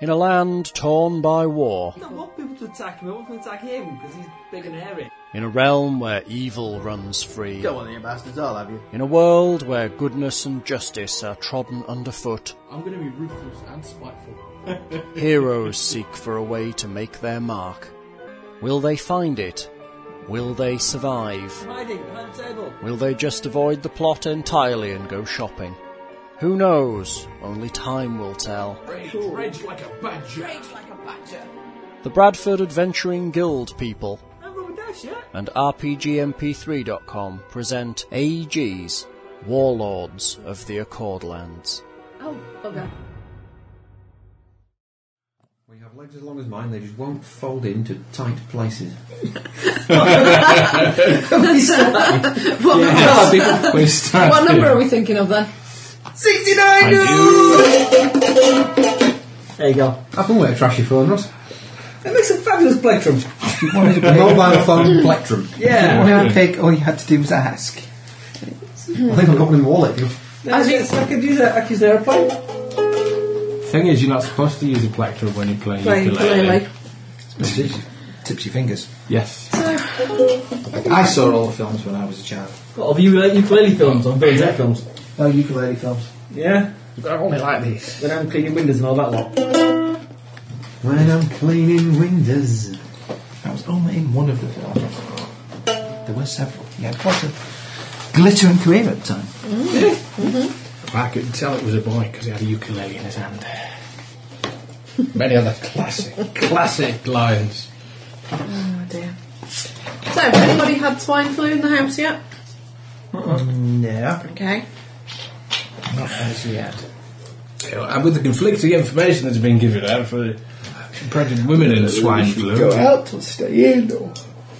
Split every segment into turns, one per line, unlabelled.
in a land torn by war,
I don't want people to attack him. I want people to attack him because he's big and hairy.
in a realm where evil runs free,
You don't want the ambassadors, I'll have you.
in a world where goodness and justice are trodden underfoot,
I'm going to be ruthless and spiteful.
heroes seek for a way to make their mark. Will they find it? Will they survive?
Hiding behind the table.
Will they just avoid the plot entirely and go shopping? Who knows? Only time will tell.
Rage, rage like a badger.
Rage like a badger.
The Bradford Adventuring Guild people
I'm Robin Dash, yeah?
and RPGMP3.com present AEG's Warlords of the Accordlands.
Oh, bugger.
When you have legs as long as mine, they just won't fold into tight places.
What,
we stand
what number
here.
are we thinking of then?
69!
And you-
There you go.
I've been with a trashy phone, Ross.
It makes a fabulous plectrum.
a mobile phone plectrum.
Yeah.
When I pick, all you had to do was ask.
I think I've got one in the wallet.
I, think I could use that. I could use an aeroplane.
Thing is, you're not supposed to use a plectrum when you're playing
Right,
ukulele.
clearly.
Tips your fingers.
Yes.
I saw all the films when I was a child.
What, have you like ukulele films on Films Air films?
Oh, ukulele films.
Yeah.
I only like these.
When I'm cleaning windows and all that lot.
When I'm cleaning windows.
I was only in one of the films. There were several. Yeah, quite a glittering career at the time.
Mm-hmm. I could tell it was a boy because he had a ukulele in his hand. Many other classic, classic lines.
Oh dear. So, has anybody had swine flu in the house yet?
Mm,
No.
Okay.
Not as yet.
You know, and with the conflicting information that's been given out for pregnant women in a swine flu.
out or stay in or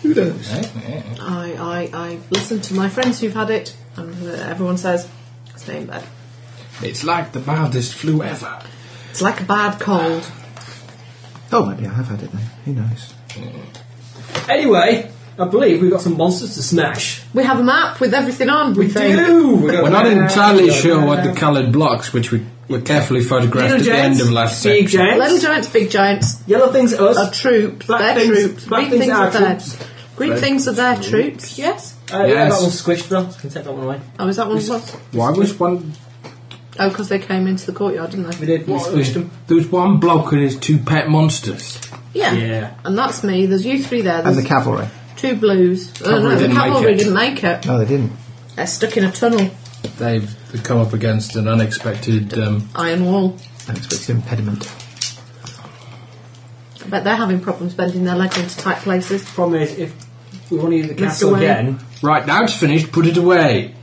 who knows?
Eh, eh, eh.
I, I, I've listened to my friends who've had it, and uh, everyone says, stay in bed.
It's like the mildest flu ever.
It's like a bad cold.
Oh, maybe I have had it then. Who knows?
Anyway, I believe we've got some monsters to smash.
We have a map with everything on, we, think.
We're not entirely sure what the coloured blocks, which we were carefully photographed
Little
at the end
giants,
of last
big
section.
giants,
Little giants, big giants,
yellow things are
Uh,
are
us.
troops,
Black
their
things-
troops.
black
Green
things
things,
are
are their
troops.
Green things are their troops, yes.
Uh, yeah,
Yes.
that one's squished though. Can take that one away.
Oh, is that one what?
Why was one?
Oh, because they came into the courtyard, didn't
We
they?
did. We squished them.
There was one bloke and his two pet monsters.
Yeah.
Yeah.
And that's me. There's you three there. There's
And the cavalry.
two blues. Oh,
Cavalry
no, the
didn't make
cavalry
it.
didn't make it.
No, they didn't.
They're stuck in a tunnel.
They've come up against an unexpected. Um,
Iron wall.
Unexpected impediment.
I bet they're having problems bending their legs into tight places.
Problem is, if we want to use the
That's
castle
the way.
again,
right now it's finished. Put it away.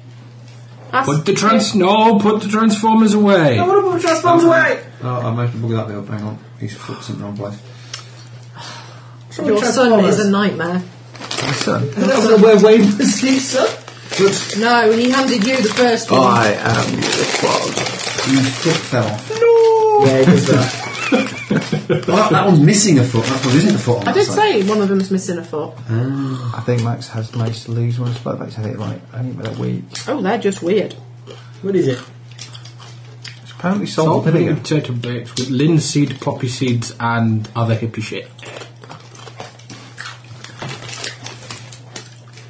That's-
Put the trans. No, put the transformers away.
I want to put transforms away.
Oh, I managed to bugger that bit up. Hang on. He's foot's in the wrong place.
Your son is a nightmare.
I don't know where Wayne was, you son.
No, he handed you the first
Oh,
one.
I am the clog.
Your foot fell off.
Yeah, he does that.
Well, that, that one's missing a foot. That one isn't a foot. On
I
that
did
side.
say one of them's missing a foot.
I think Max has managed to lose one of his buybacks. I think like I think about a week.
Oh, they're just weird.
What is it?
It's apparently
Salt
sold.
and potato bakes with linseed, poppy seeds, and other hippie shit.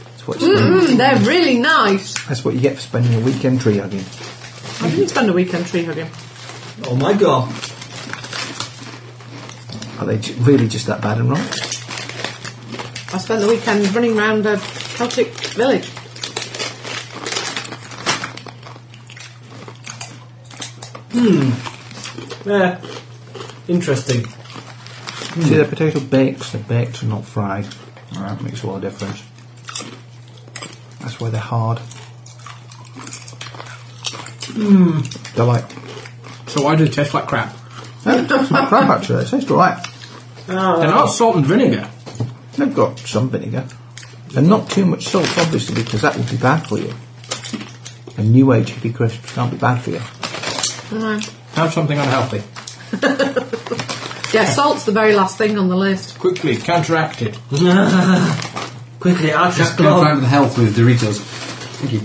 That's what, you spend,
Mm, they're really nice.
that's what you get for spending a weekend tree hugging.
I didn't spend a weekend tree hugging.
Oh my god.
Are they ju- really just that bad and wrong?
I spent the weekend running around a Celtic village.
Yeah. Interesting.
See, they're potato bakes. They're baked and not fried. All right, makes all the difference. That's why they're hard. Mm. They're like oh,
So why do they taste like crap?
no, it tastes like crap actually. It tastes alright.
They're not salt and vinegar.
They've got some vinegar and not too much salt, obviously, because that would be bad for you. A new age hippie crisp can't be bad for you.
Have something unhealthy.
Yeah, salt's the very last thing on the list.
Quickly, counteract it.
Quickly, I
Just
just
go
gone.
around with health with Doritos. Thank you.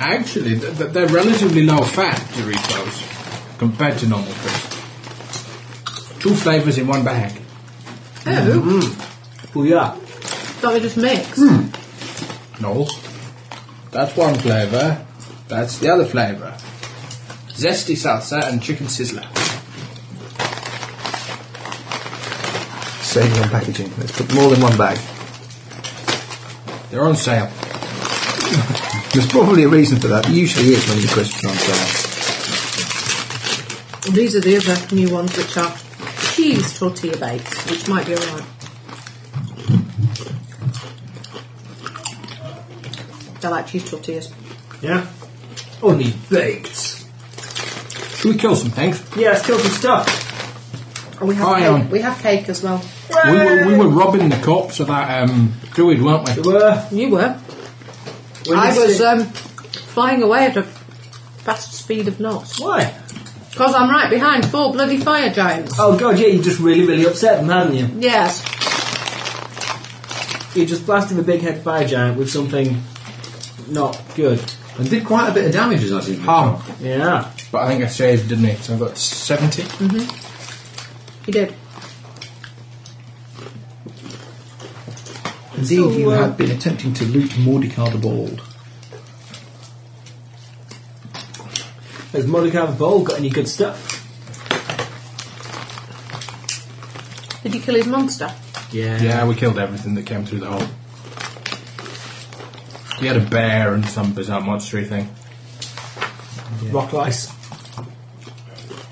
Actually, th- th- they're relatively low fat Doritos compared to normal crisps. Two flavours in one bag.
Oh,
Mm-hmm.
mm.
Booyah.
thought they just mixed.
No. That's one flavour. That's the other flavour. Zesty salsa and chicken sizzler.
Saving on packaging. Let's put more than one bag.
They're on sale.
There's probably a reason for that. There usually is when the crisps are on sale.
These are the other new ones, which are cheese tortilla bakes, which might be alright. I like cheese tortillas.
Yeah. Oh, Only baked.
Should we kill some things?
Yeah, let's kill some stuff.
Oh, we have
Hang
cake.
on.
We have cake as well.
We were, we were robbing the corpse of that um, druid, weren't we?
We're,
You were.
we're
I was
uh,
missing-
um, flying away at a fast speed of knots.
Why?
Because I'm right behind four bloody fire giants.
Oh god, yeah, you just really, really upset them, hadn't you?
Yes.
You just blasted the big head fire giant with something not good.
And did quite a bit of damage as I seem to
Harm.
Yeah.
But I think I saved, didn't I? So I got 70.
You did.
Indeed,
So,
you
uh,
had been attempting to loot Mordecai the Bald.
Has Mordecai the Bowl got any good stuff?
Did you kill his monster?
Yeah.
Yeah, we killed everything that came through the hole. He had a bear and some bizarre monstery thing.
Rock lice.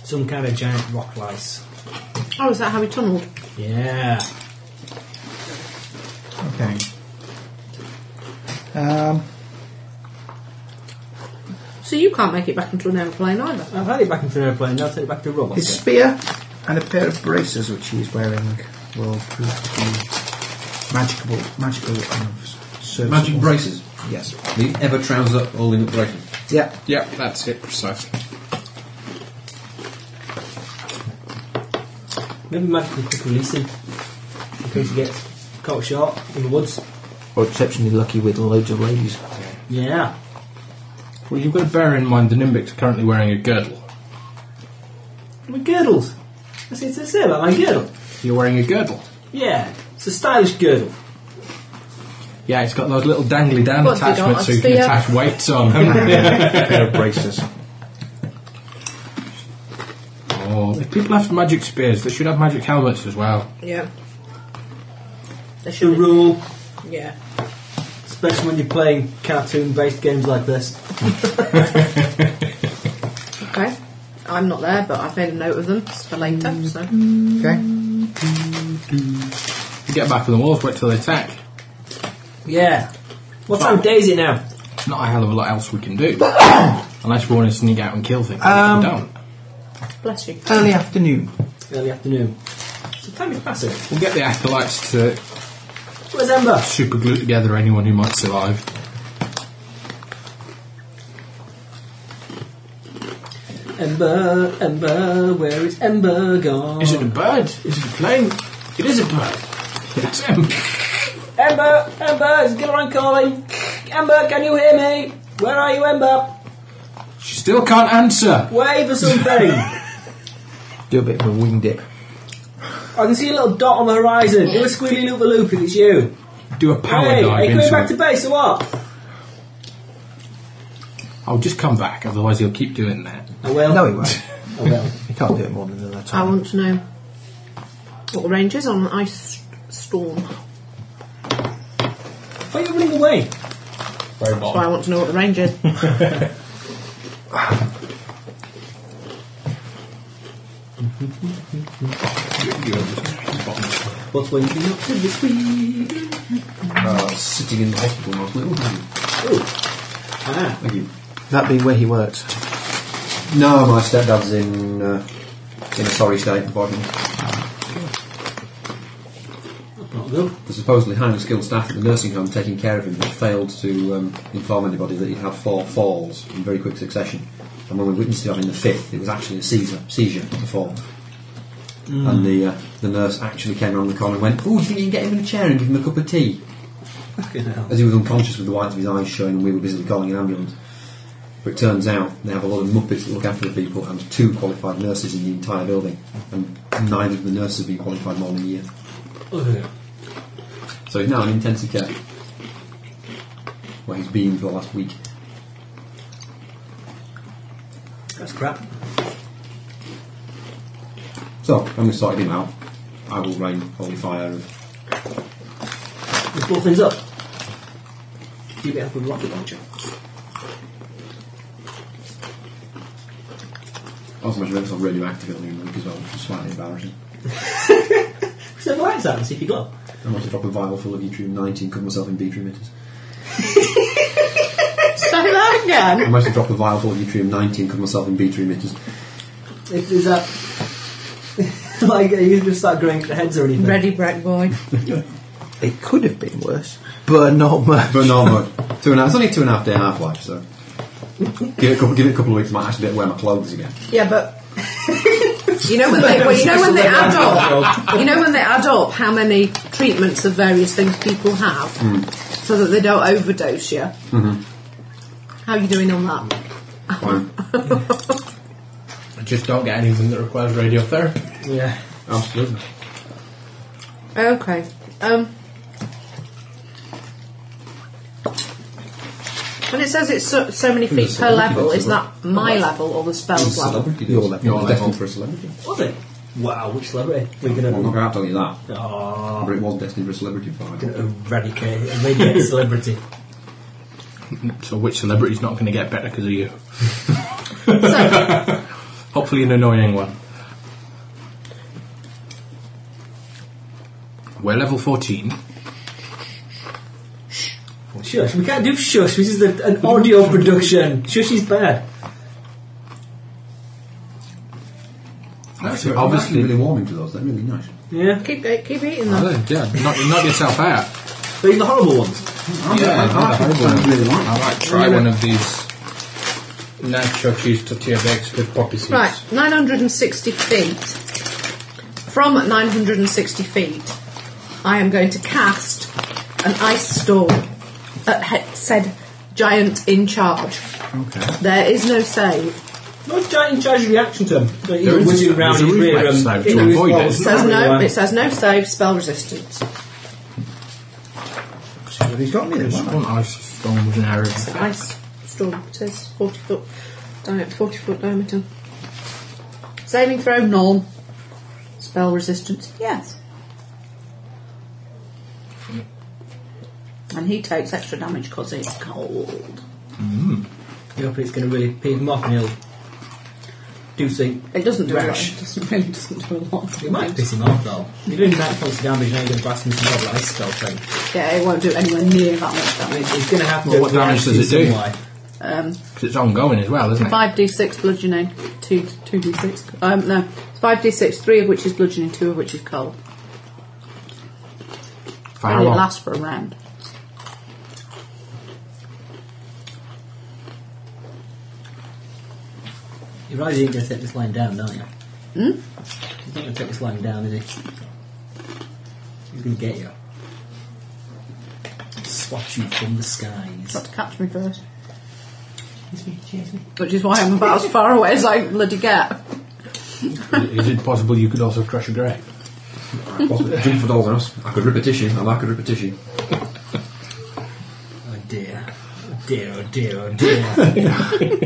Some kind of giant rock lice.
Oh, is that how he tunnelled?
Yeah.
Okay. Um,
So you can't make it back into an airplane either.
I've had it back into an airplane, now I'll take it back to a robot.
his spear and a pair of braces which he's wearing will prove to be magical, magical and serviceable.
Magic braces.
Yes.
The ever trousers up, all in up braces.
Yeah.
Yep, that's it, precisely.
Maybe magically quick releasing. In case he gets caught short in the woods.
Or exceptionally lucky with loads of ladies.
Yeah.
Well, you've got to bear in mind the Nimbic's currently wearing a girdle.
With girdles. I say, I say about my girdle.
You're wearing a girdle.
Yeah. It's a stylish girdle.
Yeah, it's got those little dangly down
What, they don't
attachments so
have
you can
spear?
attach weights on. haven't you?
a pair of braces.
oh, if people have magic spears, they should have magic helmets as well.
Yeah. They
The
should.
rule,
Yeah.
especially when you're playing cartoon based games like this.
Okay. I'm not there, but I've made a note of them for later. So
Okay.
You get back on the walls, wait till they attack.
Yeah. What time of day is it now?
Not a hell of a lot else we can do. Unless we want to sneak out and kill things. which
Um,
we don't.
bless you.
Early afternoon.
Early afternoon. So time is passing.
We'll get the acolytes to
Where's Ember?
super glue together anyone who might survive.
Ember, Ember, where is Ember gone?
Is it a bird? Is it a plane? It is a bird. It's um,
Ember, Ember, it's Gilran calling. Ember, can you hear me? Where are you, Ember?
She still can't answer.
Wave or something.
Do a bit of a wing dip.
I can see a little dot on the horizon. Do a squealy loop a loop if it's you.
Do a power
hey, are
dive
you coming
into
back
it.
to base or what?
I'll just come back, otherwise he'll keep doing that.
I will.
No, he won't.
I will.
He can't do it more than another
I
time.
want to know what the range is on an ice storm.
Why are you running away?
Very
So I want to know what the range is.
What's waiting for you up to this week?
Uh, sitting in the hospital last night, wasn't it?
Ah,
Thank you.
That being where he works.
No, my stepdad's in uh, in a sorry state of body.
not good.
The supposedly highly skilled staff at the nursing home taking care of him had failed to um, inform anybody that he'd had four falls in very quick succession. And when we witnessed him in the fifth, it was actually a seizure, seizure not a fall. And the uh, the nurse actually came around the corner and went, "Oh, you think you can get him in a chair and give him a cup of tea?"
Fucking hell.
As he was unconscious with the whites of his eyes showing, and we were busily calling an ambulance. But it turns out they have a lot of Muppets that look after the people and two qualified nurses in the entire building. And neither of the nurses have been qualified more than a year.
Oh,
So he's now in intensive care. Where he's been for the last week.
That's crap.
So, when we sorted him out, I will rain holy fire and
Let's blow things up. You better have a rocket launcher.
also much of on radioactive building in the week as well, which was slightly embarrassing.
Set the lights out and see if you glow.
I must have dropped a vial full of yttrium 90 and covered myself in B3 emitters.
Say that
I
again.
must have dropped a vial full of yttrium 90 and covered myself in B3 emitters.
Is, is that like you just start growing heads or anything?
Ready, Breck boy.
It could have been worse, but not much.
But no, but two and a half, it's only a two and a half day half life, so. give, it a couple, give it a couple of weeks, I might actually be able to wear my clothes again.
Yeah, but you know when they well, you know when they add up, you know when they add up how many treatments of various things people have, so that they don't overdose you. Mm-hmm. How are you doing on that?
Fine.
I just don't get anything that requires radiotherapy.
Yeah.
Absolutely.
Okay. Um, when it says it's so, so many feet per level, is that my level or the spell's level?
Your level.
Your level.
for a celebrity.
Was it? Wow, which celebrity? We're
Well, I'm
gonna,
not going to tell you that.
oh,
But it was destined for a celebrity fight.
gonna eradicate, eradicate celebrity.
So which celebrity's not going to get better because of you?
So,
Hopefully an annoying one. We're level 14.
Shush, we can't do shush. This is the, an audio production. Shush is bad.
That's
They're
obviously...
actually really warming to those. They're really nice.
Yeah,
keep keep eating them.
Oh, yeah, knock, knock yourself out.
these are the horrible ones.
Yeah,
I actually
I
really like.
I might try one of these nacho cheese tortilla bakes with poppy seeds.
Right, 960 feet. From 960 feet, I am going to cast an ice storm at he- said giant in charge.
Okay.
There is no save.
Not giant in charge of reaction to him. Like, he
There is
whizzes
a-
around
there's a
his rear
reflex
um,
save to
into his
avoid it,
balls.
It
isn't
says no.
Yeah.
It says no save. Spell resistance.
See what he's got me there,
This
won't I?
one ice storm was an arrow.
Ice storm. It says 40 foot. Di- 40 foot diameter. Saving throw null. Spell resistance. Yes. And he takes extra damage because it's cold.
You hope it's going to really pee him off and he'll do something.
It doesn't do
Rash.
a lot. It doesn't really doesn't do a lot.
It might piss him off though. You're doing that points of damage and you're going to blast him with some more ice spell thing.
Yeah, it won't do anywhere near that much damage.
It's going to have to.
Well, what damage
react
does
to
it do?
some way.
Um,
Because it's ongoing as well, isn't it?
5d6 bludgeoning, 2 two d6. Um, no, it's 5d6, 3 of which is bludgeoning, 2 of which is cold.
For
and
how
it
long?
lasts for a round.
You realise you ain't going to take this lying down, don't you? Hmm? He's not going to take this lying down, is he? He's going to get you. Swat you from the
Got
skies.
to catch me first. Which is why I'm about as far away as I bloody get.
Is it possible you could also crush a grape?
I possibly jump for dolls house. I could rip a tissue. and I could rip a tissue.
Oh dear. Oh dear, oh dear, oh dear.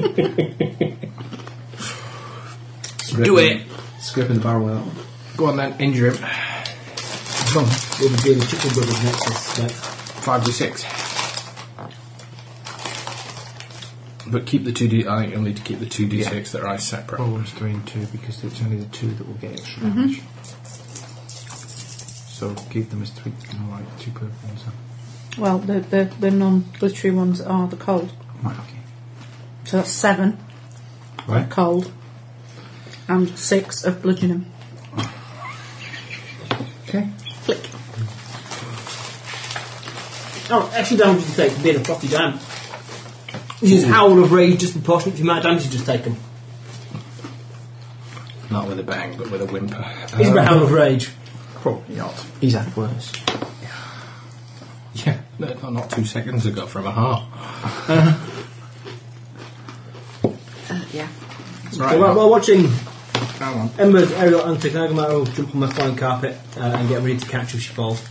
Do it.
Scraping the barrel with that one.
Go on then, injure him. Come on,
We'll be doing the Chicken Brothers Nexus. Like,
five to six. But keep the two d. I think you'll need to keep the two d six that are ice separate.
Always three and two because it's only the two that will get extra damage. So keep them as three, you know, like two purple ones. huh?
Well, the, the, the non glittery ones are the cold.
Right, okay.
So that's 7
Right?
cold and 6 of bludgeoning.
Okay.
Click.
oh, extra damage you take from being a frosty giant. This is howl of rage disproportionate to the amount of damage you just taken.
Not with a bang, but with a whimper.
This is
Um,
a howl of rage.
Probably not. He's had worse.
Yeah, no, no, not two seconds ago from a heart. Right.
So while, while watching
Hang on.
Ember's aerial antics, Agamotto jump on the flying carpet uh, and get ready to catch her if she falls.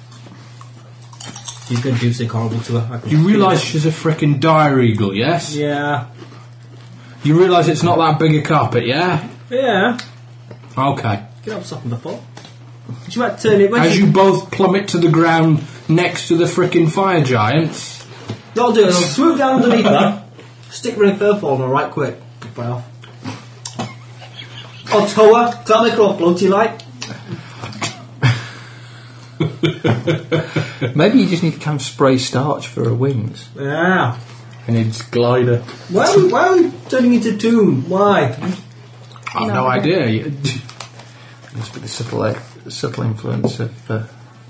He's going to do something horrible to her. I can
You
feel
realise
it.
she's a freaking dire eagle, yes?
Yeah.
You realise it's not that big a carpet, yeah?
Yeah.
Okay.
Get up, soften the fall. She might turn it. When
As
she,
you both plummet to the ground next to the freaking fire giants,
What I'll do is I'll swoop down underneath her, stick her in a fur fall on her right quick. Fly off. I'll tow her, because I'll make her all floaty like.
Maybe you just need to kind of spray starch for her wings.
Yeah.
and it's glider.
Why are we, why are we turning into Doom? Why?
I've no idea. You-
Must be the subtle, e- subtle influence of uh,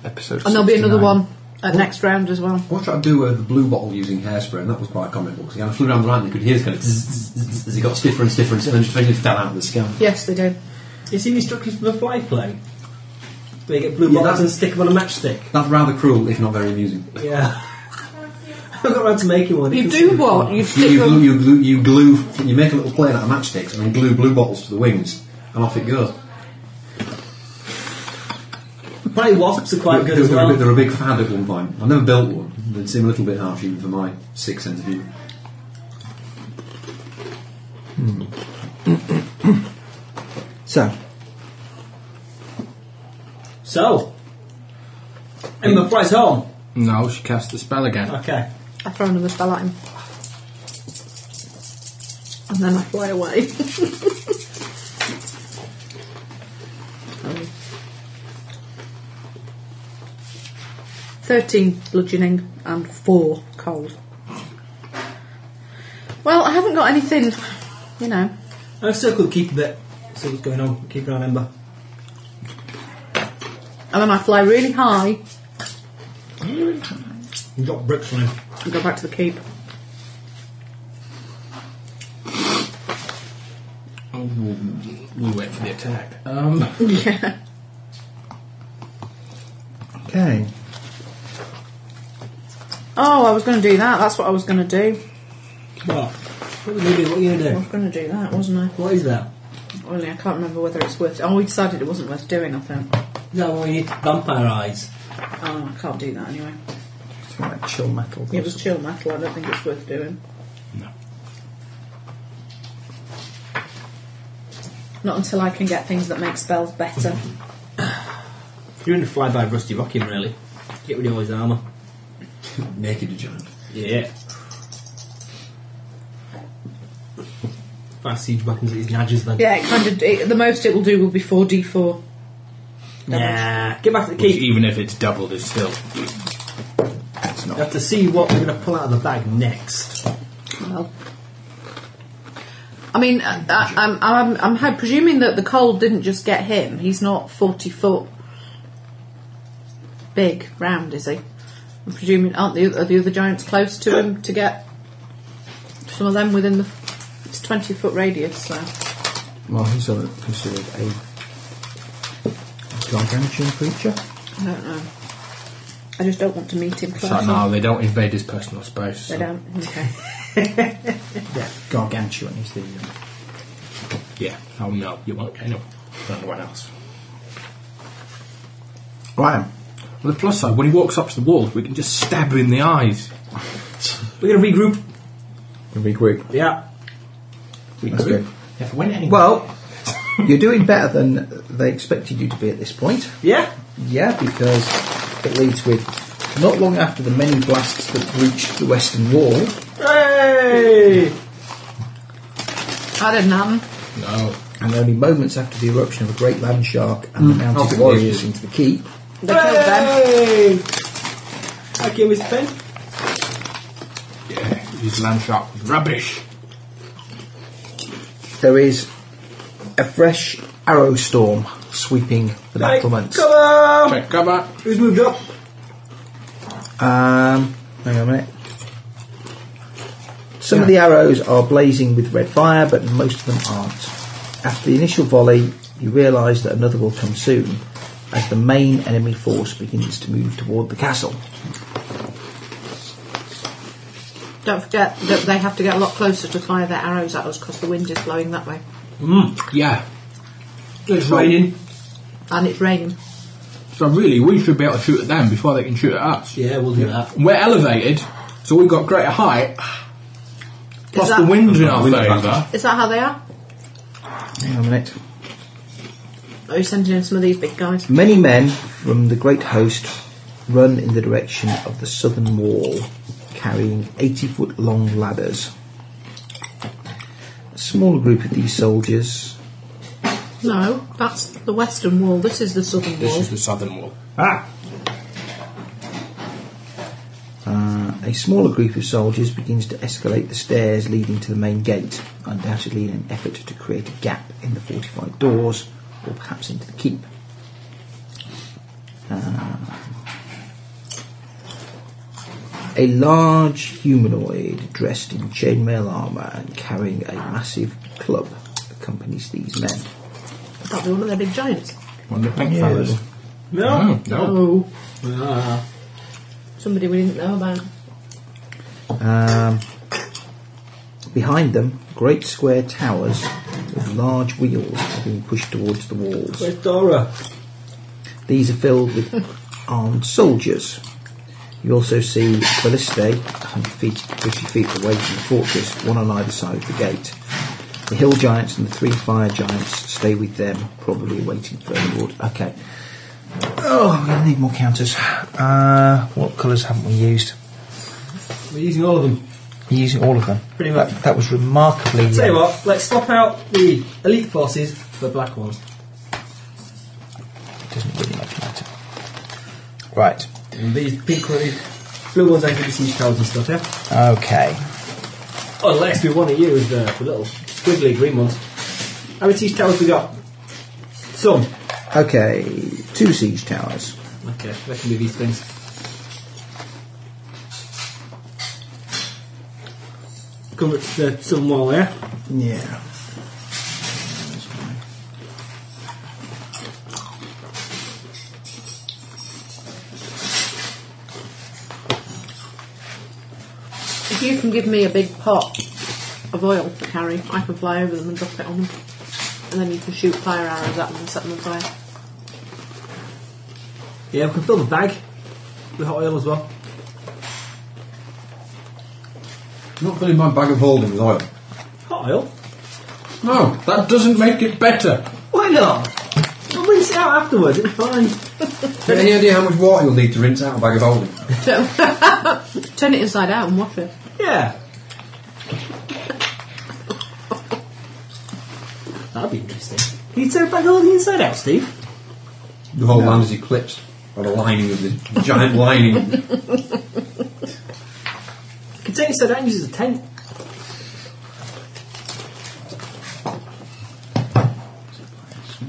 episode.
And there'll be another
69.
one uh, next round as well.
I was trying to do uh, the blue bottle using hairspray, and that was quite a comic book. So, yeah, I flew around the line, you could hear it going zzz, zzz, zzz, as it got stiffer and stiffer and stiffer, and eventually fell out of the sky.
Yes, they do.
You see the instructions for the fly plane? They get blue
Yeah,
bottles
that-
and stick them on a matchstick.
That's rather cruel, if not very amusing.
Yeah. I got around to making one.
You
It's-
do what? You
You,
stick
you, glue,
them.
you, glue, you glue, you make a little plane out of matchsticks, and then glue blue bottles to the wings, and off it goes.
Apparently wasps are quite good
they,
as
were a bit- they
well.
were a big fad at one point. I never built one. They seem a little bit harsh, even for my six sense of humour.
So,
So, Emma flies home.
No, she cast the spell again.
Okay.
I throw another spell at him. And then I fly away. Thirteen bludgeoning and four cold. Well, I haven't got anything, you know.
I circled keep a bit. See what's going on. Keep an eye on Ember.
And then I fly really high
You got bricks on him.
and go back to the keep.
Oh, we'll, we'll wait for the attack. Um,
Yeah.
okay.
Oh, I was going to do that. That's what I was going to do.
What? What are you doing? What are you
I
gonna
was going to do that, wasn't
do? What is that?
I? Really, I can't remember whether it's worth. Oh, we decided it wasn't worth doing. I think.
Is that what you need? Vampire eyes.
Oh, I can't do that anyway.
Something like chill metal.
It was chill metal. I don't think it's worth doing.
No.
Not until I can get things that make spells better.
You're going to fly by Rusty Rocking, really. Get rid of all his armour.
Naked a giant.
Yeah. Fire siege weapons at his nudges then.
yeah, it kind of. It, the most it will do will be four d four.
Nah. Get back to the
which
keep.
even if it's doubled, it's still.
It's
We
not.
have to see what we're going to pull out of the bag next.
Well, I mean, uh, I, I'm, I'm, I'm ho- presuming that the cold didn't just get him. He's not 40 foot big, round, is he? I'm presuming, aren't the, are the other giants close to him to get some of them within the it's 20 foot radius? So.
Well, he's a- considered a gargantuan creature.
I don't know. I just don't want to meet him close.
So, no, they don't invade his personal space.
They
so-
don't. Okay.
Yeah, gargantuan is the. Um,
Yeah. Oh no, you won't get anyone. No one else.
Ryan,
On the plus side, when he walks up to the walls, we can just stab him in the eyes.
We're going to regroup.
you regroup.
Yeah.
We
That's
could.
good.
Never went anywhere.
Well, you're doing better than they expected you to be at this point.
Yeah.
Yeah, because it leads with not long after the many blasts that reached the western wall.
Hey!
I didn't happen.
no.
and only moments after the eruption of a great land shark and the
Not the
mounted
warriors.
warriors into the keep,
They killed them.
Hey! Okay, Miss Penn.
Yeah, his land shark was rubbish.
there is a fresh arrow storm sweeping the battlements.
Come on!
Take cover.
Who's moved up?
Um, hang on a minute. Some of the arrows are blazing with red fire, but most of them aren't. After the initial volley, you realise that another will come soon, as the main enemy force begins to move toward the castle.
Don't forget that they have to get a lot closer to fire their arrows at us because the wind is blowing that way.
Yeah.
It's raining.
And it's raining.
So really, we should be able to shoot at them before they can shoot at us.
Yeah, we'll do that.
We're elevated, so we've got greater height. Plus
that-
the wind's in our
Wind
favour.
advantage.
Is that how they are?
Hang on a minute.
Are you sending in some of these big guys?
Many men from the great host run in the direction of the southern wall, carrying 80 foot long ladders. A small group of these soldiers.
No, that's the western wall. This is the southern
This
wall.
is the southern wall.
Ah! Uh, a smaller group of soldiers begins to escalate the stairs leading to the main gate, undoubtedly in an effort to create a gap in the fortified doors, or perhaps into the keep. Uh, A large humanoid dressed in chainmail armour and carrying a massive club accompanies these men.
That'll be one of their big giants.
One of the pink
Yeah.
fellas.
No.
Oh, no.
Oh,
Ah.
somebody we didn't know about.
Um, behind them, great square towers with large wheels are being pushed towards the walls.
Where's Dora?
These are filled with armed soldiers. You also see Ballistae, 100 feet, 50 feet away from the fortress, one on either side of the gate. The hill giants and the three fire giants stay with them, probably waiting for the order. Okay. Oh, I'm going to need more counters. Uh, what colours haven't we used?
We're using all of them.
We're using all of them.
Pretty much.
That, that was remarkably.
Tell you
uh,
what, let's swap out the elite forces for the black ones.
doesn't really much matter. Right.
And these pink ones, these blue ones, I can siege towers and stuff, yeah?
Okay.
Unless we want to use the, the little squiggly green ones. How many siege towers we got? Some.
Okay. Two siege towers.
Okay, that can be these things. Come at the sun wall, yeah?
Yeah.
If you can give me a big pot of oil to carry, I can fly over them and drop it on them. And then you can shoot fire arrows at them and set them on fire.
Yeah, we can fill the bag with hot oil as well.
I'm not filling my bag of holding with oil.
Hot oil?
No, that doesn't make it better.
Why not? I'll rinse it out afterwards, it's fine.
Any idea how much water you'll need to rinse out a bag of holding?
Turn it inside out and wash it.
Yeah. That'd be interesting. Can you turn it back all the inside out, Steve?
The whole land is eclipsed by the lining of the giant lining.
You can take it inside out and use it as a tent.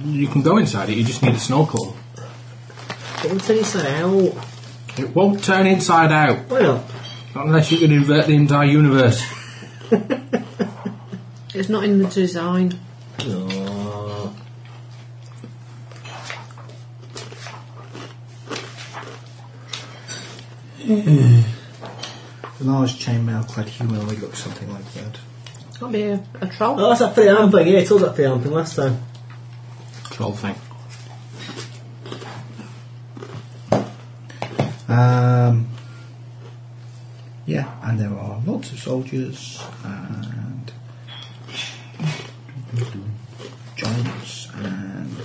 You can go inside it, you just need a snorkel.
It will turn inside out.
It won't turn inside out.
Why not?
Not unless you can invert the entire universe.
It's not in the design.
The large chainmail clad humanoid looks something like that.
That'll be a, a troll.
Oh, that's that free arm thing, yeah, it was that free arm thing last time.
Troll thing.
Um, yeah, and there are lots of soldiers and giants and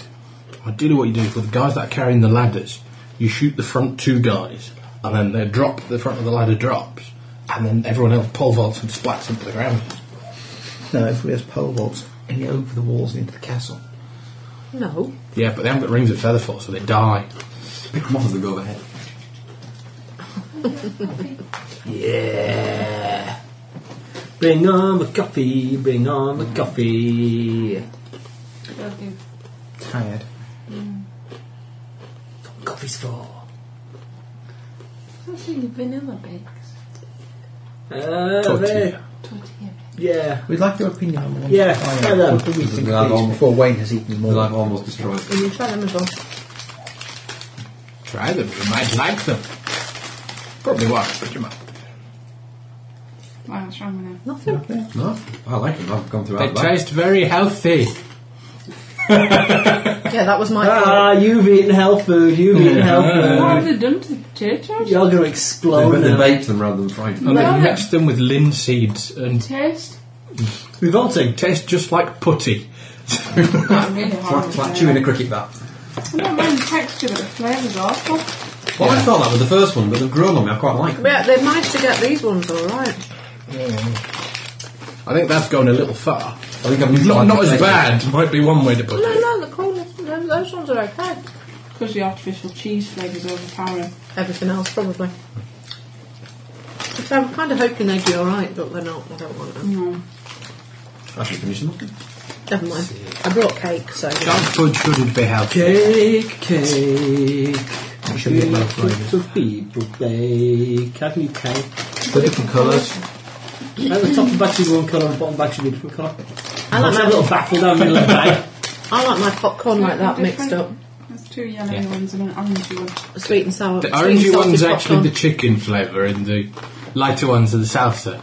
Ideally, what you do for the guys that are carrying the ladders, you shoot the front two guys, and then they drop, the front of the ladder drops, and then everyone else pole vaults and splats into the ground.
no, if we have pole vaults and over the walls and into the castle.
No.
Yeah, but they haven't got rings of feather for, so they die.
Pick them off as they go overhead.
Yeah. Bring on the coffee, bring on the coffee.
Tired.
Coffee's for.
vanilla bakes.
Uh,
Tortilla.
Tortilla bakes.
Yeah.
We'd like your opinion on one.
Oh, Yeah,
fire.
yeah, then.
What do we think
We'll
of
have
these
all-
before Wayne has eaten
Well,
more?
I've almost destroyed it.
You can try them as well.
Try them, you might like them. Probably won't, but you might.
Wow, what's wrong with them?
Nothing.
No, I like them. I've gone through
They
all that.
taste very healthy.
Yeah, that was my fault.
Ah, you've eaten health food. You've eaten health food.
What
Uh,
have they done to the potatoes?
You're going to
They,
explode
but they
now.
baked them rather than fried them.
And
No.
they've mixed them with linseeds and
Taste?
Revolting.
taste just like putty.
Not really horrible.
It's like chewing a cricket bat.
I don't mind the texture, but the flavour's awful.
Well, I thought that was the first one, but they've grown on me. I quite like them.
Yeah, they managed to get these ones all right.
I think that's going a little far.
I think I've
Not, not as bad, might be one way to put
No,
it.
no, the coolest. No, those ones are okay.
Because the artificial cheese flavour's overpowering.
Everything else, probably. So I'm kind of hoping they'd be all right, but they're not. I don't want them.
No.
I should finish them.
Never mind. I brought cake, so
Junk food shouldn't be healthy.
Cake, cake.
should get low flavours.
Beautiful people bake. How can you cake?
They're different colours.
At the top of the bag should be one colour and the bottom bag should be a different colour. Let's
I like
have a
my,
little battle down the middle of the bag.
I like my popcorn like that mixed up.
There's two yellowy ones and an orangey one.
Sweet and sour.
The
sweet and
orangey
salted
one's
popcorn.
actually the chicken flavour, and the lighter one's are the salsa.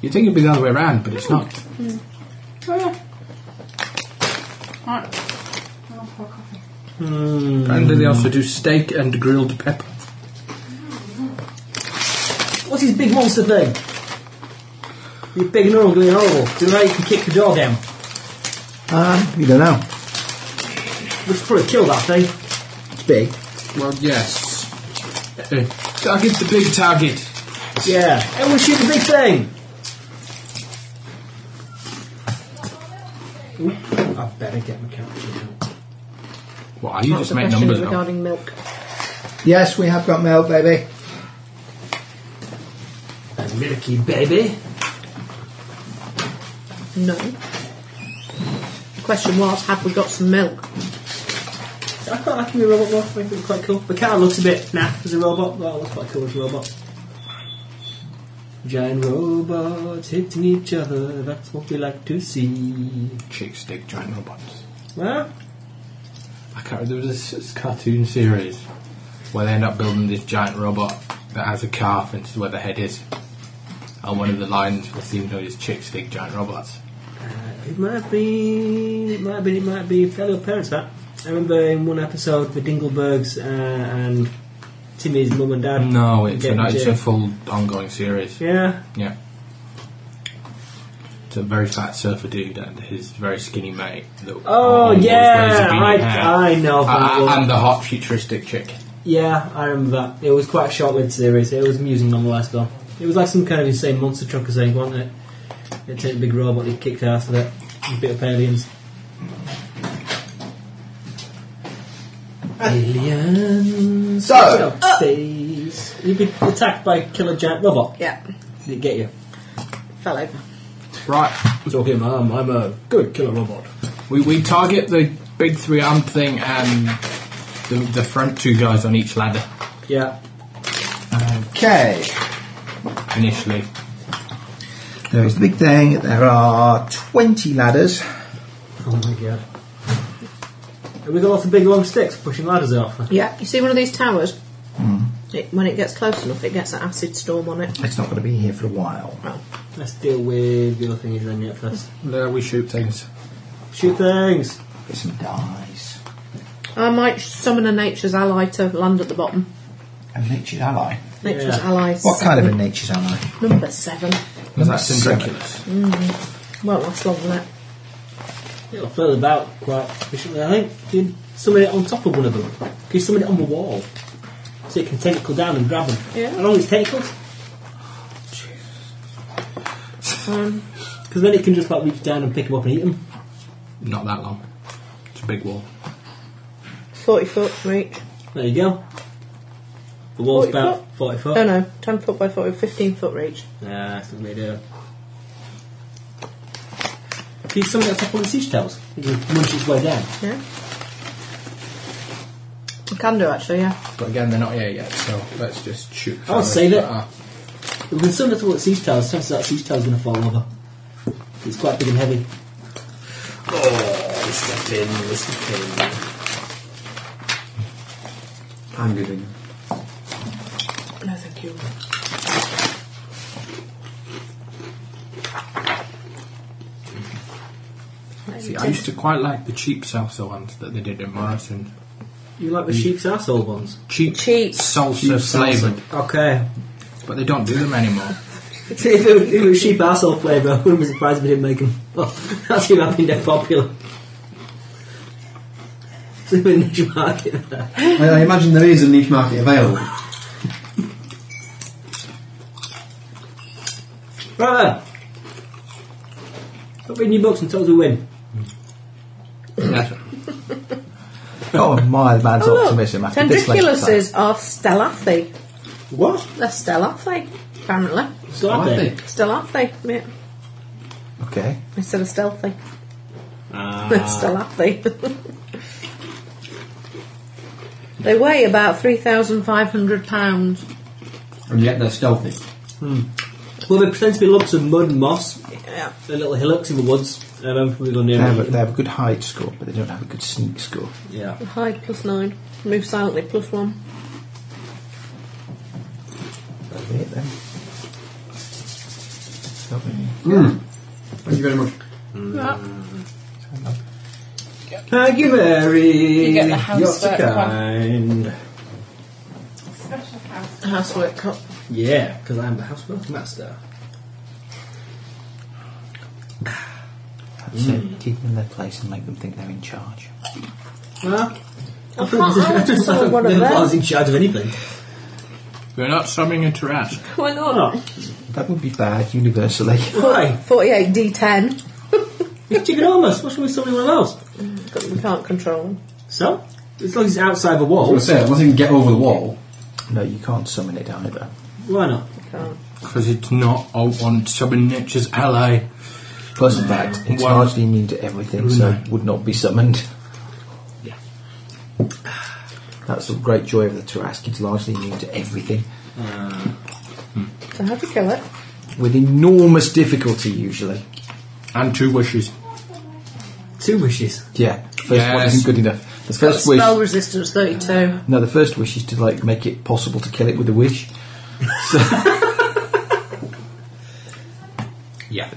You'd think it'd be the other way around, but it's not.
Oh, yeah. Right. I'll have a coffee.
Mm.
Apparently, they also do steak and grilled pepper.
What's his big monster thing? You're big and ugly and horrible. Do you know you can kick the door down?
Um, you don't know.
Which probably kill that thing.
It's big.
Well, yes. Uh, target the big target.
Yeah. Everyone shoot the big thing! Ooh, I better get my character out.
What are you
Lots
just
of
make
questions
numbers up?
regarding milk.
Yes, we have got milk, baby.
A milky baby.
No. The question was, have we got some milk?
I quite like him in Robot War. I think it's quite cool. The car looks a bit naff as a robot, but it looks quite cool as a robot. Giant robots hitting each other, that's what we like to see.
Chick steak giant robots.
Well,
I can't. There was this, this cartoon series where they end up building this giant robot that has a calf, and this is where the head is. And one of the lines was even though it's chick steak giant robots.
It might have been, it might have been, it might have been fellow parents that. I remember in one episode the Dinglebergs uh, and Timmy's mum and dad.
Um, No, it's,
Get
a, it's a
Jay.
full ongoing series.
Yeah.
Yeah. It's a very fat surfer dude and his very skinny mate. that
Oh,
always wears a
yeah,
beanie hat.
I, I know that
Uh,
one.
and the hot futuristic chick.
yeah, I remember that. It was quite a short-lived series. It was amusing nonetheless, though. It was like some kind of insane monster truck or something, wasn't it? It took a big robot, he kicked ass with it. A bit of aliens. Aliens.
So-
out of space. You'd be attacked by a killer giant robot.
Yeah,
Did it get you?
fell over.
Right.
Talking, I'm, Um, I'm a good killer robot.
We, we target the big three armed thing and the, the front two guys on each ladder
Yeah.
Okay.
initially.
There is the big thing. There are 20 ladders.
Oh my god. Have we got lots of big long sticks pushing ladders off?
Yeah, you see one of these towers?
Hmm.
It, when it gets close enough, it gets an acid storm on it.
It's not going to be here for a while.
Let's deal with the other things then yet first.
There we shoot things.
Shoot things!
Get some dice.
I might summon a nature's ally to land at the bottom.
A nature's ally.
Nature's
Yeah.
ally.
What kind of a nature's ally?
Number seven.
Was that in
Seven.
Draculus?
Won't last long, will it?
It'll fill about quite efficiently, I think. You summon it on top of one of them. Can you summon it on the wall? So it can tentacle down and grab them.
Yeah.
How long is tentacles?
Um,
Because then it can just like reach down and pick them up and eat them.
Not that long. It's a big wall.
40 foot reach.
There you go. The wall's
40
about
foot?
40 foot.
Oh no, 10 foot by 40, 15 foot reach.
Nah, that's not made out. Can you summon it on top of one of the siege towers? It can munch its way down.
Yeah. I can do actually, yeah.
But again, they're not here yet, so let's just shoot.
Oh,
I'll
first.
save it.
Uh,
If we can summon it to one of the siege towers, chances are that siege tower's going to fall over. It's quite big and heavy. Oh, step in, Mr. King.
I'm giving.
No, thank you.
See, I used to quite like the cheap salsa ones that they did in Morrison.
You like the sheep's asshole ones?
Cheap,
Cheap.
salsa flavoured,
Okay.
but they don't do them anymore.
if, it, if it was sheep asshole flavour, I wouldn't be surprised if we didn't make them. Well, that's even been that popular. It's a bit niche market. there.
I, I imagine there is a niche market available.
Right then. Stop reading your books and tell us who win.
Yes.
Oh my, the man's
Oh, look.
optimism after this length of time.
Tendriculuses are stelathy.
What?
They're stelathy, apparently.
So I think.
Stelathy, yeah.
Okay.
Instead of stealthy. They're stelathy. they weigh about 3,500 pounds.
And yet they're stealthy.
Well, they pretend to be lumps of mud and moss.
Yeah.
They're little hillocks in the woods. And I'm probably going near
They have, a,
them.
they have a good hide score, but they don't have a good sneak score.
Yeah.
Hide plus 9. Move silently plus 1.
That'll be it then. That'll be it.
Thank you very much.
Thank you, Mary.
You get the housework
You're so
one.
kind.
Special house.
Housework cup.
Yeah, because I'm the housework master.
That's it. Keep them in their place and make them think they're in charge.
Huh?
I can't I just saw one of
Never thought I was
them.
in charge of anything.
We're not summoning a Tarrasque.
Why
Or
not?
not.
That would be bad universally.
Why?
48 D10.
It's ginormous. What's wrong with something one else?
But we can't control them.
So? As long as it's outside the
I
wall,
was going to say, unless you can get over the wall,
No, you can't summon it either.
why not?
We can't.
Because it's not all on summon nature's ally.
Plus the fact, it's
One-
largely immune to everything, so it would not be summoned.
Yeah.
That's the great joy of the Tarrasque, it's largely immune to everything.
So how to kill it?
With enormous difficulty, usually.
And two wishes.
Two wishes.
Yeah, first one
Yes.
isn't good enough. The first wish.
Spell resistance 32.
No, the first wish is to like make it possible to kill it with a wish. So,
Yeah.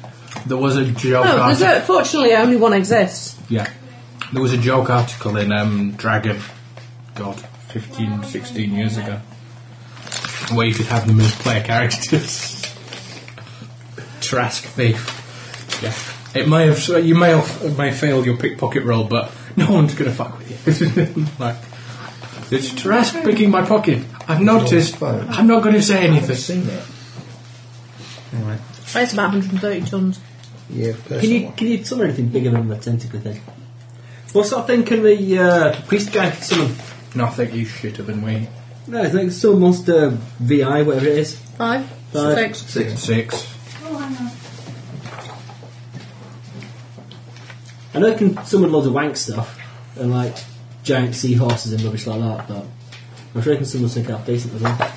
There was a joke
No, Oh, there's
article.
a, fortunately only one exists.
Yeah. There was a joke article in um, Dragon, God, 15, 16 years ago, where you could have them as player characters. Trask thief. Yeah. It may have you may have, it may fail your pickpocket roll, but no one's gonna fuck with you. like, it's Trask picking my pocket. I've noticed. I'm not gonna say anything.
seen it. Anyway,
It's about 130 tons.
yeah, personal
Can you
one.
can you summon anything bigger than the tentacle thing? What sort of thing can the uh, priest guy summon?
Nothing you shitter than we.
No, it's like some monster VI, whatever it is.
Five?
Five.
Six?
Six.
Oh, I know.
I know it can summon loads of wank stuff and like giant seahorses and rubbish like that, but I'm sure it can summon something half decent as well.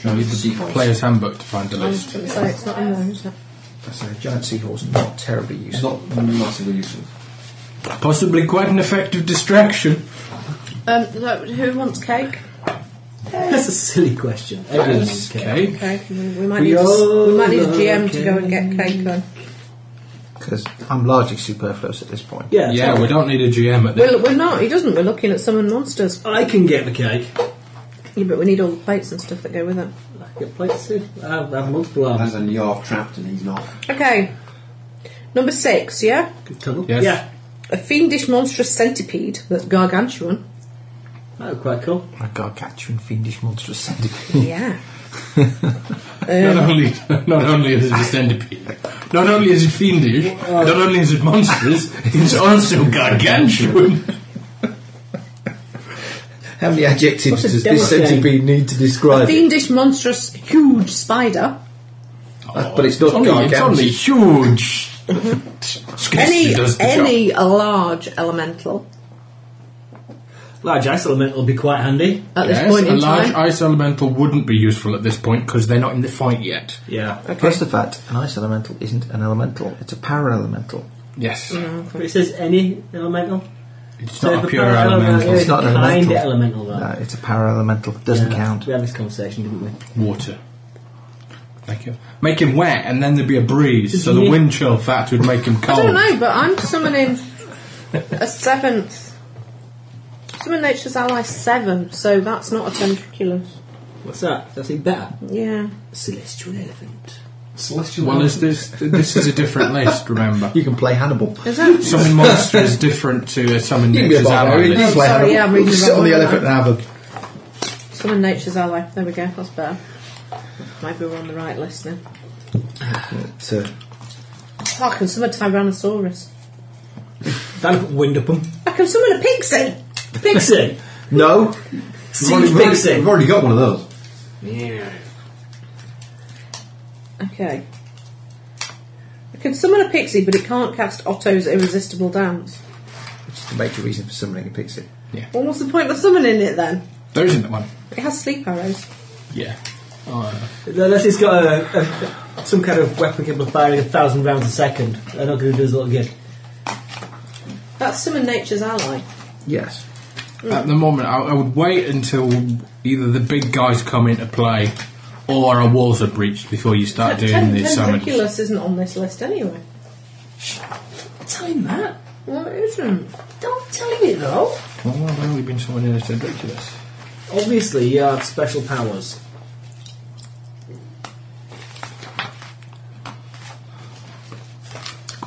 You need the player's handbook to find the
I was
list.
going to say, it's not in there, is it?
So a giant seahorse not terribly
it's
useful.
not massively useful.
Possibly quite an effective distraction.
Um, so who wants cake?
That's a silly question. Everyone wants cake.
Okay.
Okay, we we might
We
need, a,
all
we might need a
love
GM to go and get cake then.
because I'm largely superfluous at this point.
Yeah,
Yeah,
totally.
we don't need a GM at this.
We're, we're not, he doesn't, we're looking at summon monsters.
I can get the cake.
Yeah, but we need all the plates and stuff that go with it.
I can get plates too. I have, I have multiple arms.
As in you're trapped and he's not.
Okay, number six, yeah?
Good tunnel.
Yes.
Yeah.
A fiendish monstrous centipede that's gargantuan.
That was Oh, quite cool.
A gargantuan fiendish monstrous
Hmm.
centipede.
Yeah.
Not
uh,
only, not only is it a centipede, not only is it fiendish,
Oh.
not only is it monstrous, it's also gargantuan.
How many adjectives
What's a
does this
devil thing?
centipede need to describe? it?
Fiendish monstrous huge spider.
Uh, but it's
Oh,
not
only, it's
gargantuan.
only huge.
Mm-hmm. Any,
Scarcely does the job.
any large elemental
Large ice element will be quite handy.
at this
Yes,
point
a
in
large
time.
ice elemental wouldn't be useful at this point because they're not in the fight yet.
Yeah.
Plus the fact an ice elemental isn't an elemental; it's a power elemental.
Yes,
Mm.
But it says any elemental.
it's
So
not
if
a
a
pure
power element
elemental.
is-
It's not an
Kind
elemental.
elemental, though.
No, it's a power elemental. Doesn't
Yeah.
count.
We had this conversation, didn't we?
Water. Make him, make him wet, and then there'd be a breeze, so the wind chill factor would make him cold.
I don't know, but I'm summoning a seventh. Summon nature's ally seven, so that's not a ventriculus.
What's that? That's even better.
Yeah.
Celestial elephant.
Celestial.
Well, is this this is a different list? Remember,
You can play Hannibal.
Is that?
summon monster is different to a summon
You can be a
nature's ally.
barbarian. You can
list.
play
Sorry, yeah, I'm
Hannibal.
reading the
Just sit
wrong
on the
one,
elephant and have a
Summon nature's ally. There we go, that's better. Maybe we're on the right list now.
So,
Oh, I can summon a Tyrannosaurus.
That'll put wind up 'em.
I can summon a pixie!
Pixie!
No.
Sea
We've already-
pixie!
We've already got one of those.
Okay. I can summon a pixie, but it can't cast Otto's Irresistible Dance.
just a major reason for summoning a pixie.
Well, what's the point of summoning it then?
There isn't one.
It has sleep arrows.
Yeah.
Unless it's got a, a, some kind of weapon capable of firing a thousand rounds a second. They're not going to do us a lot of good.
That's summon nature's ally.
Yes.
At the moment, I, I would wait until either the big guys come into play, or our walls are breached before you start
Ten-
doing
ten-
the summons.
Tentaculous isn't on this list anyway.
Tell him that.
No, it isn't.
Don't tell him it though.
Well, I've only been summoning a ridiculous.
Obviously, you have special powers.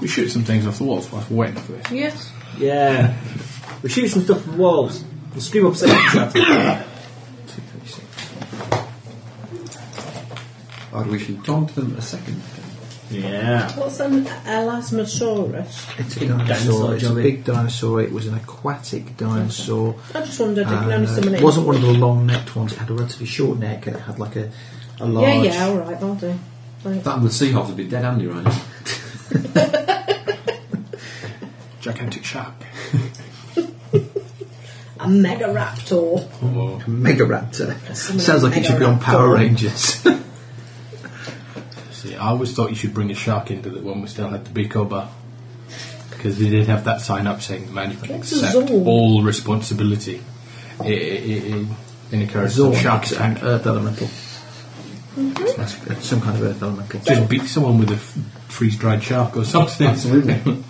We shoot some things off the walls whilst we're waiting for this.
Yes.
Yeah. We shoot some stuff from walls. And scream upset at them.
I'd wish you donked them a second.
Yeah.
What's an Elasmosaurus?
It's a
Big
dinosaur.
dinosaur,
it's a
jolly.
big dinosaur. It was an aquatic dinosaur.
I just wondered, I can
Uh,
only summon
it
it.
wasn't one of the long necked ones. It had a relatively short neck and it had like a, a large.
yeah, yeah, alright, that'll do. Right.
That would Seahawks would be dead handy right now.
Gigantic shark.
A Megaraptor.
Mega Raptor.
Somebody
Sounds like it should be on
Megaraptor.
Power Rangers.
See, I always thought you should bring a shark into the when we still had the big bar. Because they did have that sign up saying the management
What's a
accept
zorn?
all responsibility i- i- i- i- in occurrence of
Zorn,
shark
it's an
attack.
earth elemental.
Mm-hmm.
It's some kind of earth elemental.
Just beat someone with a freeze dried shark or something. Absolutely.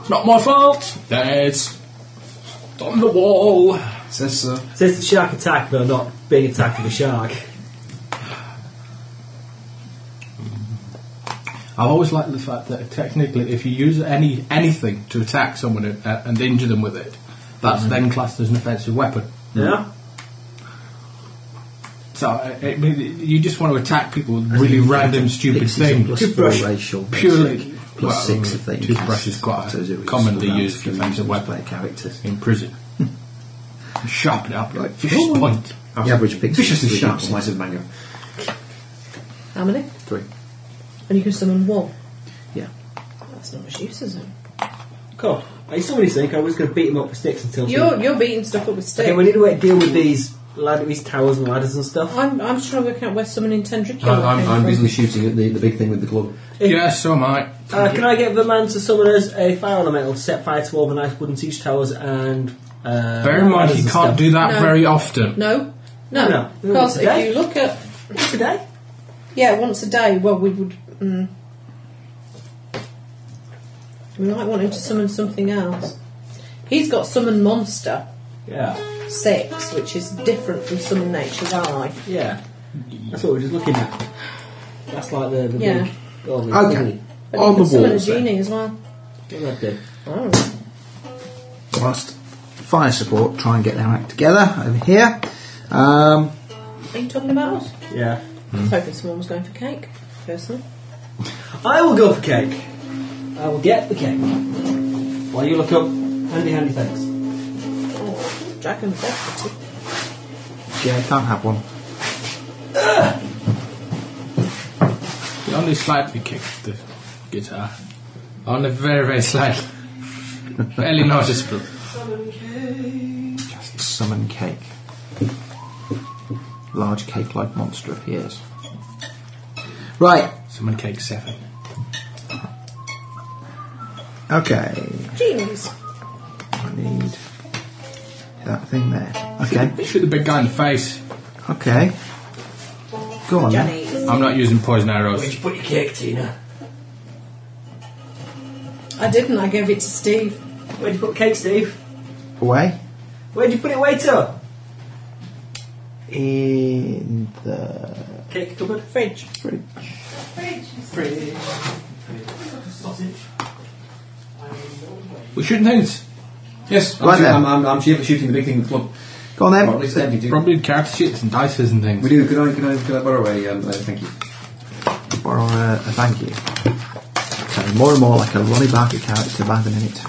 it's not my fault. That's on the wall.
Says so.
Says the shark attack, but not being attacked with a shark.
I always like the fact that technically, if you use any anything to attack someone and, and injure them with it, that's then classed as an offensive weapon.
Yeah?
So uh, it, it- you just want to attack people with really random, stupid
Pixies are
things.
Plus
Toothbrush.
four racial.
Purely
Plus
well,
six if they
Toothbrush
cast
is quite
Otto's
a
irresistible
commonly
dance
used
for
defensive
users,
weapon
player characters.
in prison. Sharpen it up like fish
Oh.
point.
The average pixie
Viciously
is three
sharp
pixels.
slice of mango.
How many?
Three.
And you can summon one.
Yeah.
That's not much use, is it?
Cool. I saw what he's saying, 'cause I was going to beat him up with sticks until.
You're, you're beating stuff up with sticks.
Okay, we need to way to deal with these, lad- these towers and ladders and stuff.
I'm, I'm just trying to work out where summoning Tendricula
I'm, I'm,
came
I'm
from.
busily shooting at the, the big thing with the club.
Yeah, so am I.
Uh, can I get the man to summon us a fire elemental to set fire to all the nice wooden siege towers and. Uh,
Bear in mind,
ladders
you
and
can't
stuff?
do that
No.
very often.
No,
No,
no,
no.
Because
Today?
if you look at
today.
yeah, once a day. Well, we would. Mm, we might want him to summon something else. He's got summon monster
Yeah,
six, which is different from summon nature's ally.
yeah. That's what we're just looking at. That's like the, the
Yeah.
big. Oh, the-
Okay.
But
On
you can
the
summon a
walls, then.
genie as well.
What that do?
Oh,
Whilst fire support try and get their act together over here. Um,
are you talking about us?
Yeah.
I was hoping someone was going for cake. Personally,
I will go for cake. I will get the cake. While you look up handy handy things.
oh, Jack and the Box.
yeah, can't have one.
He only slightly kicked the guitar. Only very, very slightly. Barely noticeable.
Just summon cake. Large cake like monster appears. Right,
Someone cake seven.
okay.
Genies.
I need that thing there. Okay,
Shoot the big guy in the face.
okay. Go on. then.
Jenny's.
I'm not using poison arrows.
Which put your cake, Tina?
I didn't, I gave it to Steve.
Where'd you put cake, Steve?
Away
Where'd you put it, waiter?
in the
Cake cupboard.
Fridge.
fridge.
Fridge. Sausage.
We shouldn't things.
Yes, I'm,
Right
shooting,
then.
I'm, I'm, I'm shooting shooting the big thing with the club.
Go on
Or at
then.
least empty. do-
Probably character sheets and dices and things.
We do. Can I, can I, can I borrow a, um, uh, thank you.
Borrow a, a thank you. Sounding more and more like a Ronnie Barker character by the minute.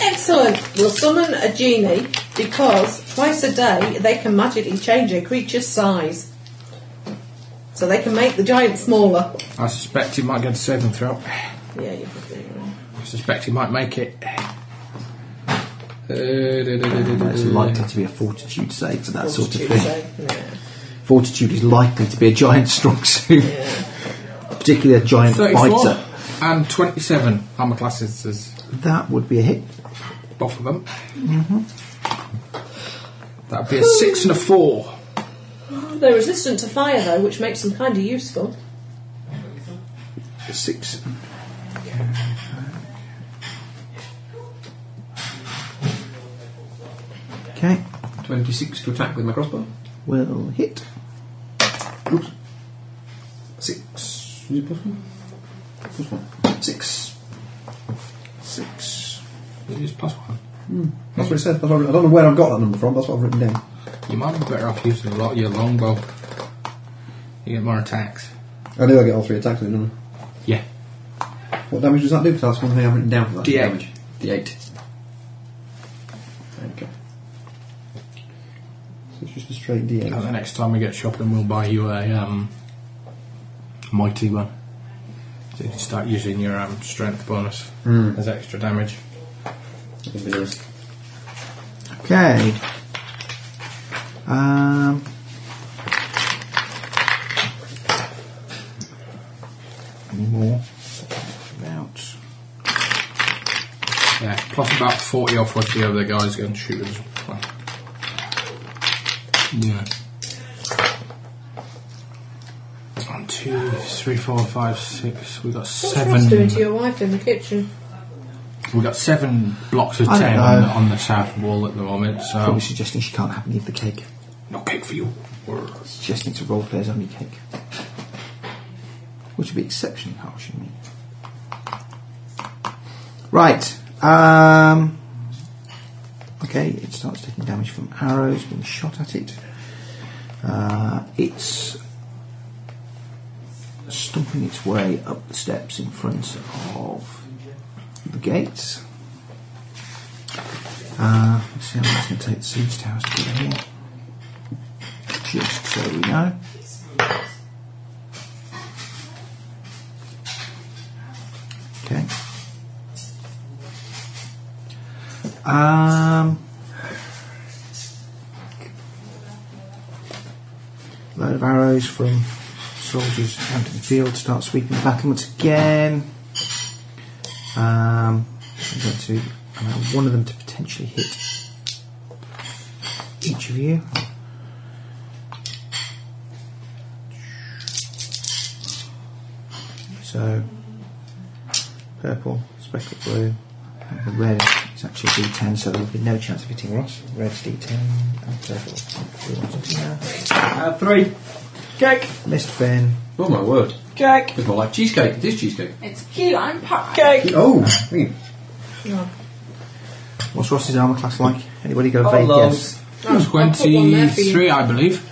Excellent. We'll summon a genie because twice a day they can magically change a creature's size. So they can make the giant smaller.
I suspect you might get a saving throw.
Yeah, you're probably right.
I suspect you might make it.
It's
It's
likely to be a fortitude save for that sort of
Fortitude
thing.
save. Yeah,
Fortitude is likely to be a giant strong suit,
yeah.
particularly a giant
34
fighter.
Uh, and 27 armor classes is
That would be a hit.
both of them. That'd be a 6 and a 4.
They're resistant to fire though, which makes them kind of useful.
A 6.
Okay,
26 to attack with my crossbow.
will hit.
6. Is it plus one? Plus one. 6. 6.
Use plus 1.
That's what it said. That's what I, I don't know where I've got that number from, that's what I've written down.
You might be better off using a lot your longbow. You get more attacks.
I do, I get all three attacks with it, don't
Yeah.
I? What damage does that do? Because that's one thing I've written down for that.
D8.
Damage. D8. Okay. So it's just a straight D8.
And the next time we get shopping, we'll buy you a um, mighty one. So you can start using your um, strength bonus
Hmm.
as extra damage.
That would be nice.
Okay. Um. Any more? About.
Yeah, plus about 40 or 50 of the guys going to shoot as well. Yeah. One, two, three, four, five, six. We've got
What's Ross doing
seven.
to your wife in the kitchen?
We've got seven blocks of
I don't
ten on
know.
the, on the south wall at the moment. So
Probably suggesting she can't have any of the cake.
no cake for you.
Suggesting to role players only cake. Which would be exceptionally harsh in me. Right. Um. Okay, it starts taking damage from arrows being shot at it. Uh, it's stomping its way up the steps in front of the gates. Uh, let's see how long it's going to take the siege towers to get here. Just so we know. Okay. Um, load of arrows from soldiers out in the field start sweeping the battlements again. Um, I'm going to allow one of them to potentially hit each of you. So, purple, speckled blue, and the red is actually D10, so there will be no chance of hitting Ross. Red's D10, and purple. blue one's D10.
Uh, three. Cake.
Missed Ben.
Oh my word.
Cake.
It's more like cheesecake. It is cheesecake.
It's key lime pie.
Cake.
Oh! Thank you.
What's Ross's armour class like? Anybody got a
Oh,
vague guess?
loads.
one there for you.
23, I believe.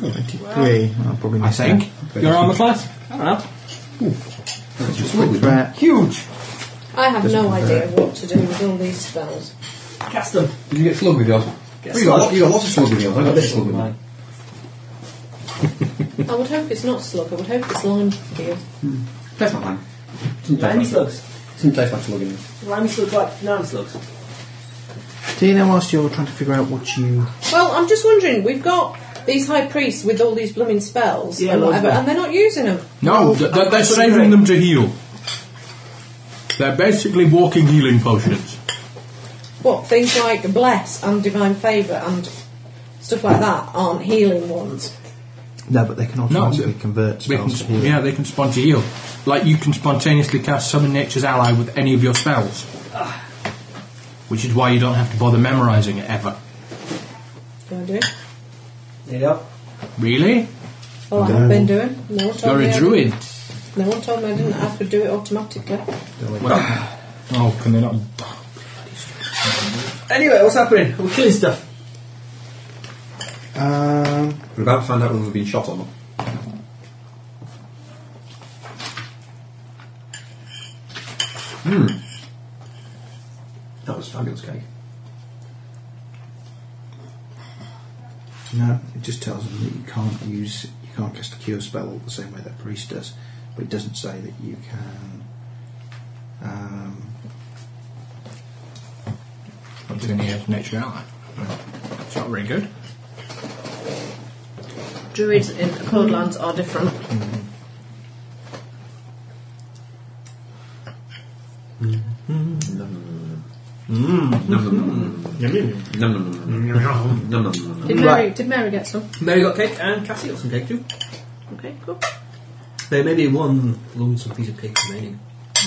23. I'll probably
I
miss
think.
Your
armor class?
I don't know.
That's just
that.
lovely, man.
Rare.
Huge.
I have no idea what to do with all these spells.
Cast them.
Did you get slug with yours? You got, you got lots of slug with yours. I got this slug with mine.
I would hope it's not slug, I would hope it's lime peel.
That's not mine. Doesn't taste
Limey
like slug.
slugs.
Doesn't taste like slug in it.
Limey slugs like banana slugs.
Tina, whilst you're trying to figure out what you.
Well, I'm just wondering, we've got these high priests with all these blooming spells
Yeah,
and
loads of
whatever,
them.
and they're not using them.
No, th- th- they're saving them to heal. They're basically walking healing potions.
What, things like bless and divine favour and stuff like that aren't healing ones.
No, but they can automatically convert
They
spells to
can,
healing.
yeah, they can spontaneously heal. Like you can spontaneously cast summon nature's ally with any of your spells, which is why you don't have to bother memorising it ever.
Can I do it?
There you go.
Really?
Well, I have been doing. No one told
You're
me. I
a
didn't-
druid.
No one told me I didn't have to do it automatically.
Well, oh, can they not?
Anyway, what's happening? We're killing stuff.
Um,
We're about to find out whether we've been shot or not. Hmm. That was fabulous cake.
no, it just tells them that you can't use, you can't cast a cure spell the same way that priest does, but it doesn't say that you can. Um,
Not doing any of nature's ally. It's not very good.
Druids in the Codelands are different.
Nom nom nom nom. Nom nom nom nom.
Did Mary, did Mary get some?
Mary got cake and Cassie got some cake too.
Okay, cool.
There may be one lonesome piece of cake remaining.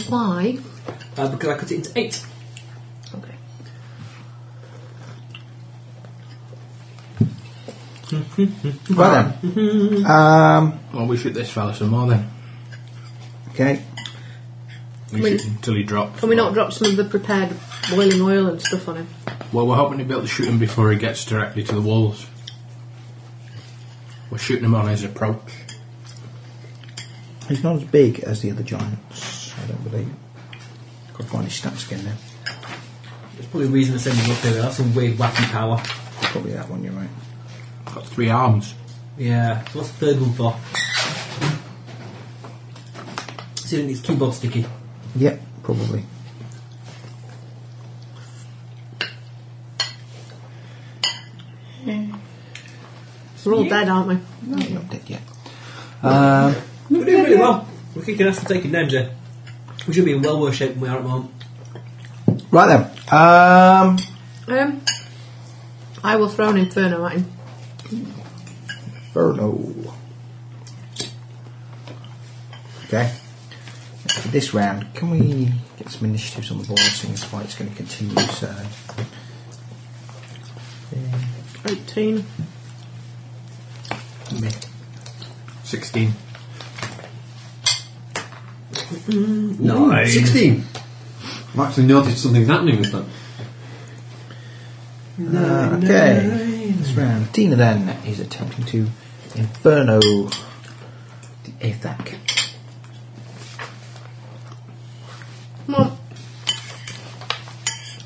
Why?
Uh, because I cut it into eight.
Okay.
right then. Um,
Well, we shoot this fella some more then.
okay.
We
Wait.
shoot him until he drops.
Can we not drop some of the prepared boiling oil and stuff on him?
Well, we're hoping to be able to shoot him before he gets directly to the walls. We're shooting him on his approach.
He's not as big as the other giants, I don't believe. Got to find his stats again now.
There's probably a reason to send them up there. That's some weird wacky power.
Probably that one, you're right.
Got three arms.
Yeah. So what's the third one for? See, it needs keyboard sticky.
Yep, probably.
We're all dead, aren't we?
No, he's not dead yet. Um,
We're doing really well. We're kicking ass and taking names here. We should be in well worse shape than we are at the moment.
right then. Um,
Um, I will throw an inferno at him.
Inferno. Okay. For this round, can we get some initiatives on the board seeing as fight's going to continue? So,
18.
meh.
Sixteen.
Nine. Sixteen. I've actually noticed something's happening with that.
Uh, okay. This round, Tina then is attempting to Inferno the Athak.
Come on.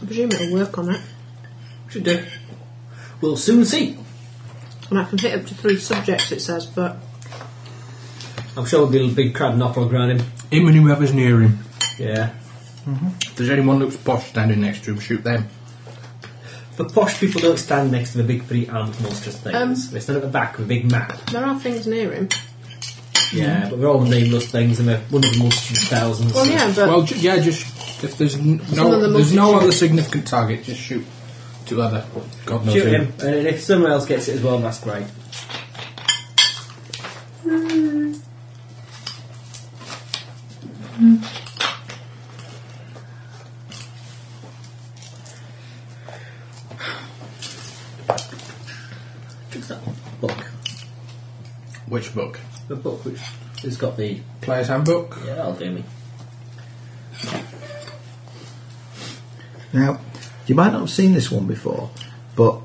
I presume it'll work on it.
Should do. We'll soon see.
And I can hit up to three subjects, it says, but
I'm sure we'll be a big crab knock on ground him.
Him and whoever's near him.
Yeah.
If there's anyone looks posh standing next to him, shoot them.
But posh people don't stand next to the big three armed monstrous things.
Um,
they stand at the back with a big map.
there are things near him.
Yeah, but they're all nameless things and they're one of the multitude of thousands.
Mm-hmm. Well, yeah, but
Well, ju- yeah, just if there's n-
of
no
them
there's no
multi-shoot.
other significant target, just shoot two other. God knows
Shoot
who.
him, and if someone else gets it as well, that's great. What's that one? Book.
Which book?
The book which has got the.
Player's Handbook.
Yeah, that'll do me.
Now, you might not have seen this one before, but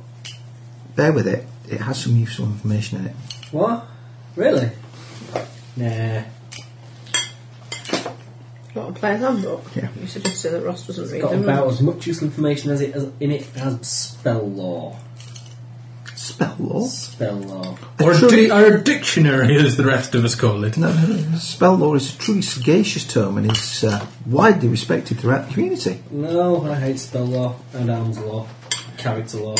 bear with it. It has some useful information in it.
What? Really? Nah.
what a player's handbook.
Yeah.
You suggested that Ross doesn't read
Got
them.
about as much useful information as it as in it as spell law.
Spell
Oh.
law?
Spell law.
Or a,
Truly-
di- or a dictionary, as the rest of us call it.
No, no, no. Spell law is a truly sagacious term and is uh, widely respected throughout the community.
No, I hate spell law and arms law, character law.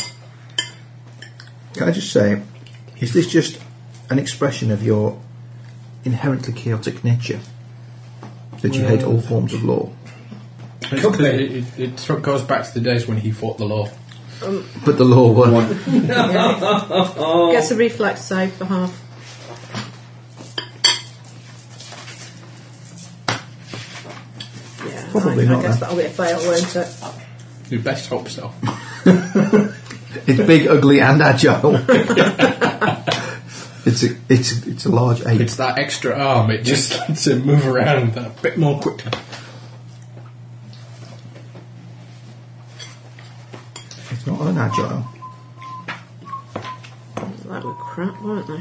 Can I just say, is this just an expression of your inherently chaotic nature? That you hate all forms of law?
It's 'cause It, it, it sort of goes back to the days when he fought the law.
But the law won.
Gets a reflex save for half. Yeah,
Probably
I,
not,
I guess
then.
that'll be a fail, won't it?
You best hope so.
It's big, ugly, and agile. it's a it's it's a large ape.
It's that extra arm, it just lets him move around a bit more quickly.
It's not unagile.
That were crap, weren't they?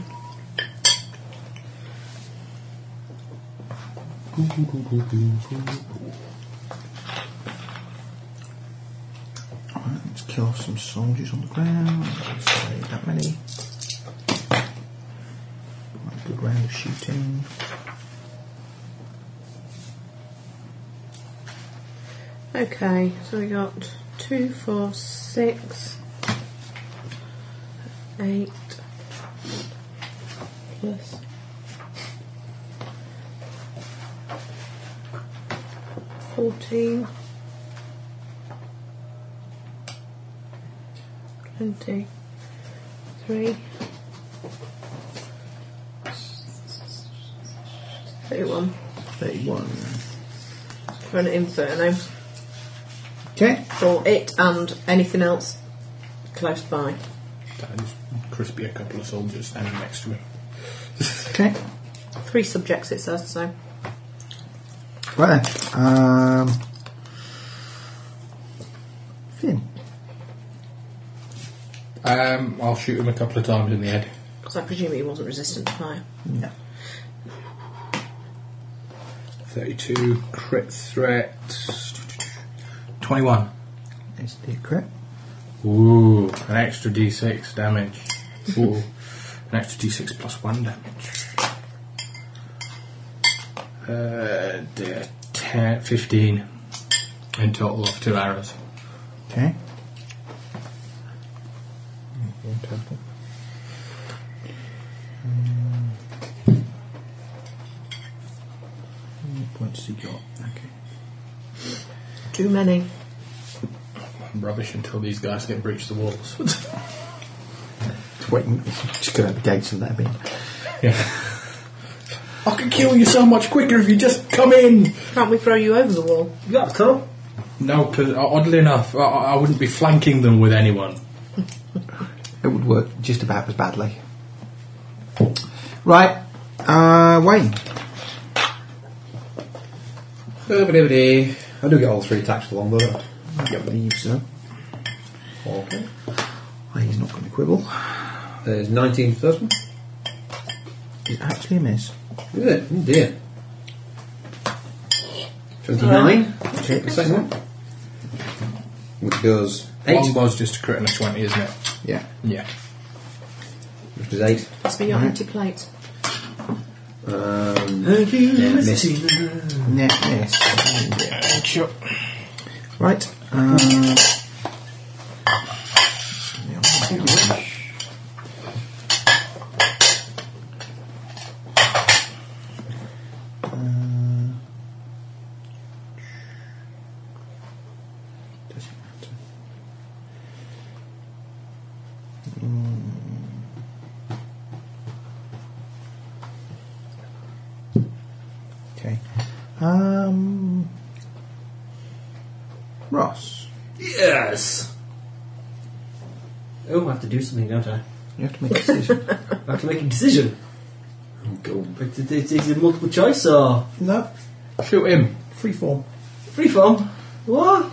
Alright, let's kill off some soldiers on the ground. Let's say that many. Right, good round of shooting.
Okay, so we got two, four, six, eight, plus. Fourteen. Twenty. Three. Thirty-one
31.
for an inferno.
Okay.
for it and anything else close by.
That is crispy, a couple of soldiers standing next to him.
Okay.
Three subjects, it says, so.
Right then. Um, Finn.
Um, I'll shoot him a couple of times in the head.
Because I presume he wasn't resistant to fire.
No.
32, crit threat. 21.
It's the crit.
Ooh, an extra d6 damage. Ooh, an extra d6 plus 1 damage. Uh, dear, 10, 15 in total of two arrows.
Okay. Points he got. Okay.
Too many.
I'm rubbish until these guys get breached the walls.
Just waiting. Just gonna have gates and that in.
I can kill you so much quicker if you just come in!
Can't we throw you over the wall?
You got a cool.
No, because oddly enough, I, I I wouldn't be flanking them with anyone.
It would work just about as badly. Right. Uh, Wayne.
I do get all three attacks along, don't I?
I believe so.
Okay.
Oh, he's not going to quibble.
There's 19 for the first one.
It's actually a miss.
Is it? Oh dear. 29. Check the second one. Which goes 8.
One was just a crit and a 20, isn't it?
Yeah.
Yeah.
Which is 8.
That's for your empty plate.
Um, yeah, missed.
Net miss.
Sure.
Right. Uh, Okay. Um, Ross,
Yes. Oh, I have to do something, don't I?
you have to make a decision.
I have to make a decision.
Go.
Oh, But it- it- Is it multiple choice or
no,
Shoot him.
free form.
freeform? What?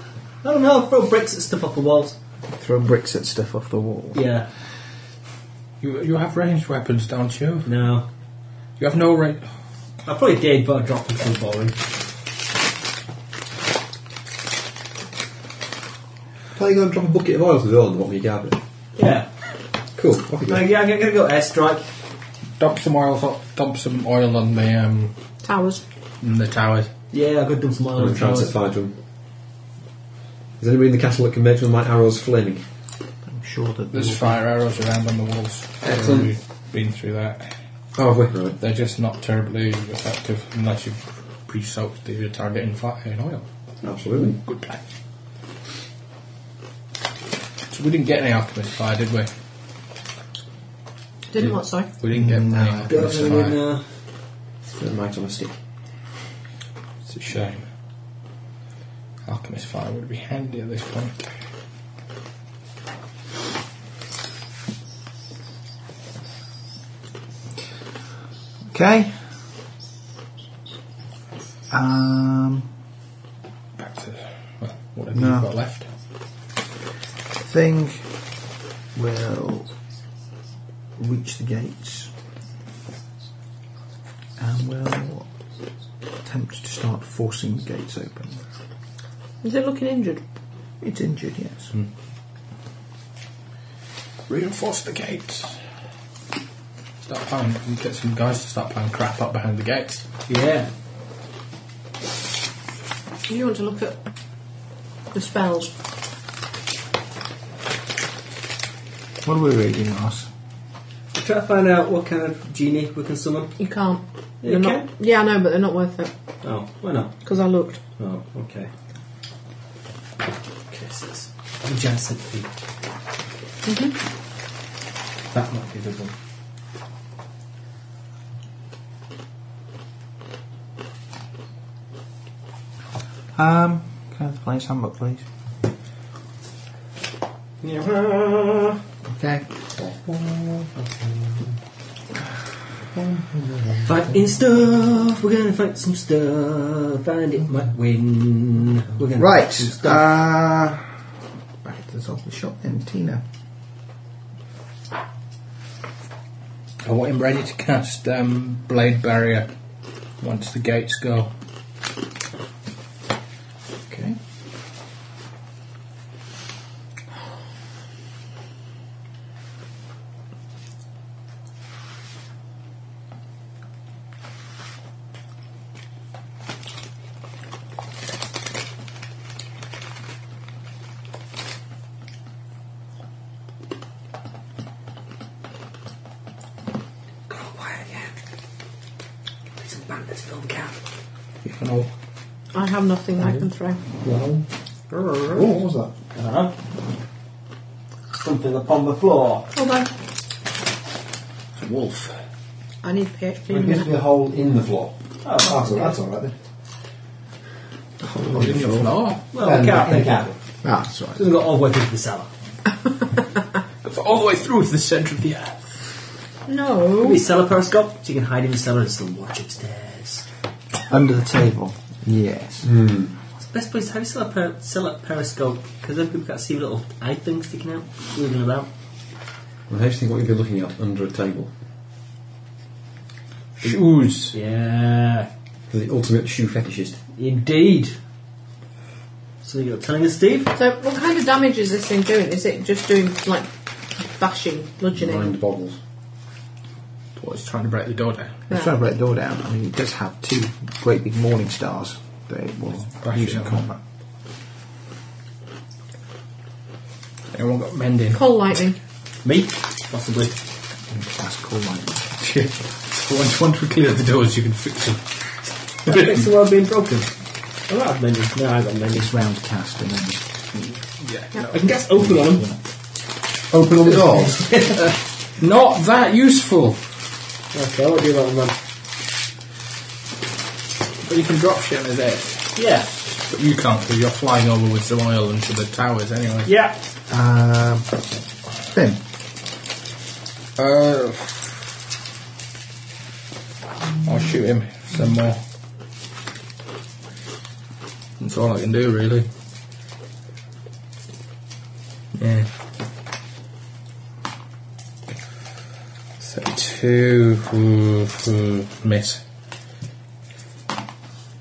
I don't know. Throw bricks and stuff off the walls.
Throw bricks at stuff off the wall.
Yeah.
You, you have ranged weapons, don't you?
No.
You have no range.
I probably did, but I dropped it too boring.
Can you go and drop a bucket of oil to the oil in the bottom of your carpet?
Yeah.
Cool. Off you
No,
go.
yeah, I'm gonna go airstrike.
Dump some oil. on- Dump some oil on the um
Towers.
on the towers.
Yeah, I'll go dump some oil
I'm
in the
trying to
towers.
set fire to him. Is anybody in the castle that can mention my arrows flaming?
I'm sure that
There's fire arrows around on the walls.
Excellent.
We've been through that.
Oh, have we? Right.
They're just not terribly effective unless you've pre-soaked the target in fire in oil.
Absolutely.
Good plan. So we didn't get any alchemist fire, did we?
Didn't what, sorry?
We didn't get any alchemist fire.
Never mind, on a stick.
It's a shame. Alchemist fire would be handy at this point.
Okay. Um,
Back to well, whatever
No.
you've got left.
thing will reach the gates and will attempt to start forcing the gates open.
Is it looking injured?
It's injured, yes.
Reinforce the gates. Start piling. You get some guys to start piling crap up behind the gates.
Yeah.
You want to look at the spells?
What are we reading, Ross?
Try to find out what kind of genie we can summon.
You can't.
You
They're not- Yeah, I know, but they're not worth it
Oh, why not?
because I looked.
Oh, okay. Kisses. Giant centipede. That might be the one.
Um, can I have the player's handbook, please?
Yeah.
Okay.
Fighting stuff. We're gonna fight some stuff, and it might win. We're gonna
Right.
Fight some stuff.
Uh, back to the top of the shop then, Tina.
I
Oh,
want him ready to cast um, blade barrier once the gates go.
Okay.
You can all
I have nothing I can throw.
Oh, what was that?
Something upon the floor.
Although
wolf.
I need PHP. in a
There appears to
minute.
be a hole in the floor.
Oh,
That's, all- Ah, that's alright then.
Put it in your floor.
Oh,
Well, the carpet. carpet.
Ah, that's all right.
Doesn't go all the way through to the cellar.
It's all the way through to the centre of the earth.
No.
Maybe cellar periscope, so you can hide in the cellar and still watch upstairs.
Under the table. Yes.
It's the best place to have your cellar, per- cellar periscope, because then people can see little eye things sticking out, moving about.
Well, how do you think what you've been looking at under a table? Shoes.
Yeah,
The ultimate shoe fetishist.
indeed. So you're telling us, Steve?
So what kind of damage is this thing doing? Is it just doing like bashing, bludgeoning?
Mind boggles.
What, it's trying to break the door down.
It's trying to break the door down. I mean, it does have two great big morning stars that it will
Bash
use
it
in
on.
combat.
Everyone got mending.
Cold lightning.
Me? Possibly.
That's cool, lightning.
once, once we clear the doors, you can fix them.
Fix the world being broken. Oh, I've mending. No, I've got mending.
It's round cast and then
I can guess open on them.
Open all the doors.
Not that useful.
Okay, I won't do that one then.
But you can drop shit with it.
Yeah.
But you can't because you're flying over with some oil into the towers anyway.
Yeah.
um, Finn.
Uh, I'll shoot him some more. That's all I can do, really. Yeah. So two ooh, ooh, miss.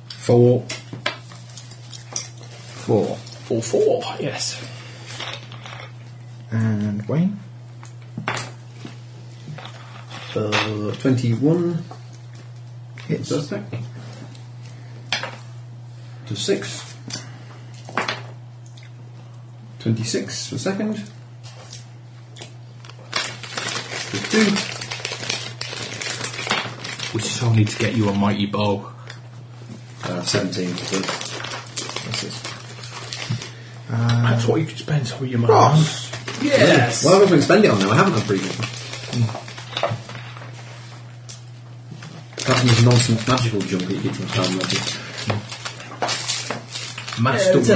Four.
Four.
Four, four, yes.
And Wayne.
Uh, 21
Hits.
does that. To 6. 26 for second. To 2.
We still need to get you a mighty bow.
Uh, 17 for third.
That's what you could spend some of your money on.
Ross.
Yes. Well, I was going to spend it on now. I haven't had previous. That's some of this nonsense magical junk that you keep from time left.
Match
uh,
to work.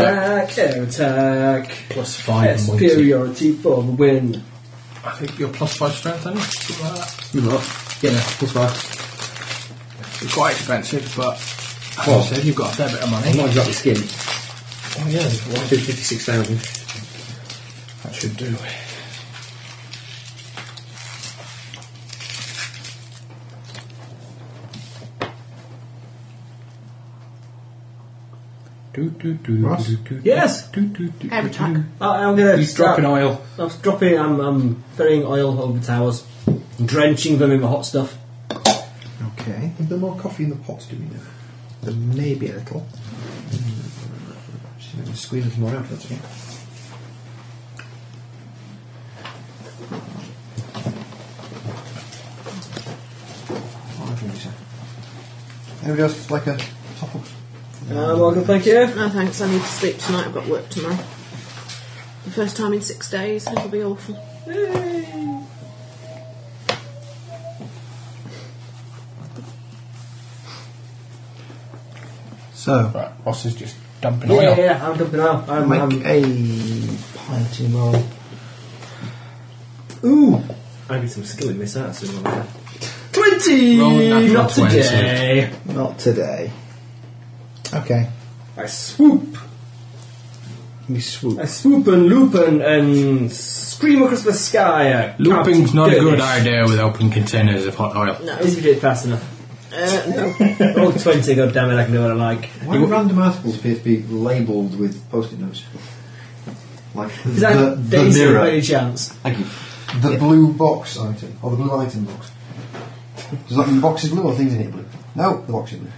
Attack, air attack.
Plus five and one two.
Superiority for the win.
I think you're plus five strength, aren't you? Something like that.
You know, what? yeah, plus five.
It's quite expensive, but as
Well,
I said, you've got a fair bit of
I'm
money.
not exactly skin.
Oh, yeah, there's one.
256,000.
That should do. Do, do, do,
Ross?
do, do, do,
Yes.
do, do, do, do,
Air attack.
do.
I, Oh, I'm gonna.
He's
start-
dropping oil.
I'm dropping. I'm, I'm ferrying oil over towers, drenching them in the hot stuff.
Okay. Is there more coffee in the pot, do we know? There may be a little. Just going to squeeze some more out of that. Anybody else like a top up?
Um, welcome, thank you.
No thanks, I need to sleep tonight. I've got work tomorrow. The first time in six days. It'll be awful.
So,
Right, Ross is just dumping
Yeah,
oil.
yeah, yeah, I'm dumping out. I'm,
make
I'm,
a pint in roll.
ooh,
I need some skill in this, that's in one
Roll a
twenty.
natural
Not
20.
today.
Not today. Okay.
I swoop,
You swoop.
I swoop and loop and, and scream across the sky. I can't
Looping's not
do
a good
this.
idea with open containers of hot oil.
At least if you do it fast enough.
Uh, no.
Roll twenty. God damn it, I can do what I like.
Why do random articles appear to be labelled with post-it notes? Like the,
Is that
the, the
Daisy by
mirror,
any chance?
Thank you. the blue box item, or the blue item box. Does that mean the box is blue or things in it blue? No, the box is blue.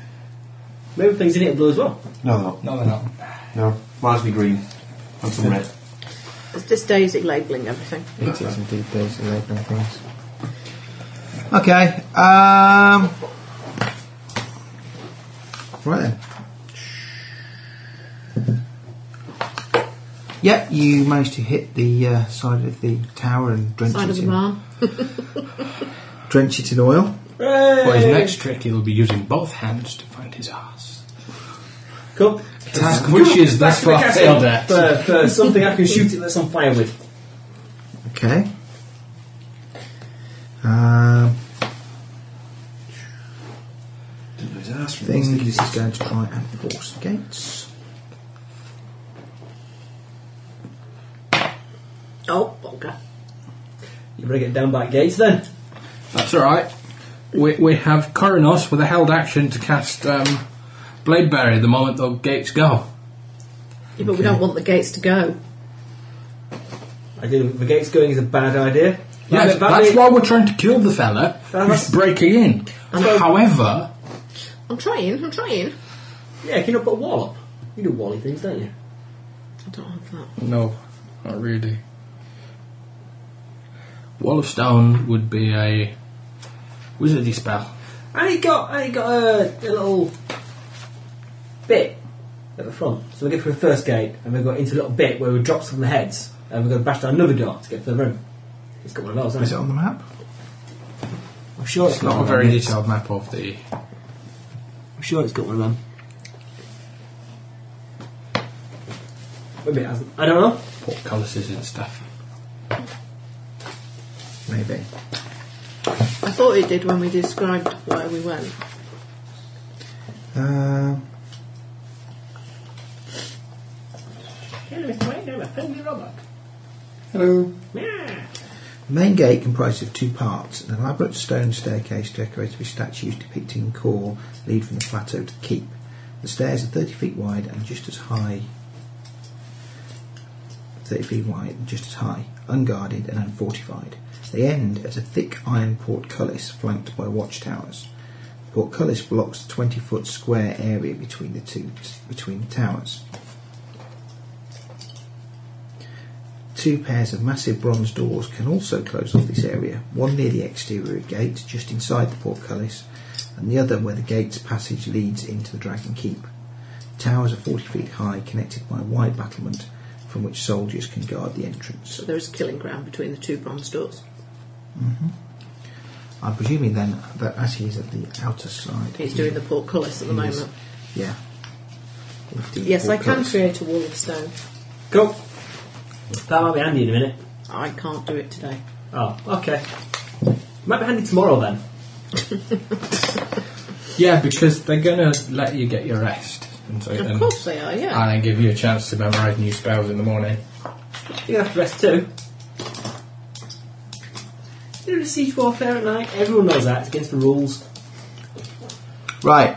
Maybe things in it blue as well.
No, they're not.
No, they're not.
No, mine's be green and some red.
It's just Daisy labelling everything.
It is indeed those are labelling things. Okay. Um, right then. Yeah, you managed to hit the uh, side of the tower and drench
Side
it
of the
in,
barn.
drench it in oil.
For his
Hey!
next trick, he'll be using both hands to find his ass.
Cool.
Task which is thus far
Castle
failed at.
For, for something I can shoot it that's on fire with.
Okay. Um,
Didn't know his ass
I
from
think
this.
this is going to try and force the gates.
Oh, bugger.
You better get down back gates then.
That's alright. We, we have Coronos with a held action to cast um, Bladeberry the moment the gates go.
Yeah, but we don't want the gates to go.
I do. The gates going is a bad idea.
Yes,
That- that
that's
may-
why we're trying to kill the fella who's
That's-
breaking in. However,
I'm trying, I'm trying.
Yeah, can you not put a wall up? You do wally things, don't you?
I don't have that.
no, not really. Wall of Stone would be a wizardy spell.
And it got and it got a, a little bit at the front. So we go through the first gate, and we got into a little bit where we dropped some heads, and we're going to bash down another door to get to the room. It's got one of those,
Is it
hasn't it?
on the map?
I'm sure it's,
It's
got
not a
one of
very
them.
detailed map of the.
I'm sure it's got one of them. Maybe it hasn't. I don't know.
portcullises and stuff.
Maybe.
I thought it did when we described where we went.
Um,
Hello.
main gate comprised of two parts. An elaborate stone staircase decorated with statues depicting core lead from the plateau to the keep. The stairs are 30 feet wide and just as high. 30 feet wide and just as high, unguarded and unfortified. They end at a thick iron portcullis flanked by watchtowers. The portcullis blocks the 20 foot square area between the two between the towers. Two pairs of massive bronze doors can also close off this area, one near the exterior gate, just inside the portcullis, and the other where the gate's passage leads into the Dragon Keep. Towers are 40 feet high, connected by a wide battlement, from which soldiers can guard the entrance.
So there is killing ground between the two bronze doors.
I'm presuming then that as he is at the outer side,
He's doing the portcullis at the
he is-
moment.
Yeah. Lifting the
Yes, I can
portcullis.
create a wall of stone.
Cool. That might be handy in a minute.
I can't do it today.
Oh, okay. Might be handy tomorrow then.
Yeah, because they're gonna let you get your rest, and so
Of
and,
course they are, yeah.
and then give you a chance to memorize new spells in the morning.
You have to rest too. You know, siege warfare at night. Everyone knows that. It's against the rules.
Right.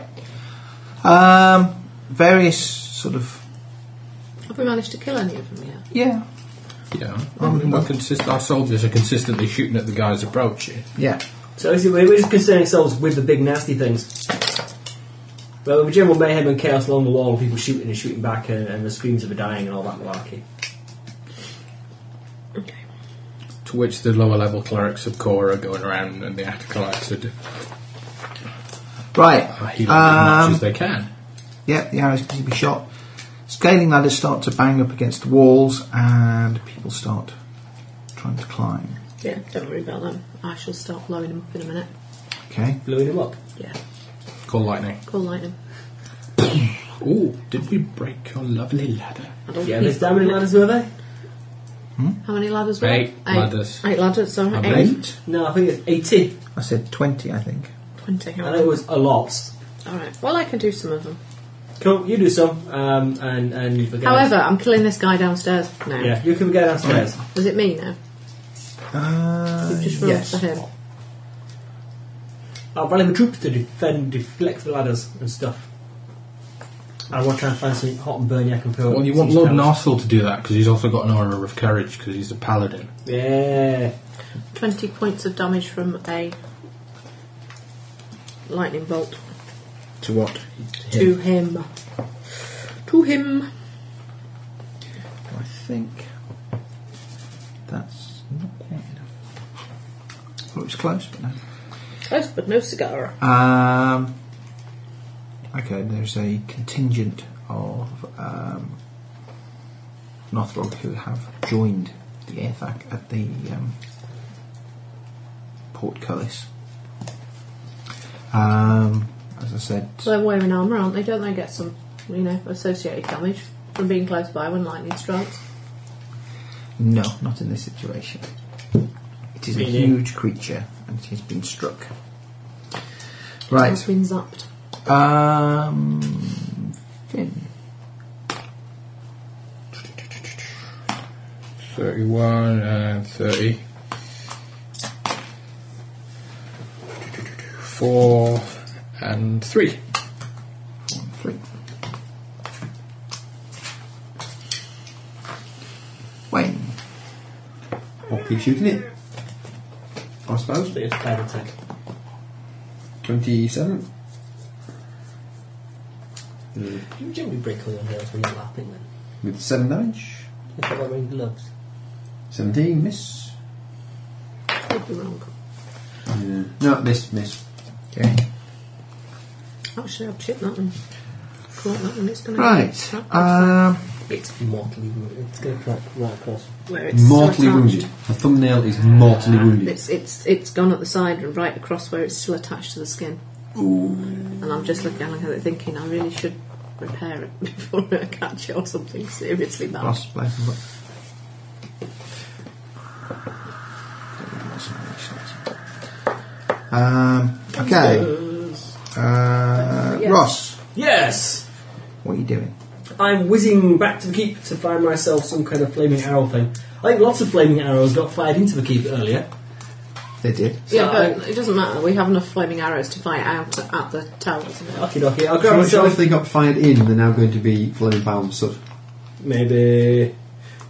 Um, various sort of.
Have we managed to kill any of them yet?
Yeah.
Yeah, I mean, we're consist- our soldiers are consistently shooting at the guys approaching.
Yeah.
So is it, we're just concerning ourselves with the big nasty things. Well, with general mayhem and chaos along the wall, with people shooting and shooting back, uh, and, and the screams of the dying and all that malarkey.
To which the lower level clerics of Kor are going around and the acolytes are d-
Right.
are healing as
Um,
much as they can.
Yep, the arrows can be shot. Scaling ladders start to bang up against the walls, and people start trying to climb.
Yeah, don't worry about them. I shall start blowing them up in a minute.
Okay.
Blowing them up.
Yeah,
Call lightning.
call lightning.
Ooh, did we break your lovely ladder?
I don't
Yeah,
think-
there's diamond ladders, were there?
How many ladders were
Eight
there?
ladders.
Eight ladders, sorry.
I've
Eight.
Eight?
No, I think it's 80.
I said 20, I think.
Twenty.
I know it was a lot.
Alright, well, I can do some of them.
Cool, you do some, um, and, and you forget.
However, I'm killing this guy downstairs now.
Yeah, you can go downstairs.
Was it me now?
Uh,
Just roll
yes.
for him.
I'll rally my troops to defend, deflect the ladders and stuff. I want to try and find something hot and burning I can throw.
Well,
at
you want
each
Lord
house.
Narsal to do that because he's also got an aura of courage because he's a paladin.
Yeah.
Twenty points of damage from a lightning bolt
To what?
to him. To him.
Uh, I think that's not quite enough. Well, it was close, but no.
Close, but no cigar.
Um, okay, there's a contingent of um, Northrog who have joined the airthac at the um, portcullis. Um, as I said,
They're wearing armour, aren't they? Don't they get some, you know, associated damage from being close by when lightning strikes?
no, not in this situation. It is a
Really?
huge creature and it has been struck.
Has
Right.
been zapped.
Um, Finn.
31 and 30. 4 and 3.
One, three. Wayne.
I'll keep shooting it. I suppose.
But it's bad attack.
27.
You generally break all your nails when you're laughing then.
With 7 damage.
If you're not wearing gloves.
17. Miss.
Could be wrong.
Yeah. No, miss, miss.
Okay.
Actually, I've chipped that one. Caught that one. It's going to
Right. Um,
It's mortally wounded. It's going to crack right across.
where it's
Mortally
still attached.
wounded. Her thumbnail is mortally wounded.
It's it's it's gone at the side and right across where it's still attached to the skin. And I'm just looking at it thinking I really should repair it before I catch it or something seriously bad.
last play. Um, okay. Uh,
Yes.
Ross,
Yes!
what are you doing?
I'm whizzing back to the keep to find myself some kind of flaming arrow thing. I think lots of flaming arrows got fired into the keep earlier.
They did.
yeah,
So-
but it doesn't matter. We have enough flaming arrows to fight out at the towers.
Okay, dokie. I'll grab
So, so
myself
if they got fired in, they're now going to be flaming bound soot.
Maybe.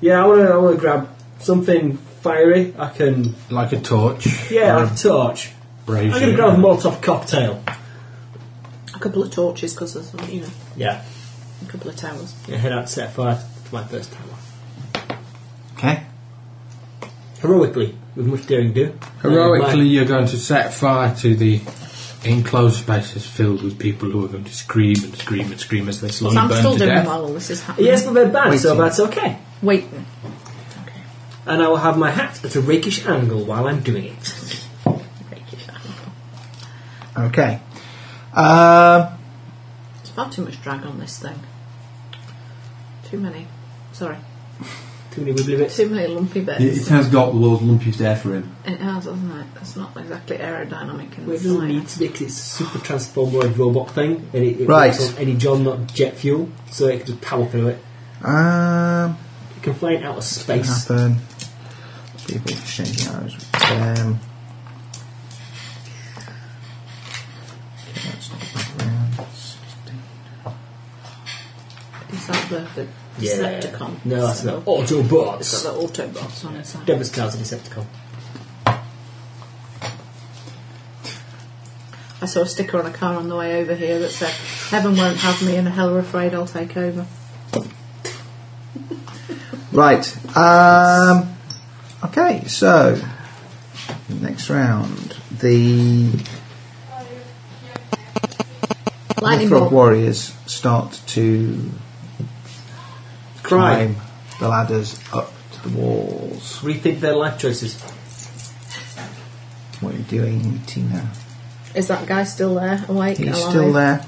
Yeah, I want to. I want to grab something fiery. I can.
Like a torch.
Yeah,
or
like a torch. I'm
brazier.
going to grab a Molotov cocktail.
A couple of torches because there's you know
Yeah.
a couple of towers.
yeah head out, set fire to my first tower.
Okay.
Heroically, with much daring do.
Heroically, you're going to set fire to the enclosed spaces filled with people who are going to scream and scream and scream as they slowly
So I'm
burn
still
to
doing
death.
well. All this is happening.
Yes, but they're bad, so
Waiting.
that's okay.
waiting.
And I will have my hat at a rakish angle while I'm doing it.
Okay. Um,
There's far too much drag on this thing. Too many. Sorry.
Too many wibbly bits.
Too many lumpy bits.
It, it has got the world's lumpiest airframe.
It has, hasn't it? It's not exactly aerodynamic in the
It doesn't need
slightest.
to be 'cause it's a super transformoid robot thing, and it, it
Right.
works on any John, not jet fuel, so it can just power through it.
um,
It can fly it out of space.
happen. People exchanging arrows with them. Okay, that's not around.
Is that the, the
Yeah.
Decepticon?
No, that's
So-
not
It's
Autobots.
got the Autobots on its side.
Devil's Cloud's a Decepticon.
I saw a sticker on a car on the way over here that said, Heaven won't have me and hell are afraid I'll take over.
Right. Um, okay, so next round. The
Lightning
Frog
bolt.
Warriors start to
Cry.
climb the ladders up to the walls.
Rethink their life choices.
What are you doing, Tina?
Is that guy still there? Awake?
He's
alive?
still there.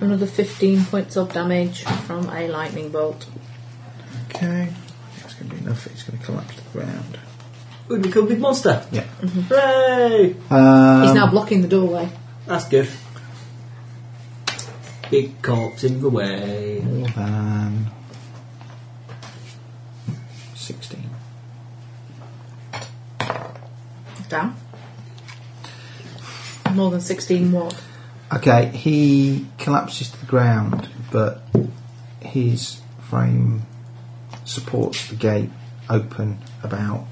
Another 15 points of damage from a lightning bolt.
Okay. It's going to be enough. It's going to collapse to the ground.
We'd become a big monster.
Yeah.
Hooray!
Um,
He's now blocking the doorway.
That's good. Big corpse in the way.
more than 16.
Down. More than 16 watt.
Okay, he collapses to the ground, but his frame supports the gate open about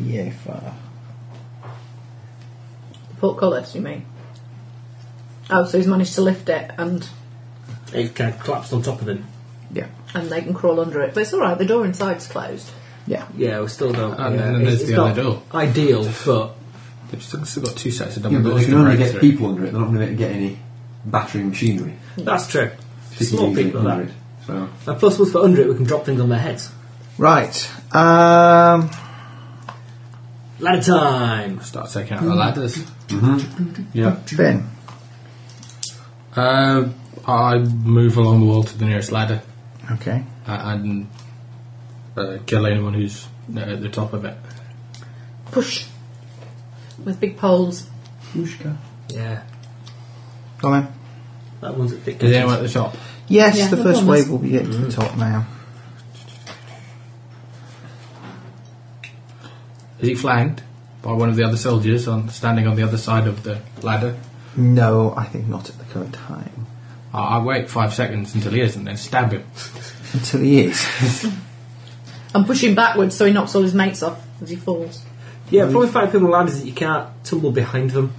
yeah far.
Portcullis, you mean? Oh, so he's managed to lift it and,
It kind of collapsed on top of him.
Yeah,
and they can crawl under it. But it's alright, the door inside's closed.
yeah.
Yeah, we still don't.
And
yeah,
then
it's-
there's
it's
the
not
other door.
Ideal, but
They've still, still got two sets of
Yeah,
double
but they
doors
can
to
only
break
get
through.
people under it. They're not going to get any battering machinery.
that's true.
They can
Small
use it
people are
under
that.
it. So
And plus, once we're under it, we can drop things on their heads.
Right. Um,
Ladder time.
Start taking out the ladders.
yeah,
ben,
Uh, I move along the wall to the nearest ladder
okay.
uh, and uh, kill anyone who's uh, at the top of it.
Push! With big poles.
Yeah,
Go on. then.
that one's at thick.
Is anyone at the top?
Yes,
Yeah,
the
no
first
problem.
wave will be getting to the top now.
Is he flanked by one of the other soldiers on standing on the other side of the ladder?
No, I think not at the current time.
I, I wait five seconds until he is and then stab him.
Until he is.
And push him backwards so he knocks all his mates off as he falls.
Yeah, probably find people on ladders that you can't tumble behind them.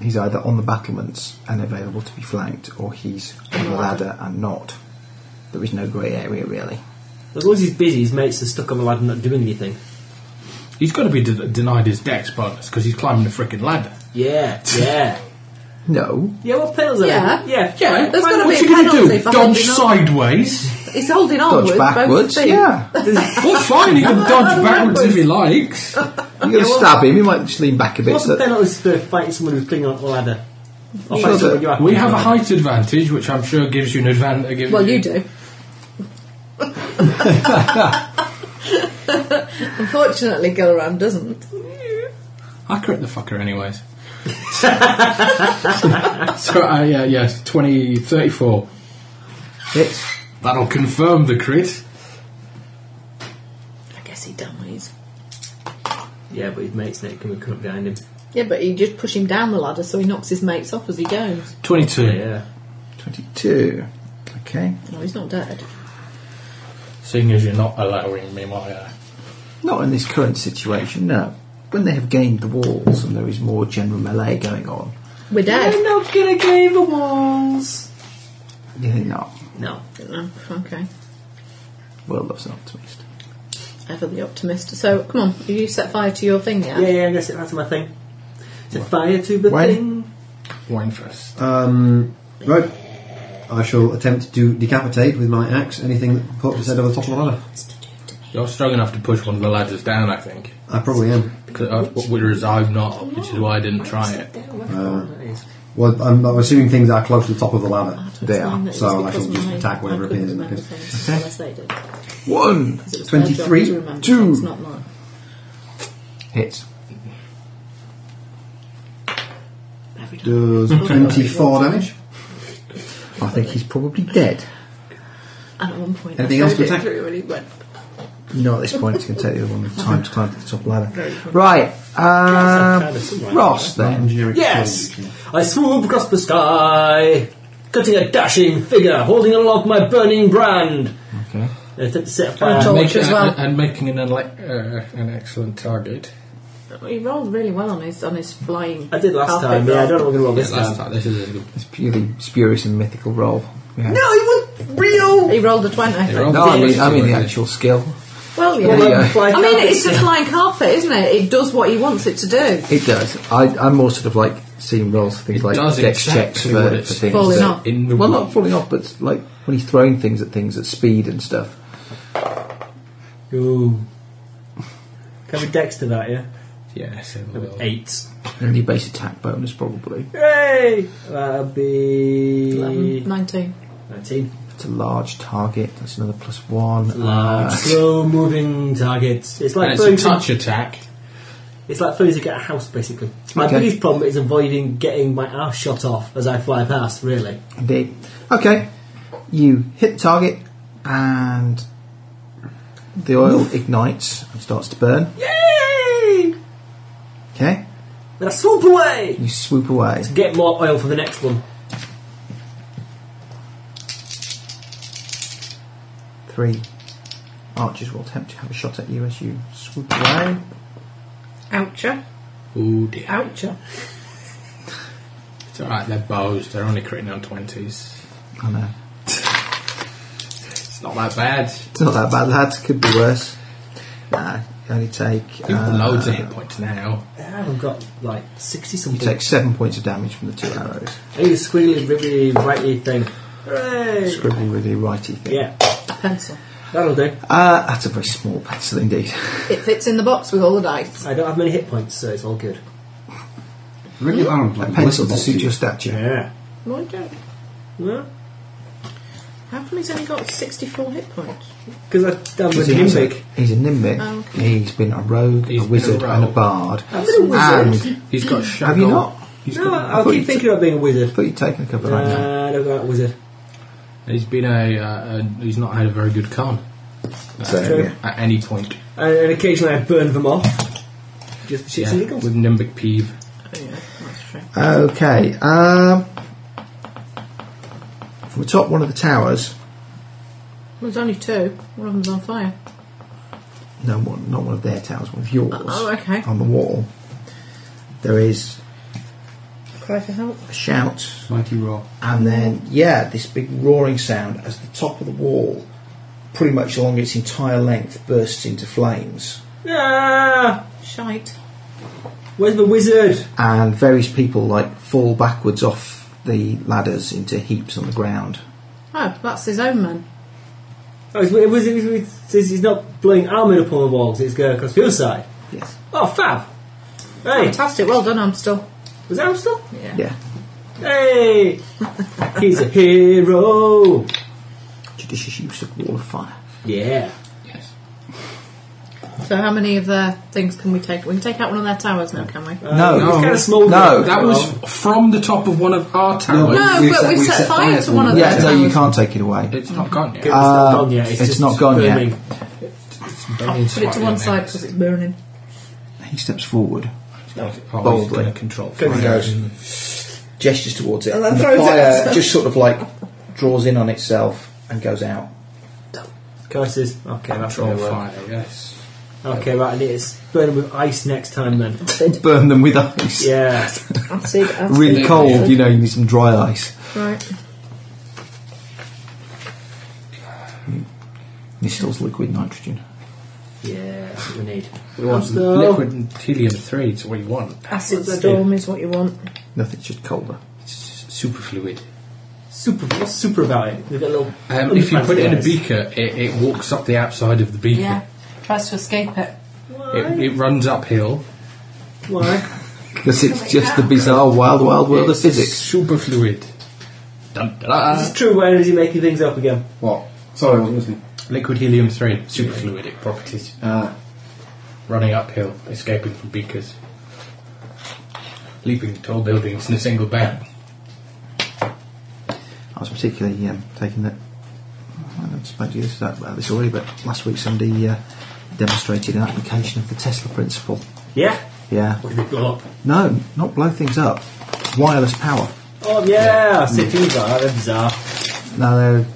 he's either on the battlements and available to be flanked, or he's on the ladder and not. There is no grey area really.
As long as he's busy, his mates are stuck on the ladder not doing anything.
He's got to be de- denied his dex bonus because he's climbing the freaking ladder.
Yeah, yeah,
No,
yeah. What penalties? are
Yeah.
there? yeah,
Yeah,
fine.
There's got to be
What's
a
he going to
penalty
do?
for
Dodge
holding on.
sideways?
He's holding on
dodge
with both
backwards.
feet.
Yeah, you
well, fine, he can dodge backwards if he likes.
are gonna stab him. He might just lean back a bit.
What's the
But
penalties for fighting someone who's clinging on the ladder? Or fighting
Sure,
someone
but
you are
We have a height advantage, which I'm sure gives you an advantage.
Well, you do. Unfortunately, Gilram doesn't.
I crit the fucker anyways. so, uh, yeah, yes, 20, 34.
hit.
That'll confirm the crit.
I guess he dies.
Yeah, but his mates Nick can come up behind him.
Yeah, but you just push him down the ladder so he knocks his mates off as he goes.
22.
Yeah.
Twenty-two. Okay,
No, he's not dead.
Seeing as you're not allowing me my. Uh,
not in this current situation. No, when they have gained the walls and there is more general melee going on,
We're dead.
not gonna game the walls.
you think not?
No.
No, Oh, Okay.
Well, that's an optimist.
Ever the optimist. So, come on, have you set fire to your thing yet?
Yeah, yeah, I'm gonna set that to my thing.
To fire to the
When?
thing.
Wine first.
Um, right. I shall attempt to decapitate with my axe anything that pops its head over the top of the ladder.
You're strong enough to push one of the ladders down, I think.
I probably am.
Because uh, whereas I'm not, which is why I didn't try it. Uh,
Well, I'm, I'm assuming things are close to the top of the ladder.
They are,
so I shall just attack whatever appears in the pit.
Okay.
One
Twenty-three,
two.
It's not mine.
hits.
does 24 damage.
I think he's probably dead.
And at one point,
Anything
I
else
showed
to
it
attack?
through and he went,
No, at this point, it's going to take the other one time to climb to the top ladder. Right, um, Ross then.
Yes! I swoop across the sky, cutting a dashing figure, holding aloft my burning brand.
Okay.
I attempt to set
And
fire.
a
And,
torch
make-
as
and-
well.
and making an, elec uh, an excellent target.
He rolled really well on his on his flying.
I did last
carpet
time, yeah, I
roll.
don't know what I'm going to roll this
Yeah, last
time.
time. This is a good
It's purely spurious and mythical role. Yeah.
No, it was real!
He rolled a 20. I think.
rolled-
No, I mean, I mean the actual skill.
Well, yeah.
There you go.
Fly
I mean,
carpet
it's a flying carpet, isn't it? It does what he wants it to do.
It does. I, I'm more sort of like seeing roles for things
It
like
does
dex checks
exactly
for,
what
for
it says.
things.
Falling
that-
off.
In the
Well, not falling off, but like when he's throwing things at things at speed and stuff.
Ooh. Can we dex to that, yeah?
Yeah, so we'll-
Eight.
And your base attack bonus probably.
Yay! That'll be...
11, 19.
19.
It's a large target. That's another plus one.
Large,
Uh,
slow-moving targets. It's
and
like
it's a
throwing some-
touch attack.
It's like throwing at a house, basically. My
Okay.
biggest problem is avoiding getting my arse shot off as I fly past, really.
indeed. Okay. You hit the target and the oil ignites and starts to burn.
Yay!
Okay.
Then I swoop away!
You swoop away.
Get more oil for the next one.
Three archers will attempt to have a shot at you as you swoop away.
Oucher.
Ooh Oh, dear.
Oucher.
It's alright, they're bows, they're only critting on 20s.
I know.
It's not that bad.
It's not that bad, lads. Could be worse. Nah, you only take
You've got loads of
uh,
hit points now.
Uh, I've got like 60
you
something.
take seven points of damage from the two arrows.
I need a squiggly, wibbly, righty thing. Hooray!
Scribbly, really righty thing.
Yeah,
Pencil.
that'll do.
Uh, that's a very small pencil indeed.
It fits in the box with all the dice.
I don't have many hit points, so it's all good.
Really alarmed, like
A pencil to
blisters.
suit your stature.
Yeah.
Why don't?
Well,
How come he's only got 64 hit points?
because I damn with
He's a-
Nimbic.
He's a nimbic.
Oh, okay. Oh.
He's been a rogue,
He's
a
been a
wizard, and a
rogue.
bard.
I've been a wizard.
And
He's got shaggle.
have you not?
He's
no,
got,
I'll
thought
keep
you-
thinking about being a wizard.
I thought you'd taken a couple of rounds.
Nah, I don't go out wizard.
he's been a, uh, a. He's not had a very good con
So,
true.
yeah.
at any point.
Uh, And, and occasionally I burn them off. Just for shits
Yeah,
and giggles.
with Nimbic Peeve.
Oh, yeah, that's true.
Okay. Um, from the top one of the towers.
There's only two. One of them's on fire.
No, one, not one of their towers, one of yours.
Oh, okay.
On the wall, there is
Cry for help.
a shout
Mighty roar.
and then yeah, this big roaring sound as the top of the wall, pretty much along its entire length, bursts into flames,
Ah,
Shite.
where's the wizard?
and various people like fall backwards off the ladders into heaps on the ground.
Oh, that's his own man.
Oh, it's, it was, it was, it's, it's not blowing armor up on the walls, it's going across the other side.
Yes.
Oh, fab! Hey,
Fantastic. Well done, Amstel.
was that Amstel?
Yeah.
Yeah.
Hey! He's a hero!
Judicious use of wall of fire.
Yeah.
Yes.
So how many of their things can we take? We can take out one of their towers now, can we?
Uh,
No.
It's kind of small.
No.
That was from the top of one of our towers.
No,
We've
but
set-
we've
we've
set,
set
fire
fire
to
to
one of
them.
their
Yeah.
towers.
No, you can't take it away.
It's not gone yet.
It's
Uh,
not gone yet. It's,
it's
just
not gone yet.
burning.
It's
Put it to one side because it's burning.
He steps forward,
Boldly.
boldly.
Going to control
Goes
fire.
and goes. gestures towards it, and,
then
the
throws it at
fire
itself.
just sort of like draws in on itself and goes out.
Curses. Okay, that's
Control
all right.
fire, Ah, yes.
Okay, right, I need to burn them with ice next time then.
Burn them with ice.
Yeah.
Acid, acid.
Really
Yeah.
cold, you know, you need some dry ice.
Right.
Nistles liquid nitrogen.
Yeah, that's what we need.
We want
Hostile.
liquid and helium three. It's what you want.
Acid storm is what you want.
Nothing's just colder.
It's super fluid.
Super, what's super about it? They've got a little.
Um, if you put it in a
Unpasteurised.
beaker, it, it walks up the outside of the beaker.
Yeah. Tries to escape it.
It, it runs uphill.
Why?
Because it's just the bizarre, wild, wild world of
It's
physics.
Super fluid. Dun, dun, dun.
This is true. Where is he making things up again?
What? Sorry, I wasn't listening.
Liquid helium three. Superfluidic properties.
Uh,
Ah,
Running uphill, escaping from beakers, leaping tall buildings in a single bound.
I was particularly um, taken that. I don't spoke to you this- about this already, but last week somebody uh, demonstrated an application of the Tesla principle.
Yeah.
Yeah.
What have you got up?
No, not blow things up. Wireless power.
Oh yeah, I've seen things like that. They're bizarre.
Now there-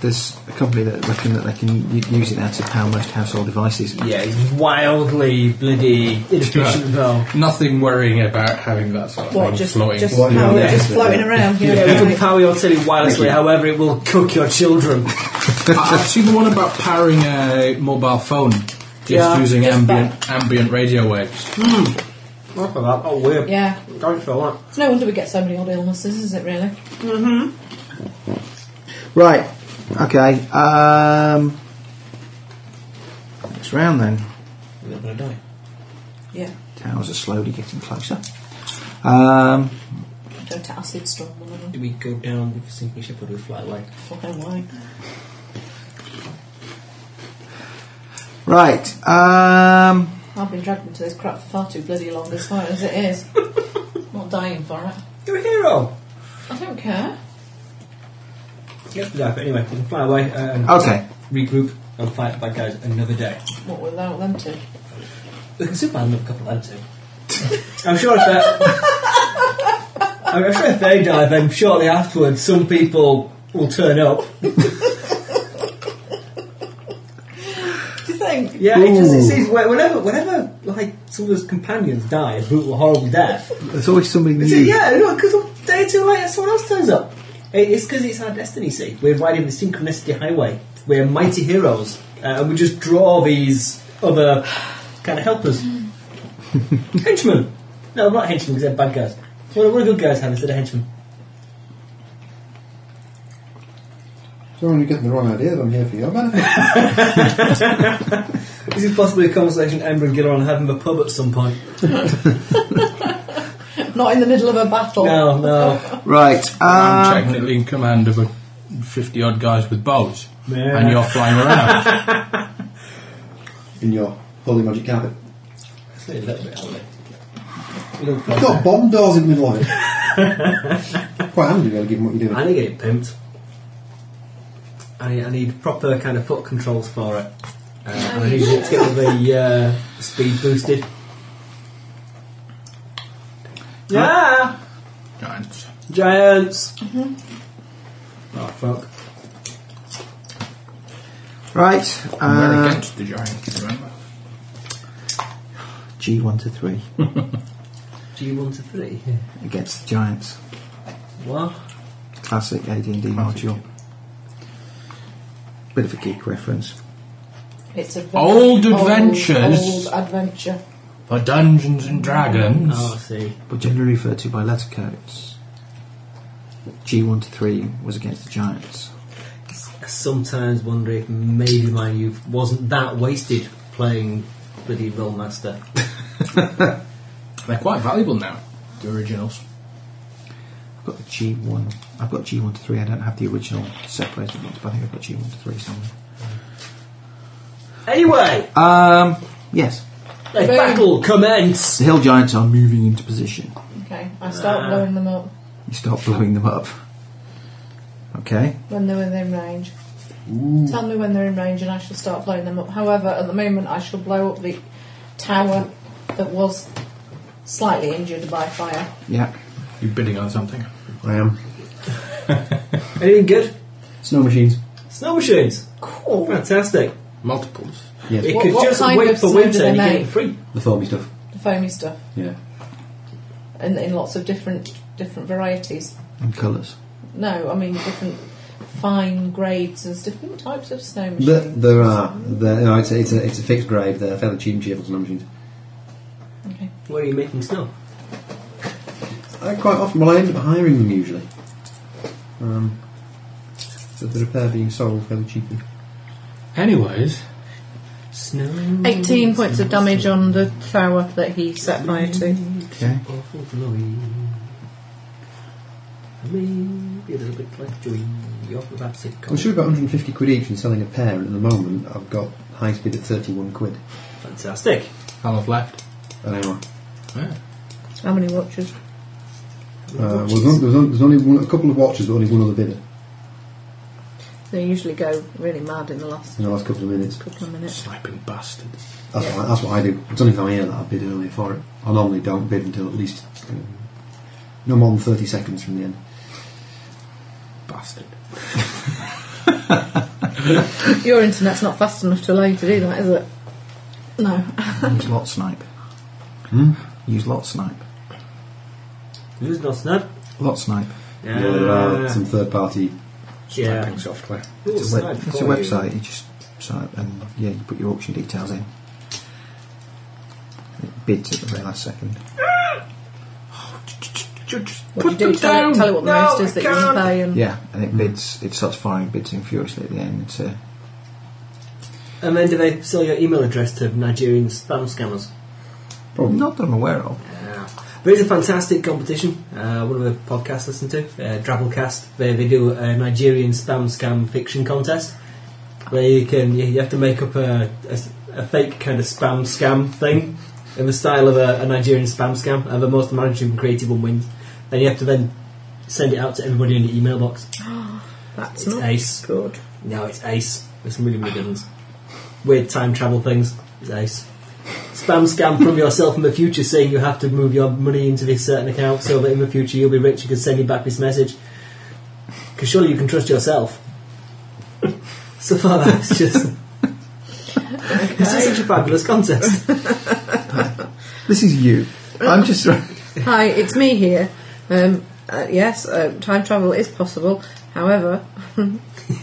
there's a company that reckon that they can u- use it now to power most household devices.
Yeah, it's wildly bloody inefficient as well.
Nothing worrying about having that sort of
What,
thing
just
floating.
just,
Well,
how
yeah.
it just floating around? You
Yeah,
know,
you can
like-
power your telly wirelessly, however, it will cook your children.
I- I've seen the one about powering a mobile phone just
Yeah,
using
just
ambient ambient radio waves.
Look at that. Oh, weird.
yeah.
Don't feel that.
It's no wonder we get so many odd illnesses, is it really?
Right. Okay. Um, next round then.
They're going to die.
Yeah.
Towers are slowly getting closer. Um,
Go to acid storm one of them.
Do we go down with a sinking ship or do we fly away?
Fuck, oh, why?
right. Um,
I've been dragged into this crap for far too bloody long as far as it is. not dying for it.
You're a hero!
I don't care.
Yes, we die, but anyway, we can fly away and
okay.
regroup and fight bad guys another day.
What without them two?
We can Superman them a couple of them too. I'm sure if they I'm I'm sure if they die, then shortly afterwards, some people will turn up.
Do you think?
Yeah, it just it seems whe- whenever whenever like someone's companions die a brutal, horrible death.
There's always somebody
It's
new.
like, yeah, no, because a day or two later, someone else turns up. It- It's because it's our destiny. See, we're riding the synchronicity highway. We're mighty heroes, uh, and we just draw these other kind of helpers, henchmen. No, not henchmen because they're bad guys. What do what do good guys have instead of henchmen?
someone you're getting the wrong idea. that I'm here for your benefit.
This is possibly a conversation Amber and Gilleron have in the pub at some point.
Not in the middle of a battle.
No, no.
Right.
I'm
Um,
technically in command of a 50 odd guys with bows,
Yeah.
and you're flying around.
In your holy magic carpet.
It's a little bit, haven't we? A little
It's
closer.
got bomb doors in the middle of it. Quite handy, really, given what you're
I
doing.
need to get it pimped. I, I need proper kind of foot controls for it. Uh, and I need it to get the uh, speed boosted. Yeah!
Giants.
Giants! Oh, fuck.
right.
And we're
Uh,
against the giants, remember?
G one to three
G1 to 3.
against the Giants.
What?
Classic AD&D module. Bit of a geek reference.
It's a very
Old adventures.
Old adventure.
For Dungeons and Dragons.
Oh, I see.
but generally referred to by letter codes. G1 to 3 was against the Giants.
I sometimes wonder if maybe my youth wasn't that wasted playing bloody Rollmaster.
They're quite valuable now, the originals.
I've got the G1. I've got G1 to 3. I don't have the original separated ones, but I think I've got G1 to 3 somewhere.
Anyway,
Um, yes.
the battle commence!
The Hill Giants are moving into position.
Okay, I start blowing them up
You start blowing them up. Okay.
when they're within range. Tell me when they're in range and I shall start blowing them up. However, at the moment I shall blow up the tower that was slightly injured by fire.
Yeah.
You bidding on something?
I am.
Anything good?
Snow machines.
Snow machines!
Cool.
Fantastic.
Multiples.
It
Yes.
What-
could
what
just
kind
wait
of
for
snow do
winter
they
and you get
make?
it free.
The foamy stuff.
The foamy stuff.
Yeah.
And in lots of different different varieties.
And colours.
No, I mean different fine grades. There's different types of snow machines.
There, there are. There, no, it's, a, it's, a, it's a fixed grade. They're fairly cheap and cheap on snow machines.
Okay.
Where are you making snow?
I quite often, well, I end up hiring them usually. Um, so the repair being sold fairly cheaply.
Anyways,
Snow.
18 points of damage on the tower that he set fire to.
Okay.
Awful glory. Maybe a little bit like joy. Off the bat
I'm
sitcom.
sure we've got 150 quid each and selling a pair, and at the moment I've got high speed at 31 quid Uh,
Fantastic.
how long's left?
an hour.
Yeah.
How many watches?
Uh, well, there's, on- there's, on- there's only one, a couple of watches, but only one other bidder
They usually go really mad in the last
in the last couple of minutes.
couple of minutes.
Sniping bastards.
That's, what, I, that's what I do. It's only if I'm here that I bid earlier for it. I normally don't bid until at least um, no more than 30 seconds from the end.
Bastard.
Your internet's not fast enough to allow you to do that, is it? No.
Use lot snipe. Use lot snipe.
Who's not snap?
Lot snipe.
Yeah, there are some third party.
Yeah.
software.
It's a, web, it's a website. You just sign up and yeah, you put your auction details in. It bids at the very last second.
Just
What you do, tell it, tell it what the most is that you can pay and
Yeah, and it bids. It starts firing bids in furiously at the end. It's a
And then do they sell your email address to Nigerian spam scammers?
problem. Not that I'm aware of.
Uh, there is a fantastic competition. Uh, one of the podcasts I listen to, uh, Drabblecast, where they do a Nigerian spam scam fiction contest, where you can you, you have to make up a, a s- a fake kind of spam scam thing in the style of a, a Nigerian spam scam, and the most imaginative and creative one wins. Then you have to then send it out to everybody in your email box.
that's
It's
not
ace.
good.
No, it's ace. There's some really really good ones. Weird time travel things. It's ace. Spam scam from yourself in the future saying you have to move your money into this certain account so that in the future you'll be rich and can send me back this message. Because surely you can trust yourself. so far, that's just. This is such a fabulous contest.
This is you. I'm just.
Hi, it's me here. Um, uh, yes, uh, time travel is possible. However, we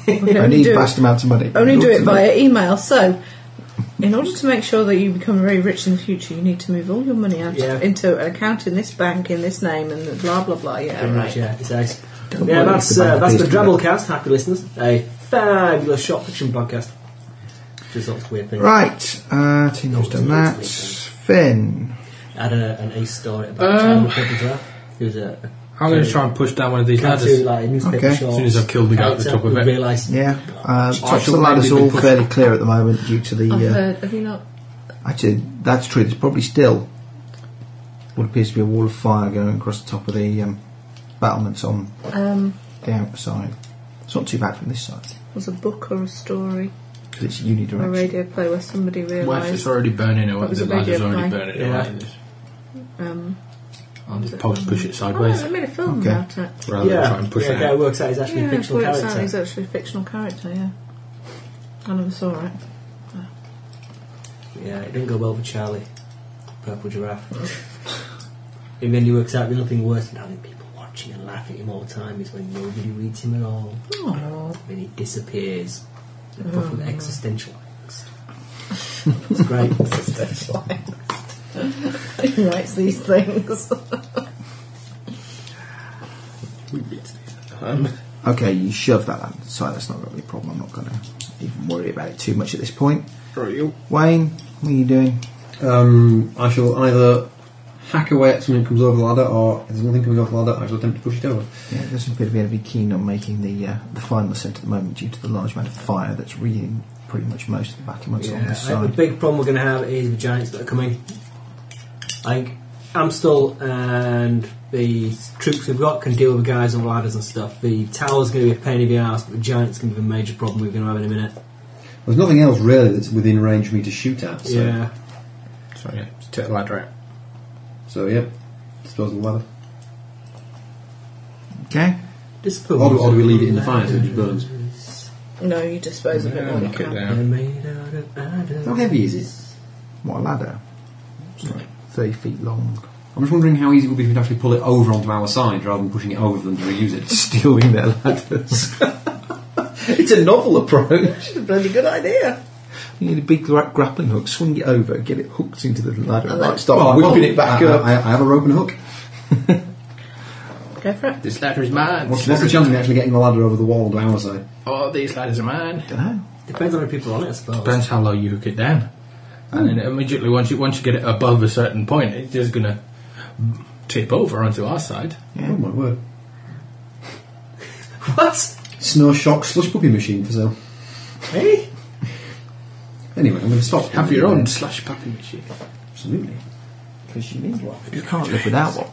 can
I
only
need
do it,
vast amounts of money.
only do it
Tonight.
via email. So, in order to make sure that you become very rich in the future, you need to move all your money out
Yeah.
into an account in this bank in this name and blah blah blah. Yeah,
Pretty
right.
much, yeah, it's ace.
Don't
yeah,
worry,
that's,
the
uh,
bank
that's the
pays for that.
Drabblecast, happy listeners. A fabulous short fiction podcast. Just lots of weird things.
Right. Uh, Tino's done that. Finn.
had a, an ace story about
Um,
um, Purple Giraffe. He was a,
I'm going to try and push down one of these
a cartoon,
ladders.
like a newspaper
Okay.
short.
As soon as I've killed the guy at the top of it.
realised
Yeah. Uh, top of
shall
the ladder's
maybe be
all
pushing-
fairly clear at the moment due to the.
I've
Uh,
heard. Have you not?
actually, that's true. There's probably still what appears to be a wall of fire going across the top of the um, battlements on
Um,
the outside. It's not too bad from this side
was a book or a story
because it's
or a
unidirectional.
radio play where somebody
Well, if it's
realised
already burning away,
What was
the
the
ladder's
radio
already
play?
burning
Yeah.
away.
um,
I'll just pop, push it
oh,
sideways
they made a film
Okay.
about it.
rather than
Yeah,
try and push
yeah,
it
the guy
out.
who works out he's actually a
Yeah,
fictional
Floyd
character.
Sally is actually a fictional character, yeah. I never saw it.
Yeah, it didn't go well for Charlie, Purple Giraffe. and then he works out the only thing worse than having people watching and laughing at him all the time is when nobody reads him at all.
Oh,
Then he disappears. The puff of existential angst. It's great.
he writes these things.
Okay, you shove that out the side. That's not really a problem. I'm not going to even worry about it too much at this point. Wayne, what are you doing?
Um, I shall either hack away at something that comes over the ladder, or if there's nothing coming off the ladder, I shall attempt to push it over.
Yeah, it doesn't appear to be anybody keen on making the uh, the final ascent at the moment due to the large amount of fire that's reading pretty much most of the battlements on
Yeah,
this
I, the
side.
big problem we're going to have is the giants that are coming. Like Amstel and the troops we've got can deal with the guys on ladders and stuff. The tower's going to be a pain in the ass, but the giants going to be a major problem we're going to have in a minute.
There's nothing else really that's within range for me to shoot at. So,
Yeah,
So yeah, just take the ladder out.
so yeah, dispose of the ladder.
Okay,
disappointing.
Or do, or do we leave it in the fire so it just burns?
no, you dispose of it
Yeah,
while you
knock it
can.
They're
down.
made out of atoms.
How heavy is it?
what a ladder! Hmm. Thirty feet long.
I'm just wondering how easy it would be for me to actually pull it over onto our side rather than pushing it over for them to reuse it.
Stealing their ladders. it's a novel approach. It's a good idea. You need a big gra- grappling hook, swing it over, get it hooked into the ladder, and
then-
like start
Well,
whipping
well,
it back
I,
up.
I, I have a rope and a hook.
Go for it.
This ladder is mine.
What's,
This
what's the
ladder-
chance of me actually getting the ladder over the wall down our side?
All these ladders are mine.
Dunno.
Depends on the people on it, I suppose.
Depends how low you hook it down. And then immediately once you once you get it above a certain point, it's just gonna tip over onto our side.
Oh my word.
What?
Snow shock slush puppy machine for sale.
Hey?
Anyway, I'm going to stop.
Have your own slush puppy machine.
Absolutely.
Because you need one. You can't live without one.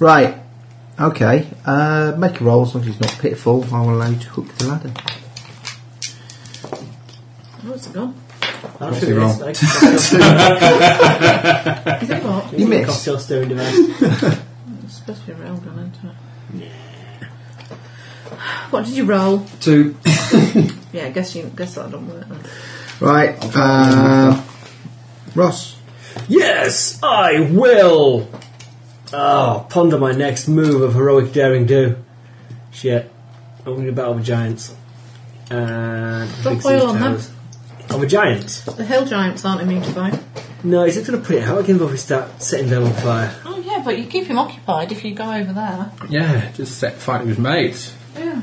Right. Okay. Uh, make a roll as long as it's not pitiful. I will allow you to hook the ladder.
What's it gone?
I'm
What's
sure
it
it
wrong?
is. Like, cocktail-
Is it what?
You missed.
Cocktail stirring device.
It's supposed to be a railgun, isn't it? What did you roll?
Two.
Yeah, guess you guess that don't work. then.
Right. Uh, Ross.
Yes, I will. Oh, ponder my next move of heroic daring do. Shit, I'm going to battle with giants. And
Don't
big
boil
siege
on that.
towers. Of a giant?
The hill giants aren't immune to fire.
No, he's just going to put it out again before we start setting them on fire.
Oh yeah, but you keep him occupied if you go over there.
Yeah, just set fight with mates.
Yeah.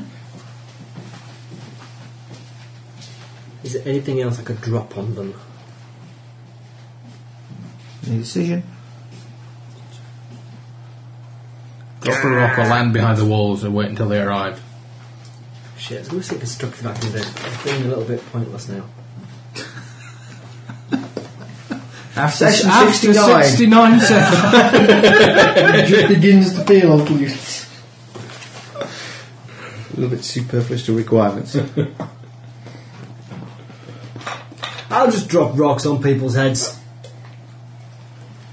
Is there anything else I could drop on them?
Any decision?
Drop a rock or land behind the walls and wait until they arrive.
Shit, it's going to see constructive action then. It's being a little bit pointless now.
After,
Session
after
69.
69 seconds.
It just begins to feel like you.
A little bit superfluous to requirements.
I'll just drop rocks on people's heads.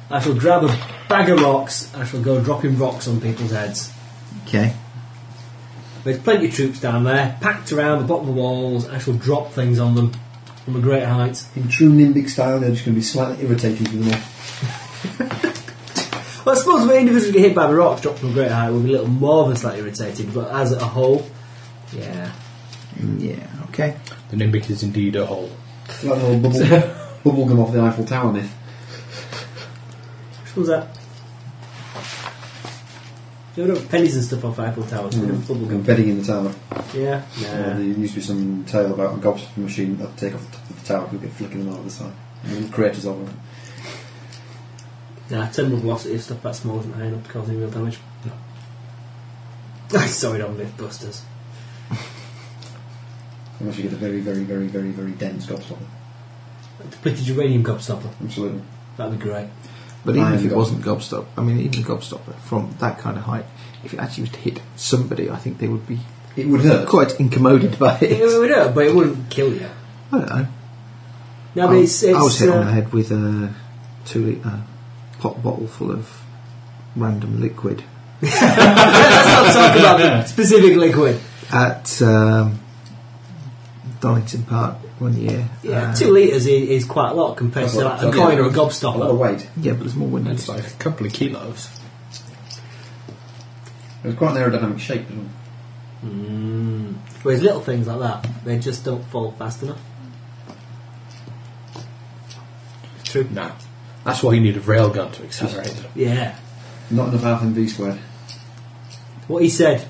I shall grab a bag of rocks. I shall go dropping rocks on people's heads.
okay.
There's plenty of troops down there, packed around the bottom of the walls. I shall drop things on them from a great height.
In true Nimbic style, they're just going to be slightly irritating to them all.
Well, I suppose if an individual get hit by the rocks dropped from a great height, it would be a little more than slightly irritating. But as a whole, yeah.
Yeah. Okay.
The Nimbic is indeed a hole.
It's like the whole bubble, bubble gum off the Eiffel Tower myth.
Which one's that? You would have pennies and stuff on Eiffel Towers. we don't have bubble
I'm
gum.
betting in the tower.
Mm. Yeah.
Uh,
Nah.
there used to be some tale about a gobstopper machine that would take off the top of the tower, people get flicking them out of the side. And little craters of them.
Nah, terminal velocity of stuff that small isn't high enough to cause any real damage. No. I saw it on Mythbusters.
Unless you get a very, very, very, very, very dense gobstopper.
A Depleted uranium gobstopper.
Absolutely.
That'd be great.
But even
Iron
if it
gobstopper.
wasn't gobstopper, I mean, even a gobstopper from that kind of height, if it actually was to hit somebody, I think they would be
It would hurt.
quite incommoded by
It
it.
would hurt, but it wouldn't kill you.
I don't know.
No, but
I,
it's, it's
I was hit
uh,
on the head with a two litre pop bottle full of random liquid
Let's not talk about the specific liquid.
at um, Donington Park one year.
Yeah,
Uh,
two litres is, is quite a lot compared
That's
to
a
like,
lot-
a
that's
coin
a-
or a
Oh,
A lot of
gobstopper.
weight.
Yeah, but there's more when you
That's like a couple of kilos.
It was quite an aerodynamic shape. didn't it?
Mm. Whereas little things like that, they just don't fall fast enough. True.
No. That's why you need a railgun to accelerate.
Yeah.
Not enough half in V squared.
What he said.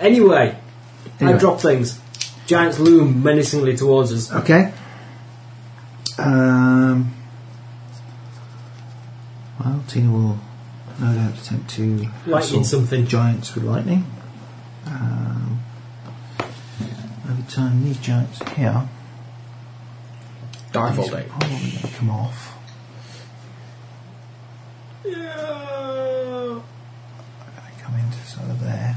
Anyway, I
Anyway.
drop things. Giants loom menacingly towards us.
Okay. Um, well, Tina will no doubt attempt to
Lightning
hassle
something.
giants with lightning. Um, over time, these giants here
Dive all
these
day.
probably going to come off. They come into sort of there.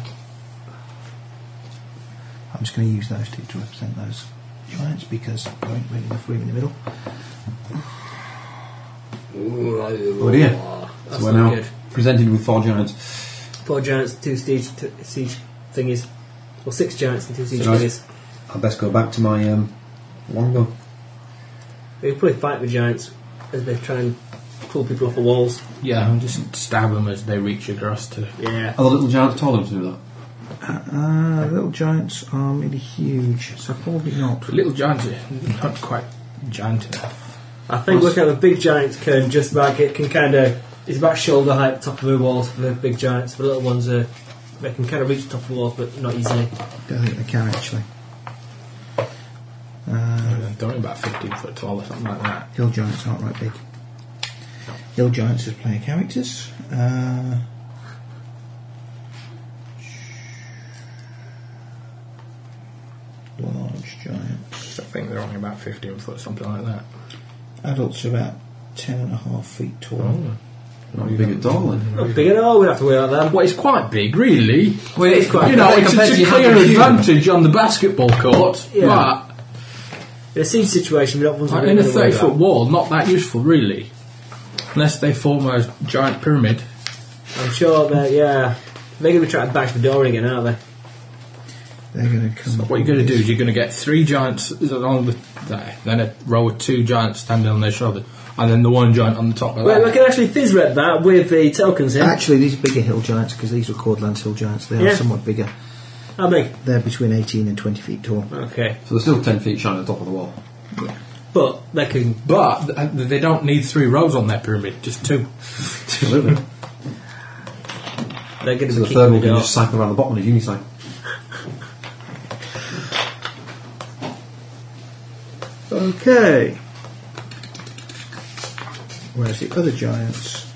I'm just going to use those two to represent those giants because there ain't really enough room in the middle.
Oh dear.
That's
so we're
not
now
good.
presented with four giants.
Four giants, two siege, t- siege thingies. Well, six giants and two siege
Right.
thingies.
I'd best go back to my um, longbow.
We could probably fight the giants as they try and pull people off the walls.
Yeah, and just stab them as they reach across to.
Yeah.
Are the little giants tall enough to do that?
Uh, little giants are really huge, so probably not.
The little giants are not quite giant enough.
I think we're kind of big giants can just like it can kind of it's about shoulder height, top of the walls for the big giants. The little ones are they can kind of reach the top of the walls, but not easily.
Don't think they can actually. Uh,
They're only about 15 foot tall or something like that.
Hill Giants aren't right big. Hill Giants as player characters. Uh, large Giants.
I think they're only about 15 foot, something like that.
Adults are about ten and a half feet tall.
Not big at all. Then.
Not big at all. We'd have to wear out them.
Well, it's quite big, really.
Well, it's quite.
you know,
big
it's,
compared
it's
to
a
your
clear
hand computer.
advantage on the basketball court,
Yeah. In a siege situation, we don't want
but
to.
in a 30 foot wall, not that useful, really. Unless they form a giant pyramid.
I'm sure that yeah, they're going to be trying to bash the door in again, aren't they?
They're going to come.
What you're going to do is you're going to get three giants along the there, then a row of two giants standing on their shoulder, and then the one giant on the top of
Well, I
that.
can actually fizz read that with the tokens here.
Actually, these are bigger hill giants because these were Cordlands hill giants. They are
Yeah.
somewhat bigger.
How big?
They're between 18 and 20 feet tall.
Okay,
So they're still 10 feet shy on the top of the wall.
but they can.
But th- they don't need three rows on their pyramid, just two.
Absolutely.
They're going to
so
be
the
kicking
third one
the
can
door.
just cycle around the bottom of unicycle.
Okay. Whereas the other giants.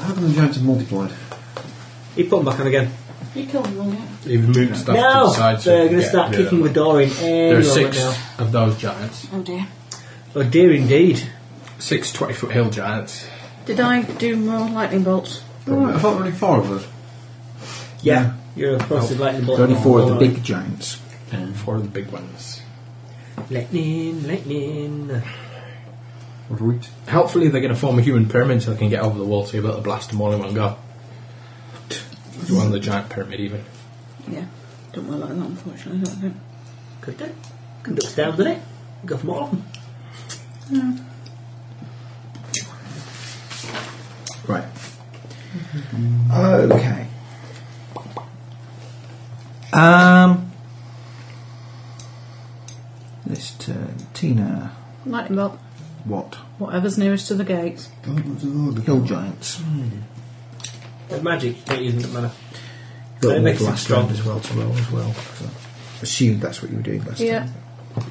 How come the giants have multiplied?
He put them back on again.
You killed them all, yeah.
They've moved stuff to
No,
the side. so
they're
you
going to
get
start
rid of
kicking the
them.
door in any
There are
moment
six
now.
of those giants.
Oh dear.
Oh dear, indeed.
Six 20 foot hill giants.
Did I do more lightning bolts?
Alright, I thought there were only four of us.
Yeah, you're a frosted lightning bolt. Oh,
There are only four of the big giants.
Four of the big ones.
Lightning, lightning.
What are we? t-
Hopefully, they're going to form a human pyramid so they can get over the wall so you're able to blast them all in one go. One of the giant pyramid, even.
Yeah. Don't work like that, unfortunately. I don't think.
Could do. Could duck down, didn't it? Go for more of them.
Right. Okay. Um. This turn, Tina.
Lightning bolt.
What?
Whatever's nearest to the gates.
Hill giants.
They're magic, you can't use them, doesn't matter.
Got
it
one
makes
for
it
last
strong.
round as well to roll as well. So assumed that's what you were doing last
Yeah.
time.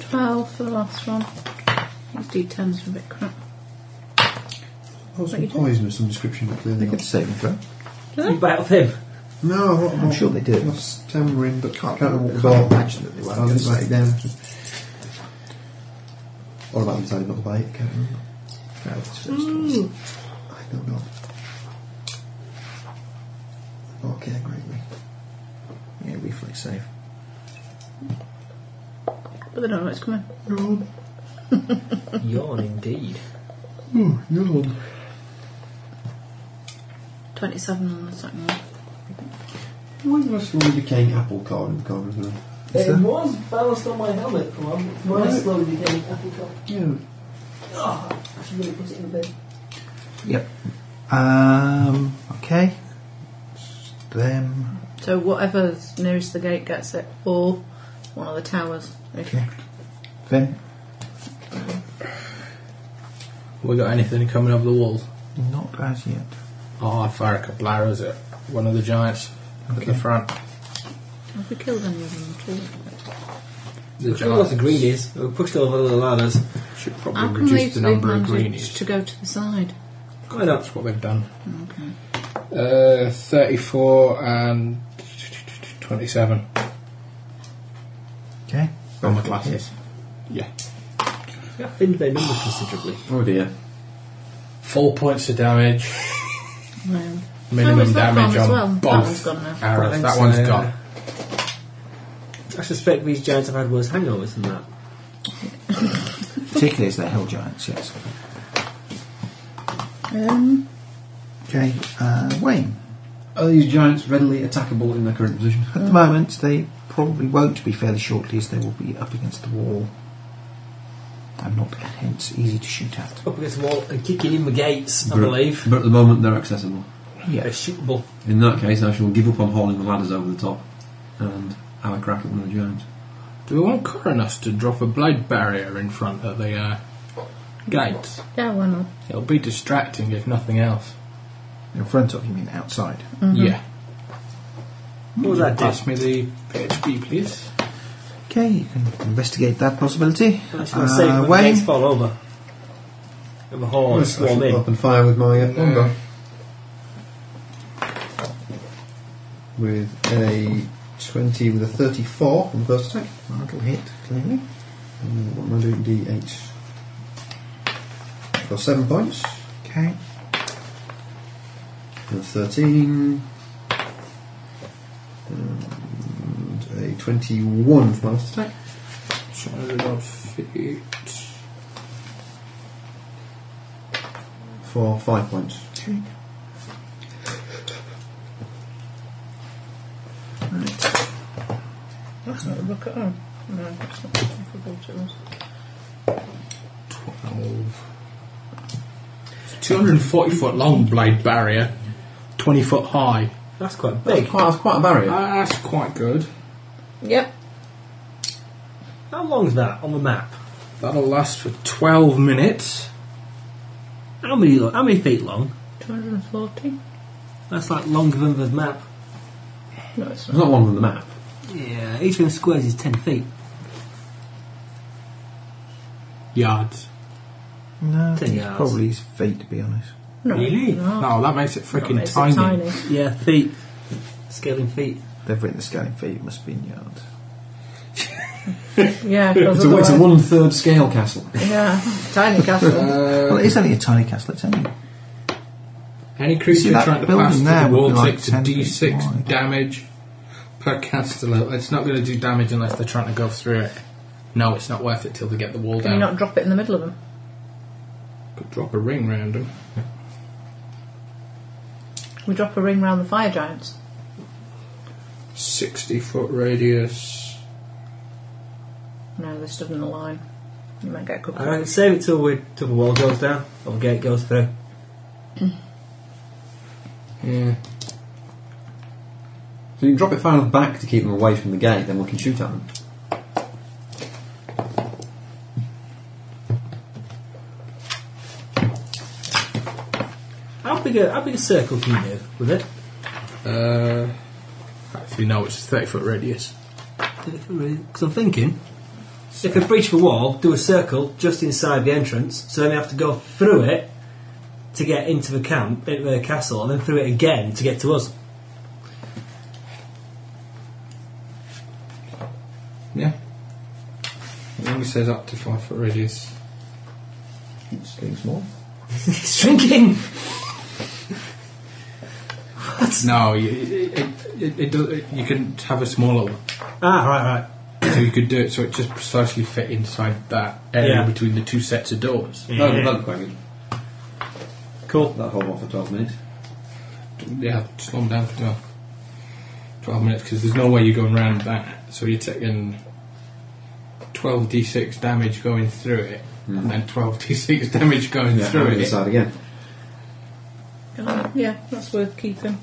Twelve for the last one. These D10s are a bit crap.
Also poison of some description, but clearly
They get
not.
the saving throw.
You bite off him.
No, what,
I'm sure they do.
Lost tamarind, but can't, can't,
I
walk
can't
can't
imagine that they won't
I
get
didn't write
saved.
it down. Or about decided not to buy it, can't remember.
No, it's first ones.
I don't know. Okay, greatly.
Yeah, reflex save.
But they don't know what's coming.
Yawn.
Yawn, indeed.
Ooh, yawn.
27 on the second one.
Why did I slowly decaying apple card in the corner of the room?
It was balanced on my helmet, come on. Mine slowly became apple cup.
Yeah.
I should really put it in the bed.
Yep. Um. Okay. It's Them.
So whatever's nearest the gate gets it, or one of the towers. If
Okay. Them.
We got anything coming over the wall?
Not as yet.
Oh, I fire a couple arrows at one of the giants at the front.
Have we killed any of them at all?
The
Look at all the
giants
greenies. They were pushed over the ladders.
should
How
probably
come they've,
reduce the
they've
number of
managed
greenies.
to go to the side?
Why not?
That's what they've done.
Okay.
Uh, 34 and 27
Okay.
on my glasses. Yeah.
That thinned their number considerably.
Oh dear.
Four points of damage.
Well, Oh,
Minimum
is that
damage
gone as
on
well? That
both
one's gone now.
arrows.
Thanks,
That one's
uh,
gone.
I suspect these giants have had worse hangovers than that.
Particularly as they're hell giants. Yes.
um,
Okay. Uh, Wayne.
Are these giants readily attackable in their current position?
At the moment, they probably won't be fairly shortly, as they will be up against the wall. I and not hence easy to shoot at.
Up against the wall and kicking in the gates, I
But-
believe.
But at the moment, they're accessible.
They're
Yeah.
shootable.
In that case, I shall give up on hauling the ladders over the top and have a crack at one of the giants.
Do we want Coronos to drop a blade barrier in front of the uh, gates?
Yeah, why not?
It'll be distracting if nothing else.
In front of you, mean outside.
Mm-hmm.
Yeah.
What was that do?
Pass me the PHP, please.
Okay, you can investigate that possibility.
I was going to say,
Uh,
when the
Uh, Wayne?
gates fall over. And the
I
horns
shall
swarm
go
in.
up and fire with my uh, bomb gun. With a 20, with a 34 on the first attack.
That'll hit, clearly.
And what am I doing? D8. For 7 points.
Okay.
And 13. And a 21 for my last attack.
Child of feet.
For 5 points.
Okay.
That's not the book at all. No, it's not. I forgot it was.
12. 240 foot long blade barrier, 20 foot high.
That's quite big.
Quite, that's quite a barrier.
Uh, that's quite good.
Yep.
How long's that on the map?
That'll last for 12 minutes.
How many, lo- how many feet long?
240?
That's like longer than the map.
No, it's
It's not long on the map.
Yeah, each one of the squares is 10 feet.
Yards.
No, I
Ten
think it's
yards.
probably his feet, to be honest.
No.
Really?
No.
Oh, that makes it
That
freaking
makes it
tiny.
tiny.
Yeah, feet. Scaling feet.
They've written the scaling feet, it must be in yards.
Yeah, because
It's a, it's a
Um,
otherwise-
one third scale castle.
Yeah, tiny castle.
well, it is only a tiny castle, it's only.
Any
See,
creature
that
trying to
building
pass through
there
the
would be
wall
like
takes a
10 feet
d6
wide.
damage per castello. It's not going to do damage unless they're trying to go through it. No, it's not worth it till they get the wall
Can you
down.
not drop it in the middle of them?
Could drop a ring round them.
We drop a ring round the fire giants.
60 foot radius.
No, they stood in a line. You might get a couple.
Alright, save it till, we, till the wall goes down, or the gate goes through.
Yeah.
So you can drop it far enough back to keep them away from the gate, then we can shoot at them.
How big a, how big a circle can you do with it?
Uh, actually, no, it's a 30 foot radius.
Because I'm thinking, if they breach the wall, do a circle just inside the entrance, so then they have to go through it to get into the camp, into the castle, and then through it again to get to us.
Yeah. It only says up to 5 foot radius.
It's getting small.
it's shrinking!
No, you, it, it, it, it, does, it, you can have a smaller one.
Ah, right, right.
So you could do it so it just precisely fit inside that area
Yeah.
between the two sets of doors.
Yeah.
That, that'd be quite good.
Cool.
That'll hold on for 12 minutes.
Yeah, slow them down for 12, 12 minutes because there's no way you're going round that. So you're taking 12d6 damage going through it, and then 12d6 damage going
Yeah,
through
and
it.
decide again.
Uh, yeah, that's worth keeping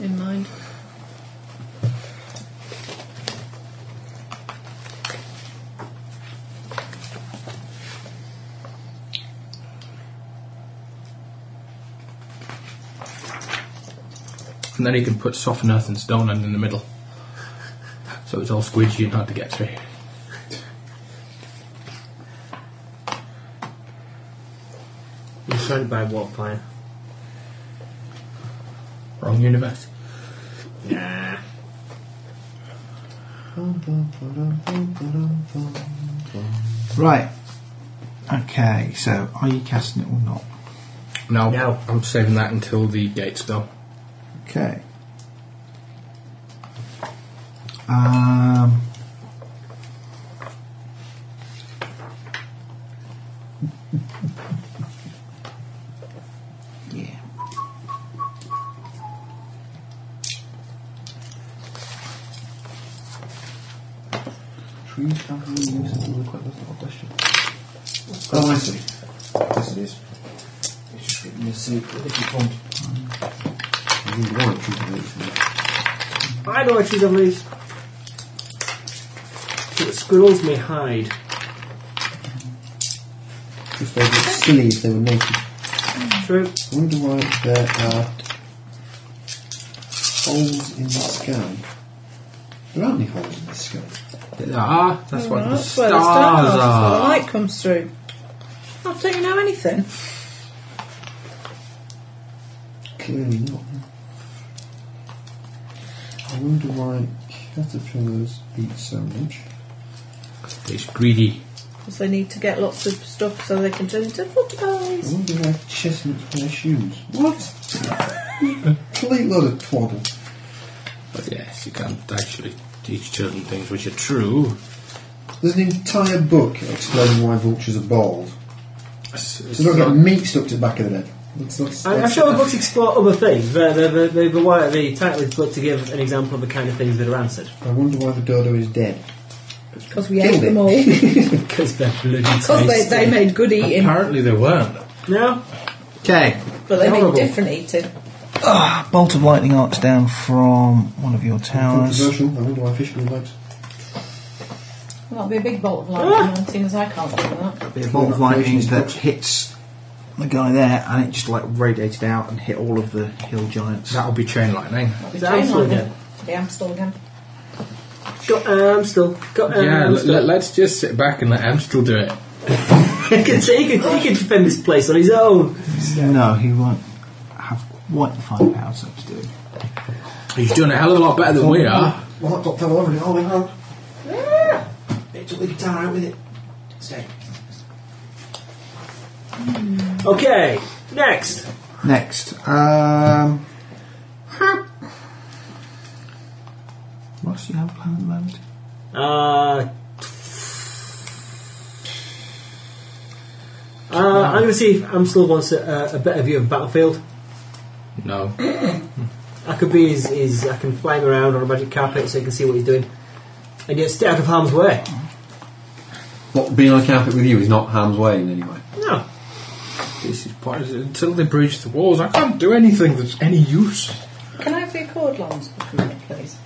in mind.
And then you can put softened earth and stone and in the middle. So it's all squidgy and hard to get through.
You're surrounded by wildfire.
Wrong universe.
Yeah.
Right. Okay, so are you casting it or not?
No,
No.
I'm saving that until the gates go.
Okay. Um, yeah.
Trees can't really use it. That's not a question.
Oh, I see. Yes, it is. It's just written in a se- a different font.
You want to choose a route for that.
I know I choose on these. So that squirrels may hide.
Just they look silly if they were naked.
True.
I wonder why there are holes in the sky. There aren't any holes in the sky.
Ah, that's what the
Oh, that's where
stars
the stars are. The
are.
light comes through. Oh, don't you know anything?
Clearly not. I wonder why caterpillars eat so much.
It's greedy.
Because they need to get lots of stuff so they can turn into
I
Mm.
butterflies.
wonder why chestnuts wear shoes. What? Complete load of twaddle.
But yes, you can't actually teach children things which are true.
There's an entire book explaining why vultures are bald.
It's, it's
So they've got
not-
meat stuck to the back of their head. That's, that's,
I, I'm
that's-
sure the books explore other things. The, the, the, the, the, why- the title is put to give an example of the kind of things that are answered.
I wonder why the dodo is dead.
Because we
Killed
ate them
it.
all. Because
Because they're bloody
they,
tasty.
they made good eating,
apparently they weren't.
No?
Okay.
but they made
horrible.
different eating.
Ah, bolt of lightning arcs down from one of your towers.
Controversial. I wonder why fish with legs.
That'll be a big bolt of lightning, seeing as I can't do that.
A bolt of lightning that hits the guy there, and it just like radiated out and hit all of the hill giants.
That'll be chain lightning.
That'll be
Is that
chain
Amstel
lightning.
again?
The Amstel again.
Got um, still. Got um,
yeah, let,
still.
let, let's just sit back and let Amstrel do it.
he, can, he, can, he can defend this place on his own.
No, he won't have quite the firepower so to do. it.
He's doing a hell of a lot better than we are.
Well, that got fell over and it all went round. It took the guitar out with it. Stay.
Okay, next.
Next. Um, what else do you have planned at the moment?
Uh, uh, I'm going to see if Amstel wants a, a, a better view of the battlefield.
No.
I could be his, his. I can fly him around on a magic carpet so he can see what he's doing. And yet stay out of harm's way.
What, being on a carpet with you is not harm's way in any way.
No.
This is part of it. Until they breach the walls, I can't do anything that's any use.
Can I have your cord lines for a minute, please?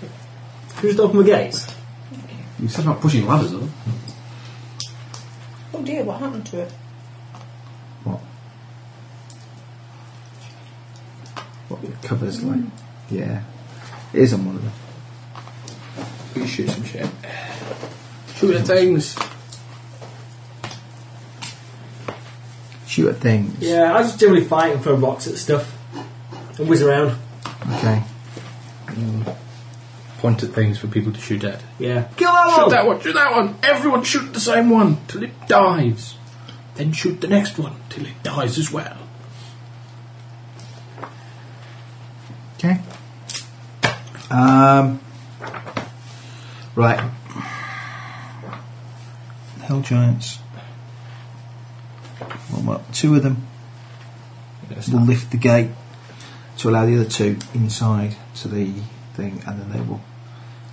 Can you just open the gates?
You said about pushing ladders, though.
Oh dear, what happened to it?
What it covers like? Yeah, it is on one of them.
You shoot some shit. Shoot at things.
Shoot at things.
Yeah, I just generally fight and throw rocks at stuff and whiz around.
Okay.
Point at things for people to shoot at.
Yeah. Kill that
Shoot
one!
that one, shoot that one. Everyone shoot the same one till it dies. Then shoot the next one till it dies as well.
Okay. Um. Right. Hell giants. Well, well, two of them will lift the gate to allow the other two inside to the thing, and then they will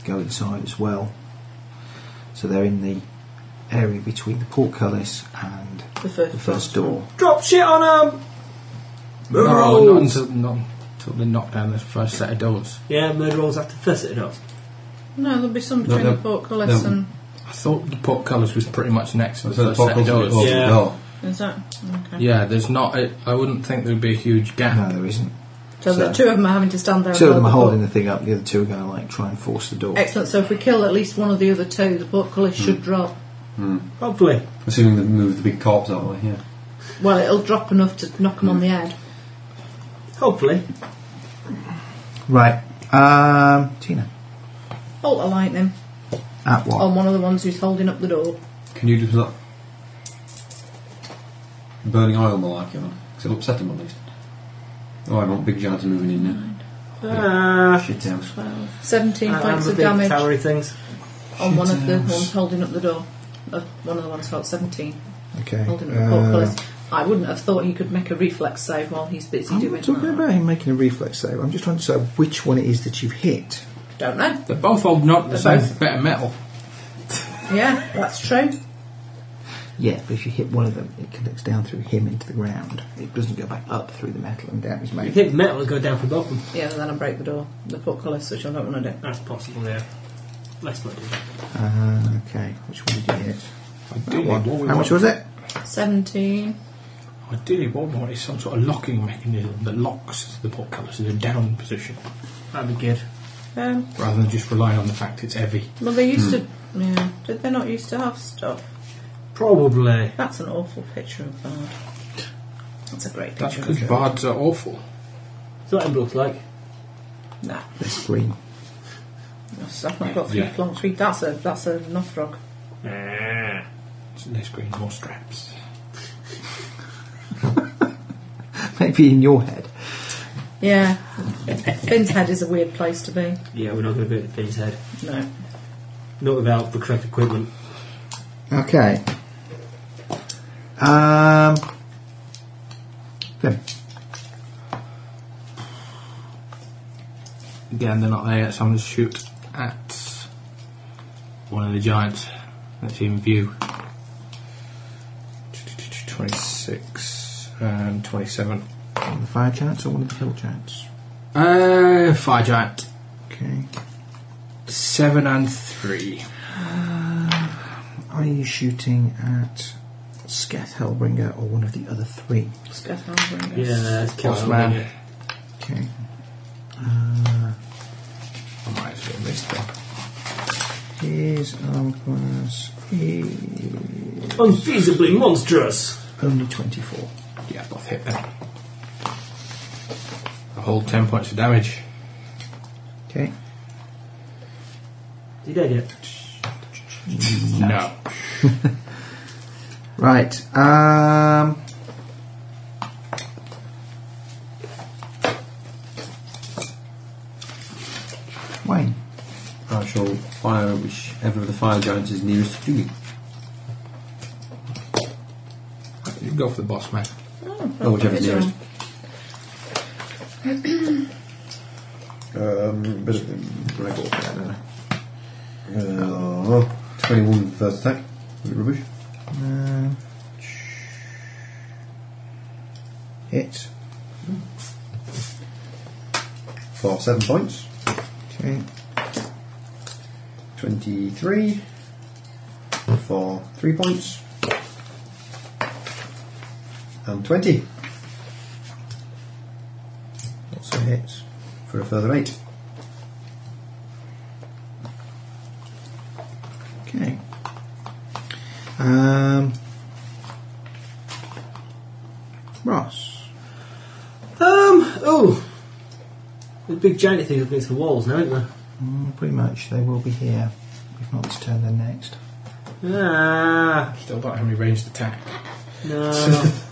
go inside as well. So they're in the area between the portcullis and
The first,
the first door.
Drop shit on um, him!
Oh,
No, not until, not until they knock down the first set of doors.
Yeah, murder rolls after first set it up.
No, there'll be some
No,
between
no,
the portcullis
no.
and.
I thought the portcullis was pretty much next to the
So the
first set of
popcorn's
doors.
a bit
Yeah.
off
Is that? Okay.
Yeah, there's not. I I wouldn't think there'd be a huge gap.
No, there isn't.
So, the
So-
two of them are having to stand there. and
Two of them are
hold the
holding the thing up, the other two are going to like try and force the door.
port- Excellent. So if we kill at least one of the other two, the portcullis
Hmm.
should drop.
Hopefully.
the door. Assuming they've moved the big corpse out of here.
Well, it'll drop enough to knock them on the
Hmm.
head.
Hopefully.
Right. Um, Tina.
Bolt of lightning
At what?
on one of the ones who's holding up the door.
Can you do that? Burning oil malarkey on. Because it'll upset them at least. Oh, I want big giants moving in now.
Ah,
Shit house.
17
I- I'm
points
the
of
big
damage
towery things.
on one of the ones holding up the door. Uh, one of the ones held 17,
okay. uh,
holding up the portcullis. I wouldn't have thought he could make a reflex save while he's busy
I'm
doing
not talking
that.
about him making a reflex save. I'm just trying to decide which one it is that you've hit.
Don't know.
They're both old, not the same better metal.
Yeah, that's true.
Yeah, but if you hit one of them, it connects down through him into the ground. It doesn't go back up through the metal and down his
You
mouth.
think metal would go down from both of them?
Yeah, and then I break the door, the portcullis, which I don't want to do.
That's possible, yeah. Let's not do that.
Uh, okay, which one did you hit?
I
That
do
one.
need what we
How
want.
much was it?
17.
I do need what we want is some sort of locking mechanism that locks the portcullis in a down position,
That'd be good.
Um,
rather than just relying on the fact it's heavy.
well, they used to. Yeah. Did they not used to have stuff?
Probably.
That's an awful picture of Bard. That's a great
That's
picture.
because bards are awful.
So that looks like.
Nah,
This green.
that's- I've not got three
Yeah.
plonks. Three. That's a that's a Nothrog.
It's less green, more straps.
Maybe in your head.
Yeah. Finn's head is a weird place to be.
Yeah, we're not going to do it at Finn's head.
No.
Not without the correct equipment.
Okay. Um. Then
Again, they're not there yet, so I'm going to shoot at one of the giants that's in view. 26 and 27.
one of the fire giants or one of the hill giants?
Uh, fire giant.
Okay.
7 and 3.
Uh, Are you shooting at Sketh Hellbringer or one of the other three?
Scatter Hellbringer.
Yeah, that's
Plus
Cal,
man.
isn't it?
Okay. Uh,
I might actually have missed one.
His arm class is
Unfeasibly monstrous.
only 24.
Yeah, both hit them. A whole 10 points of damage.
Okay.
Is he dead yet?
No.
Right. Um. Wayne.
I shall fire whichever of the fire giants is nearest to me.
You go for the boss man.
Oh, whichever is
Good
nearest. um, but, right, go for that, don't I? Uh, 21 first attack. Is it rubbish?
Uh, hit.
For 7 points.
Okay.
23 for 3 points. And 20
Also hits.
for a further 8.
Okay. Um. Ross.
Um, oh! The big giant thing up against the walls now, isn't there?
Mm, pretty much. They will be here. If not this turn, then next.
Ah,
Still don't have any ranged attack.
no.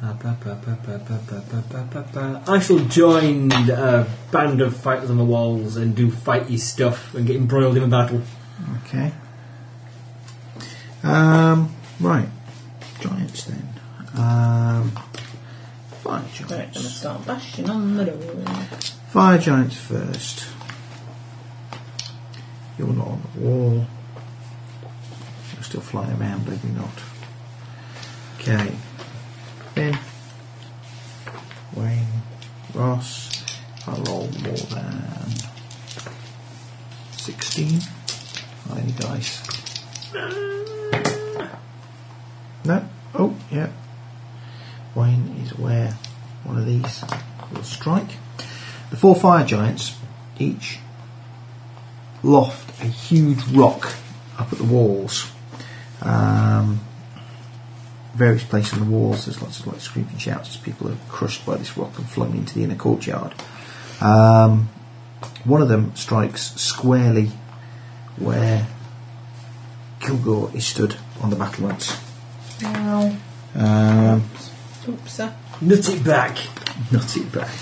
Ah, ba, ba, ba, ba, ba, ba, ba, ba, ba, ba. I shall join a band of fighters on the walls and do fighty stuff and get embroiled in a battle.
Okay. Um. Right. Giants then. Um. Fire
Right, I'm going to
giants.
start bashing on the door.
Fire giants first. You're not on the wall. You're still flying around, maybe not. Okay. Ben. Wayne. Ross. I roll more than 16. I need dice. No. Oh, yeah. Wayne is where one of these will strike. The four fire giants each loft a huge rock up at the walls. Um, various places on the walls, there's lots of like screaming shouts as people are crushed by this rock and flung into the inner courtyard. Um, one of them strikes squarely where Kilgore is stood on the battlements.
Wow.
Um,
Oops. uh,
Nut it back.
not it back.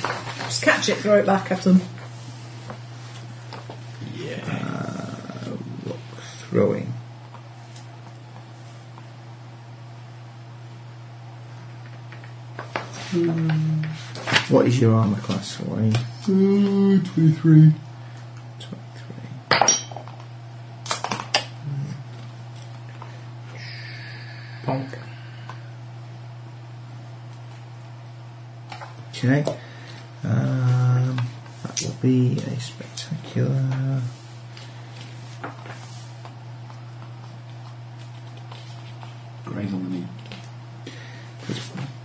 Just catch it, throw it back at them.
Throwing. What is your armour class, Wayne?
23.
23.
Bonk.
Okay. Um, that will be a spectacular.
Graze on the knee.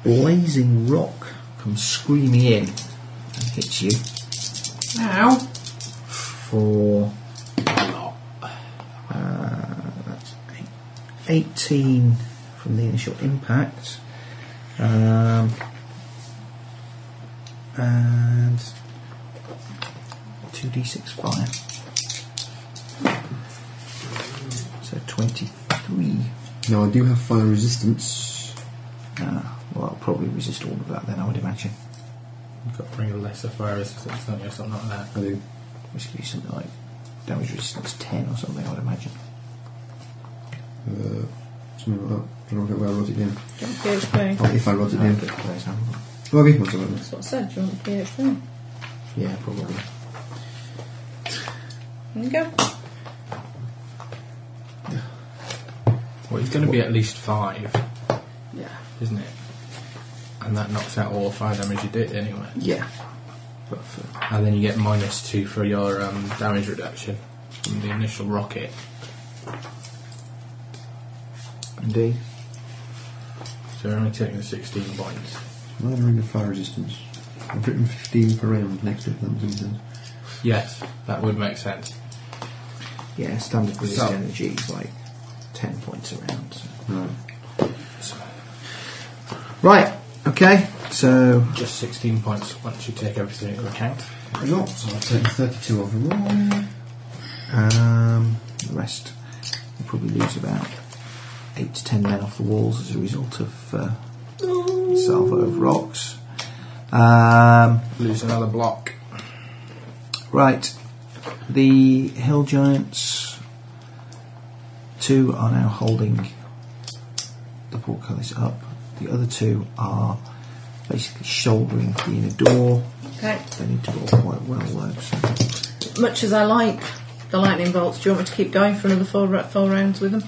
Blazing rock comes screaming in and hits you
Now.
for Uh, eight- 18 from the initial impact. Um, and 2d6 fire. So 23.
Now I do have fire resistance.
Ah, well, I'll probably resist all of that then, I would imagine.
You've got to bring a lesser fire resistance, don't you, or something like that.
I do.
Which gives you something like damage resistance 10 or something, I would imagine.
Uh, something like that. I don't know where I wrote it down.
want PHP?
Or if I wrote it
No,
down.
but those haven't.
Well, okay, what's about
That's what I said. Do you want PHP?
Yeah, probably.
There you go.
Well, it's going to be at least five,
Yeah.
isn't it? And that knocks out all fire damage you did anyway.
Yeah.
But for, and then you get minus two for your um, damage reduction from the initial rocket.
Indeed.
So you're only taking 16 points.
Another ring of fire resistance. I've written 15 per round next to it, that makes sense.
Yes, that would make sense.
Yeah, standard resist
So-
energy is like 10 points around. so.
Right.
Right, okay, so
Just 16 points once you take everything into account.
Drop, so I've taken 32 overall.
um, the rest will probably lose about 8 to 10 men off the walls as a result of uh, salvo of rocks. Um,
Lose another block.
right, the hill giants, two are now holding the portcullis up, the other two are basically shouldering the inner door.
Okay.
They need to roll quite well though. So.
Much as I like the lightning bolts, do you want me to keep going for another four, ra- four rounds with them?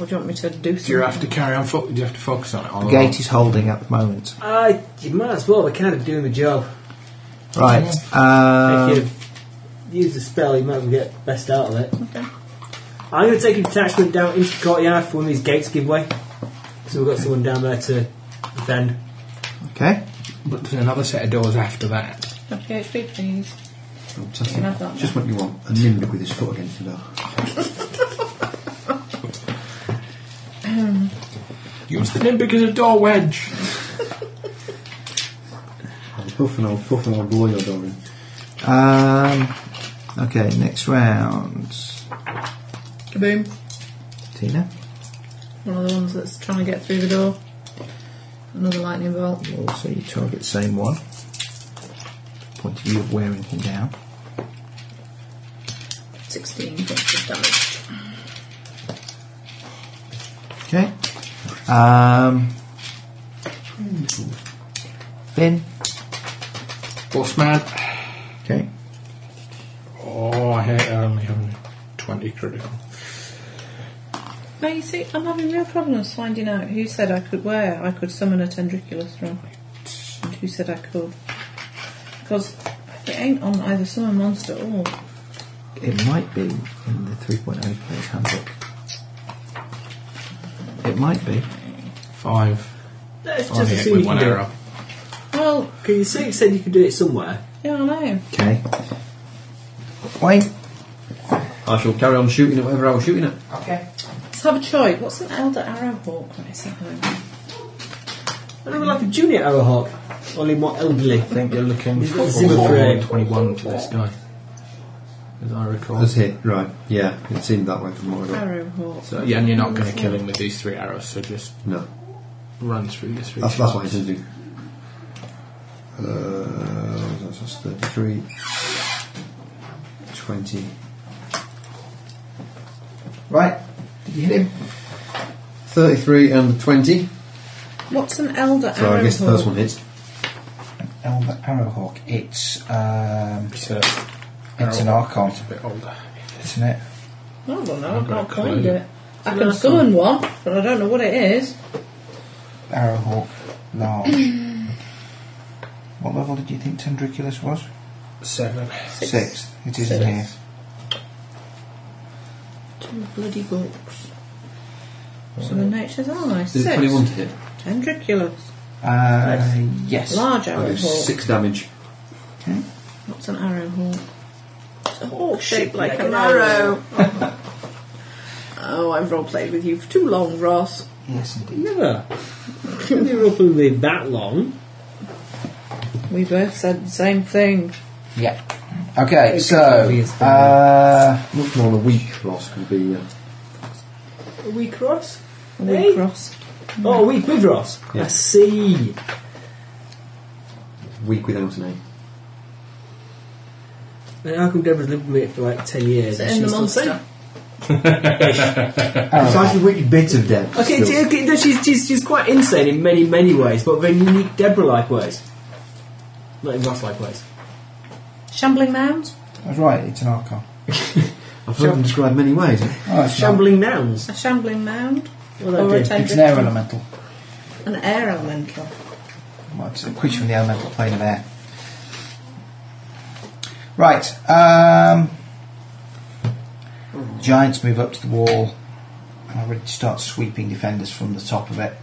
Or do you want me to do
Do you
something?
have to carry on? Fo- do you have to focus on it? All
The gate is holding at the moment.
I, you might as well, they're kind of doing the job.
Right.
Uh,
if
Um,
you use the spell, you might as well get the best out of it. Okay. I'm going to take a detachment down into the courtyard for when these gates give way. So we've got someone down there to defend.
okay.
But there's another set of doors after that.
A PHP, please.
Fantastic.
You can have that
Just what you want. A nimbic with his foot against the door.
Use the nimbic as a door wedge.
I'll puff and I'll puff and I'll blow your door in.
Um, okay. Next round. Kaboom. Tina
One of the ones that's trying to get through the door. Another lightning bolt.
also you target the same one. Point of view of wearing him down.
16 points of damage.
Okay. Um, Finn.
Bossman.
Okay.
Oh, I hate I only having 20 critical.
No, you see, I'm having real problems finding out who said I could where I could summon a tendriculus from, and who said I could, because it ain't on either summon monster or
It might be in the 3.0 player's handbook. It might be.
Five.
Let's
Only
just
hit
assume
Oh, with
you can
one
do
arrow.
it.
well,
Because you said you said you could do it somewhere.
yeah, I know.
Okay. Wayne.
I shall carry on shooting at whatever I was shooting at.
Okay.
Let's have a try. What's an elder arrow hawk? Let me see how it-
I don't know, like a junior arrowhawk, only more elderly.
I think you're looking
He's got
for
Zimmer frame.
21 for this guy. As I recall.
That's hit, right. Yeah, it seemed that way from what I got.
Arrow hawk.
So, yeah, and you're not going to kill him with these three arrows, so just
No.
run through the three
That's, that's what I
shots.
intend to do. Uh, that's, that's 33, 20.
Right. Did you hit him?
33 and 20.
What's an elder
So
arrow
I guess the
hawk?
first one hits.
Elder Arrowhawk. It's um,
It's, a,
it's an
arrow.
archon,
It's a bit older.
isn't it?
I don't know. I
I've got
can't
a
find
clue.
it. I can summon one, but I don't know what it is.
Arrowhawk, large. what level did you think Tendriculus was?
Seven.
Sixth. It is
Sixth.
an eighth.
Two bloody books. So the nature's eye.
Did it 21 to
Six.
hit?
Tendriculus.
Uh, yes.
Large
I
arrow
do
hawk.
6 damage.
What's an arrow hawk? It's a hawk shaped like,
Like
an
an
arrow.
arrow. Oh, I've role played with you for too long, Ross.
Yes, indeed.
Never. Couldn't be up with that long.
We both said the same thing.
Yeah. Okay, so.
obvious, though.
Uh,
Not more than a week, Ross, could be. Uh,
A week Ross?
We
Hey.
cross.
Oh, a week with Ross.
Yeah.
I see.
week without an aim.
And how come Deborah's lived with me for like 10 years?
Is it
and
in the
she's still
monster?
So actually, we bit of dead.
Okay, she- okay, no, she's, she's, she's quite insane in many, many ways, but very unique Deborah like ways. Not in Ross like ways.
Shambling mounds?
that's Oh, right, it's an archon.
I've heard them described many ways.
Oh, it's not.
Shambling nouns.
A shambling mound?
What
Or a
that did.
tendric-
It's an air elemental.
An air elemental.
Well, it's a creature from the elemental plane of air. Right. Um, giants move up to the wall and I really start sweeping defenders from the top of it.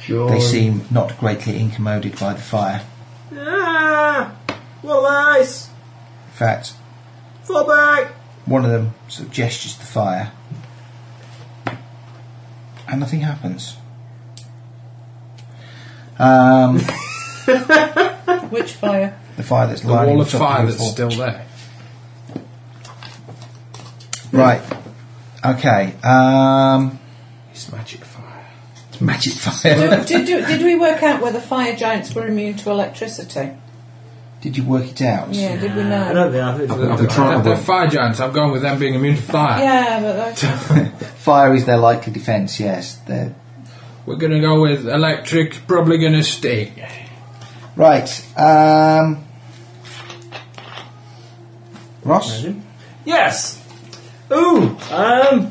Sure.
They seem not greatly incommoded by the fire.
Ah! Well, ice!
In fact,
Fall back!
one of them sort of gestures to fire and nothing happens. Um,
Which fire?
the fire that's
The
lining
wall
the
of
top
fire
the
that's
wall.
still there.
Right. Okay. Um,
It's magic fire.
it's magic fire.
did, did, did we work out whether fire giants were immune to electricity?
Did you work it out?
Yeah, did we
I
know?
don't think I think
I've been trying
They're,
to
they're
work.
fire giants. I've gone with them being immune to fire.
Yeah, but that's
Fire is their likely defence. Yes. They're...
We're gonna go with electric. Probably gonna stay.
Right. Um, Ross.
Yes! Ooh! Um,
They're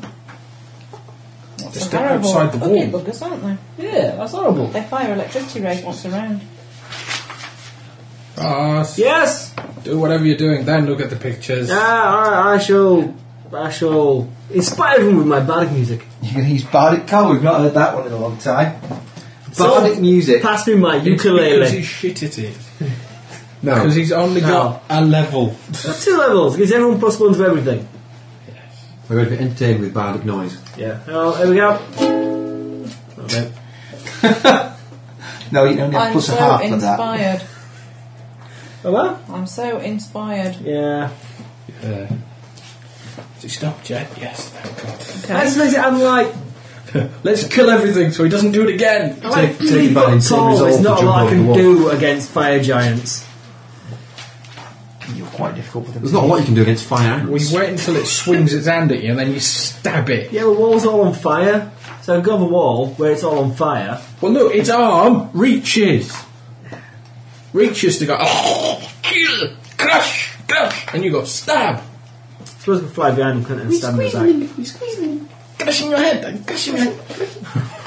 Just stick
horrible.
outside the
Ugly
wall.
buggers, aren't they?
yeah, that's horrible.
They fire electricity rays once around.
Ross,
Yes!
do whatever you're doing. Then look at the pictures.
Ah, I, I shall. I shall inspire him with my bardic music.
You can use bardic. Carl, we've not heard that one in a long time.
So-
Bardic music.
Pass me my
It's Because
ukulele.
he's shit at it.
No.
Because he's only got a level.
That's two levels. Gives everyone plus one to everything.
We're going to be entertained with bardic noise.
Yeah. Oh, here we go. Okay.
No, you only have
I'm
plus
so
a half for that.
inspired.
Oh well.
I'm so inspired.
Yeah.
Uh, has he stopped yet? Yes. Thank
That's basically. I'm like
God. Let's kill everything so he doesn't do it again.
Oh.
Take, take
three foot
advantage
tall.
resolve
There's
to
not a
jump
lot I
over the
can
wall.
do against fire giants.
You're quite difficult with them.
There's not a lot you can do against fire.
We wait until it swings its hand at you and then you stab it.
Yeah, the wall's all on fire. So I go the wall where it's all on fire.
Well, look, its arm reaches. Reaches to go, oh, kill, crush, crush, and you go, stab.
Suppose I could fly behind him, couldn't I, and stand in the back.
You're squeezing, crushing your head, and crushing your head.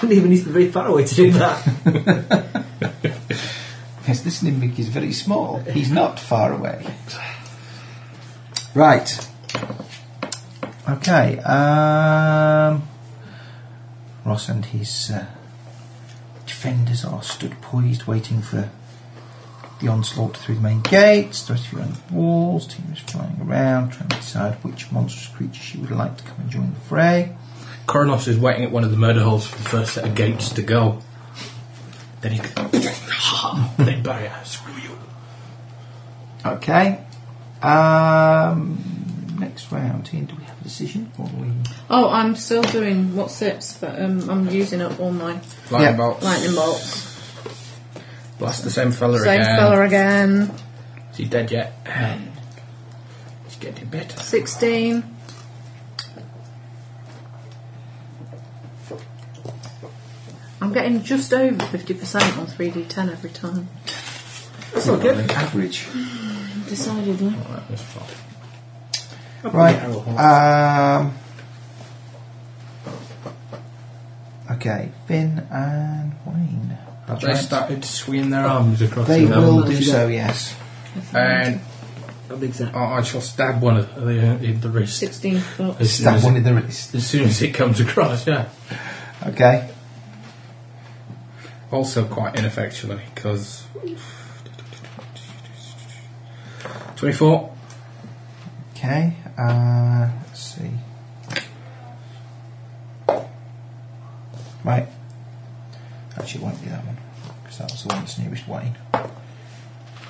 Wouldn't even need to be very far away to do that.
Yes, this Nimbic is very small. He's not far away. Right. Okay. Um, Ross and his uh, defenders are stood poised, waiting for the onslaught through the main gates. The rest of you are on the walls. Team is flying around, trying to decide which monstrous creature she would like to come and join the fray.
Kronos is waiting at one of the murder holes for the first set of gates to go. Then he then barrier, screw you.
Okay. Um, next round. Ian, do we have a decision? Or we?
Oh, I'm still doing what's sits, but um, I'm using up all my
Lightning
Yeah.
bolts.
lightning bolts.
Blast the same fella
Same
again.
fella again.
Is he dead yet? He's getting better.
16. I'm getting just over 50% on 3d10 every time.
That's not good.
Average.
Decidedly.
Alright, that's fine.
Right. Um, Okay, Finn and Wayne.
Have they started swinging their arms across
They
the
will
room?
do so, yes.
And
That'd be exact.
I I shall stab one of the, in the wrist.
16 foot.
As soon
Stab
as,
one in the wrist.
as soon as it comes across, yeah.
Okay.
Also quite ineffectually, because... 24.
Okay, uh, let's see. Right. Actually, it won't be that one, because that was the one that's nearest Wayne.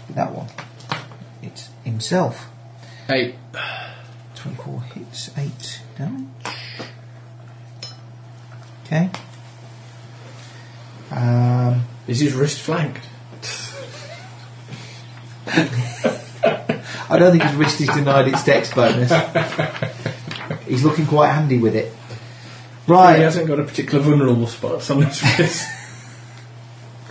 That one. It's himself.
8.
24 hits, 8 damage. Okay. Um,
Is his wrist flanked?
I don't think his wrist is denied its dex bonus. He's looking quite handy with it.
He
Right.
hasn't got a particular vulnerable spot on his wrist.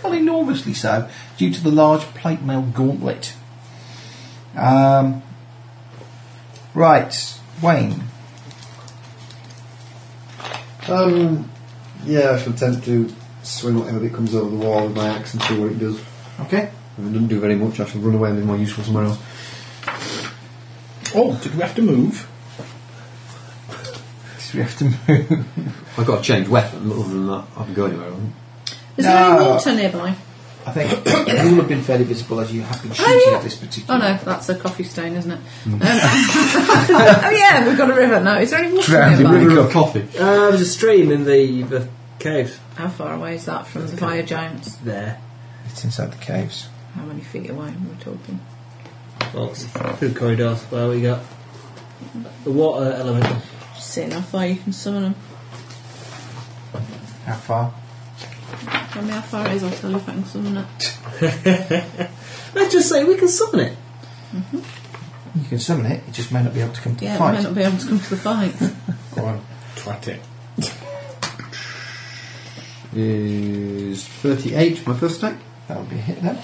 well, enormously so, due to the large plate mail gauntlet. Um, right, Wayne.
Um, yeah, I shall attempt to swing whatever bit comes over the wall with my axe and see what it does.
Okay.
If it doesn't do very much, I shall run away and be more useful somewhere else.
oh, did we have to move?
So we have to move.
I've got to change weapon, but other than that, I can go anywhere. I think.
Is there any
No.
water nearby?
I think it will have been fairly visible as you have been shooting
yeah.
at this particular.
Oh no, that's a coffee stain, isn't it?
Mm.
Um, oh yeah, we've got a river. No, is there any water nearby?
River of coffee.
Uh, there was a stream in the, the caves
How far away is that from the fire giants?
there.
It's inside the caves.
How many feet away are we talking?
Well, it's through corridors. Well, we got the water elemental.
Just seeing how far you can summon them.
How far?
Tell me how far it is, I'll tell you if I can summon it.
Let's just say we can summon it.
You can summon it. It just may not be able to come to
Yeah,
the
we
fight.
may not be able to come to the fight.
Go on, twat it.
Is 38 my first attack?
That would be a hit then.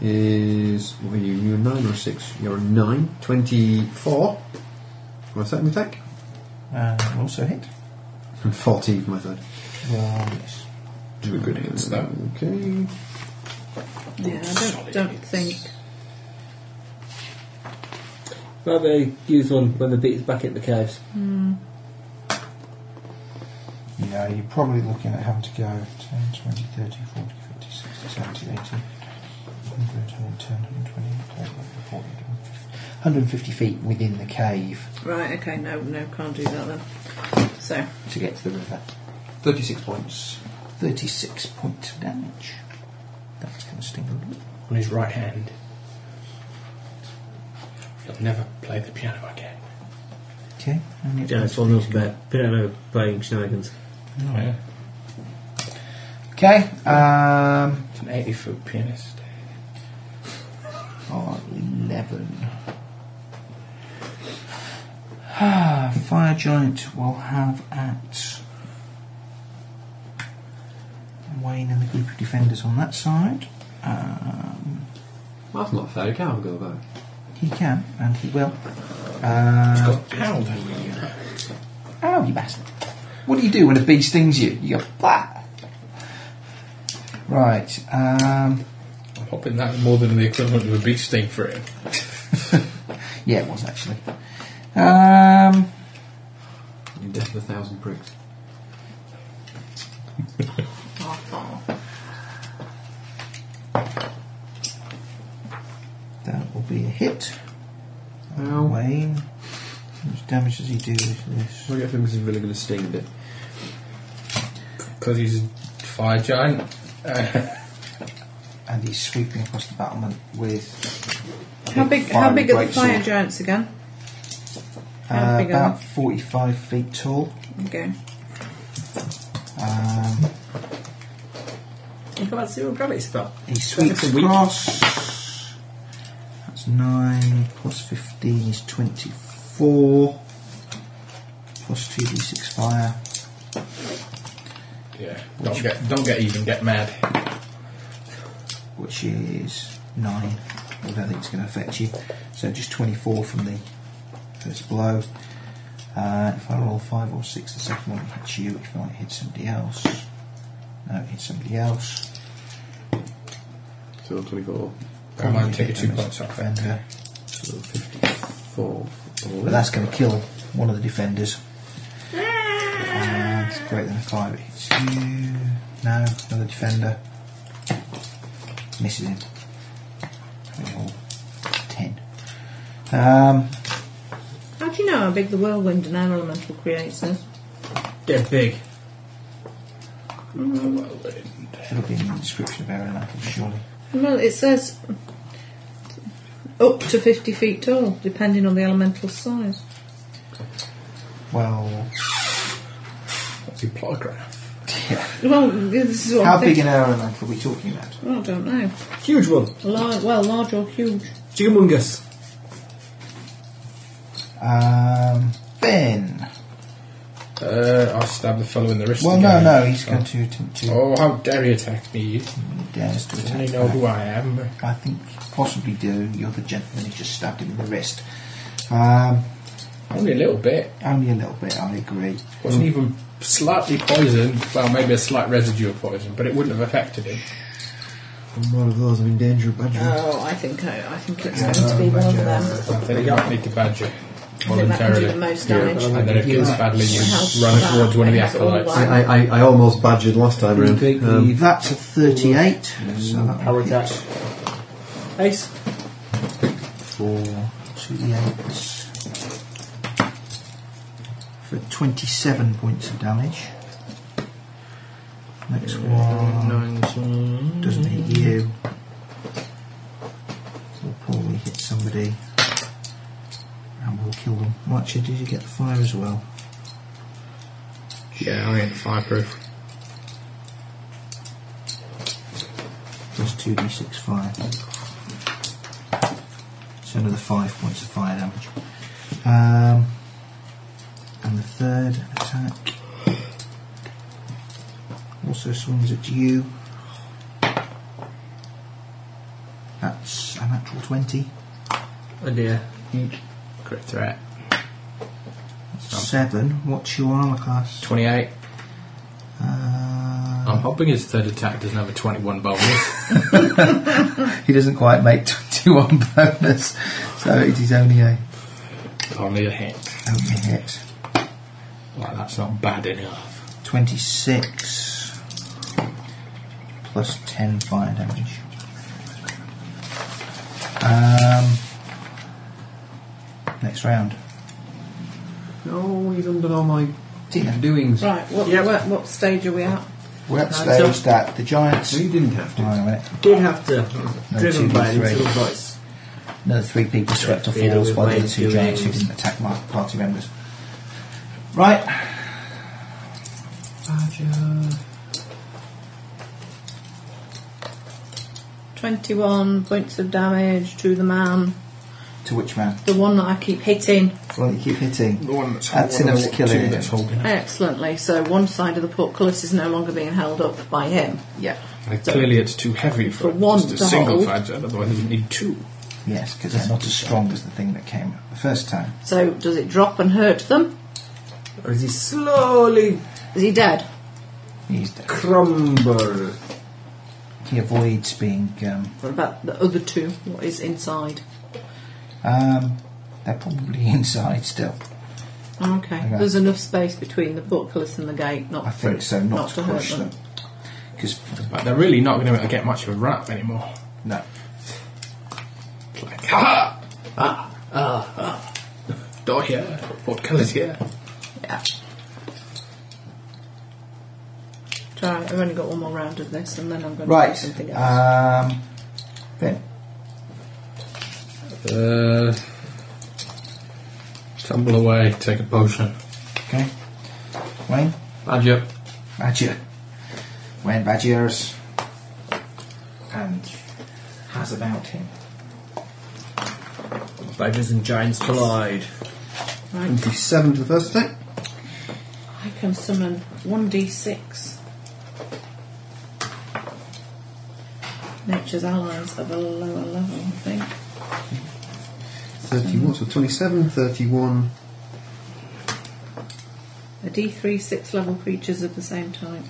Is. What are you? You're 9 or 6? You're a 9. 24 for my second attack.
Uh, also hit.
And 14 for my third.
Well, yes.
Do a good against
that.
Okay.
Yeah, I don't, don't think.
Might be use one when they beat us back into the caves.
Yeah, you're probably looking at having to go 10, 20, 30, 40, 50, 60, 70, 80, 100, 110, 120, 140, 150, 150 feet within the cave
Right, okay, no, no, can't do that then. So,
to get to the river.
36 points.
36 points of damage. That's going to sting a little.
On his right hand. He'll never play the piano again.
Okay. and it-
Yeah, it's one of those about piano playing shenanigans.
Oh, yeah.
Okay. Um,
It's an 80 foot pianist.
Oh, 11. Fire Giant will have at Wayne and the group of defenders on that side. Um,
Well, that's not fair. You can't have a go back.
he can, and he will. Uh,
How do
oh, you bastard. What do you do when a bee stings you? You go, flat. Right. Um,
I'm hoping that's more than the equivalent of a bee sting for him.
yeah, it was actually. Um,
You death of a thousand pricks.
that will be a hit.
Ow.
Wayne. How much damage does he do with this?
I get him because he's really going to sting a bit.
Because he's a fire giant. Uh,
And he's sweeping across the battlement with. a
how big? How
fiery
big are the
greatsword.
fire giants again? how
Uh,
big are
about
they?
45 feet tall.
Okay,
Um,
Think about zero gravity spell.
he sweeps
That's a weak-
across. That's 9 plus 15 is 24. Plus 2d6 fire.
yeah. Don't get, don't get even get mad.
which is 9. I don't think it's going to affect you. So just 24 from the first blow. Uh, if I roll five or six, the second one hits you. If not, it hits somebody else. No, it hits somebody else.
So 24.
I might take a
Hit
two
them as
points off it.
defender.
So 54.
But that's going to kill one of the defenders. And it's greater than a five. It hits you. No, another defender. Misses him. We roll ten. Um,
How do you know how big the whirlwind and air elemental creates is?
Dead big.
it'll be in the description of elemental, surely.
Well, it says up to 50 feet tall, depending on the elemental size.
Well,
What's your plotograph?
Well, this is what
how
I'm
big
thinking.
an elemental are we talking about?
Well, I don't know.
Huge one.
Large, well, large or huge.
Gigamungus.
Um, Ben.
Uh, I'll stab the fellow in the wrist.
Well, no,
again.
no, he's going to attempt to.
Oh, how dare he attack me?
He dares to
Doesn't he
attack.
know
back.
who I am?
I think possibly do. You're the gentleman who just stabbed him in the wrist. Um,
Only a little bit.
only a little bit, I agree.
Wasn't even slightly poisoned. Well, maybe a slight residue of poison, but it wouldn't have affected him.
I'm one of those. I'm in danger of badgering.
Oh, I think I, I think it's going
to be one of them.
I think you might need to badger
do
voluntarily.
the most damage.
And then if it gets badly, you
How's
run
that?
towards one of the
It's all
acolytes.
like-
I, I, I, I almost badgered last time round. Um,
That's a 38. So that
Power
will
attack.
hit
Ace.
For two eights. For 27 points of damage. Next one doesn't hit you. We'll probably hit somebody. And we'll kill them. Well, actually, did you get the fire as well?
Yeah, I ain't fireproof.
plus 2d6 fire. So another 5 points of fire damage. Um, and the third attack also swings at you. That's a natural 20.
Oh dear.
Great threat.
That's 7. What's your armor class?
28.
Uh,
I'm hoping his third attack doesn't have a 21 bonus.
he doesn't quite make 21 bonus, so it is only a
Only a hit.
only a hit.
Like, that's not bad enough.
26 plus 10 fire damage. Um, next round.
oh, he's undone all my
Tina,
doings.
Right, what,
Yep.
what, what stage are we at?
we're at
Right, so-
stage that the Giants.
No, you
Hang
didn't have to.
on a minute.
Did have to.
two,
Driven by an
three.
internal voice.
Another three people swept off the
Fiddle
walls
with
by the
my
other two Giants who
doings.
didn't attack my party members. Right,
Badger.
21 points of damage to the man,
to which man?
the one that I keep hitting
The one that you keep hitting.
The one that's,
That's
one of
enough
the
to kill
two
him.
that's holding it.
excellently. So one side of the portcullis is no longer being held up by him.
Yeah.
And clearly, it's too heavy for,
For one
just
to
a single
hold.
badger, otherwise, you'd need two.
Yes, because they're not as strong as the thing that came the first time.
So does it drop and hurt them?
Or is he slowly
Is he dead?
He's dead.
crumble?
He avoids being. Um,
What about the other two? What is inside?
um, they're probably inside still.
Okay.
Okay.
There's enough space between the portcullis and the gate not
I think
for-
so, not, to
hurt
crush them. Because,
But they're really not going to get much of a rap anymore.
no.
It's like, ha! Ah, ah, ah. Door here, portcullis here.
Yeah. Try, I've only got one more round of this and then I'm going to do
Right.
something else.
Um, ben,
Uh, tumble away, take a potion.
okay. Wayne,
Badger.
Badger. Wayne Badgers. And has about him.
Badgers and giants collide.
27 to the first attack.
I can summon 1d6. Nature's allies of a lower level, I think.
31, so 27, 31,
A D3 six level creatures of the same type.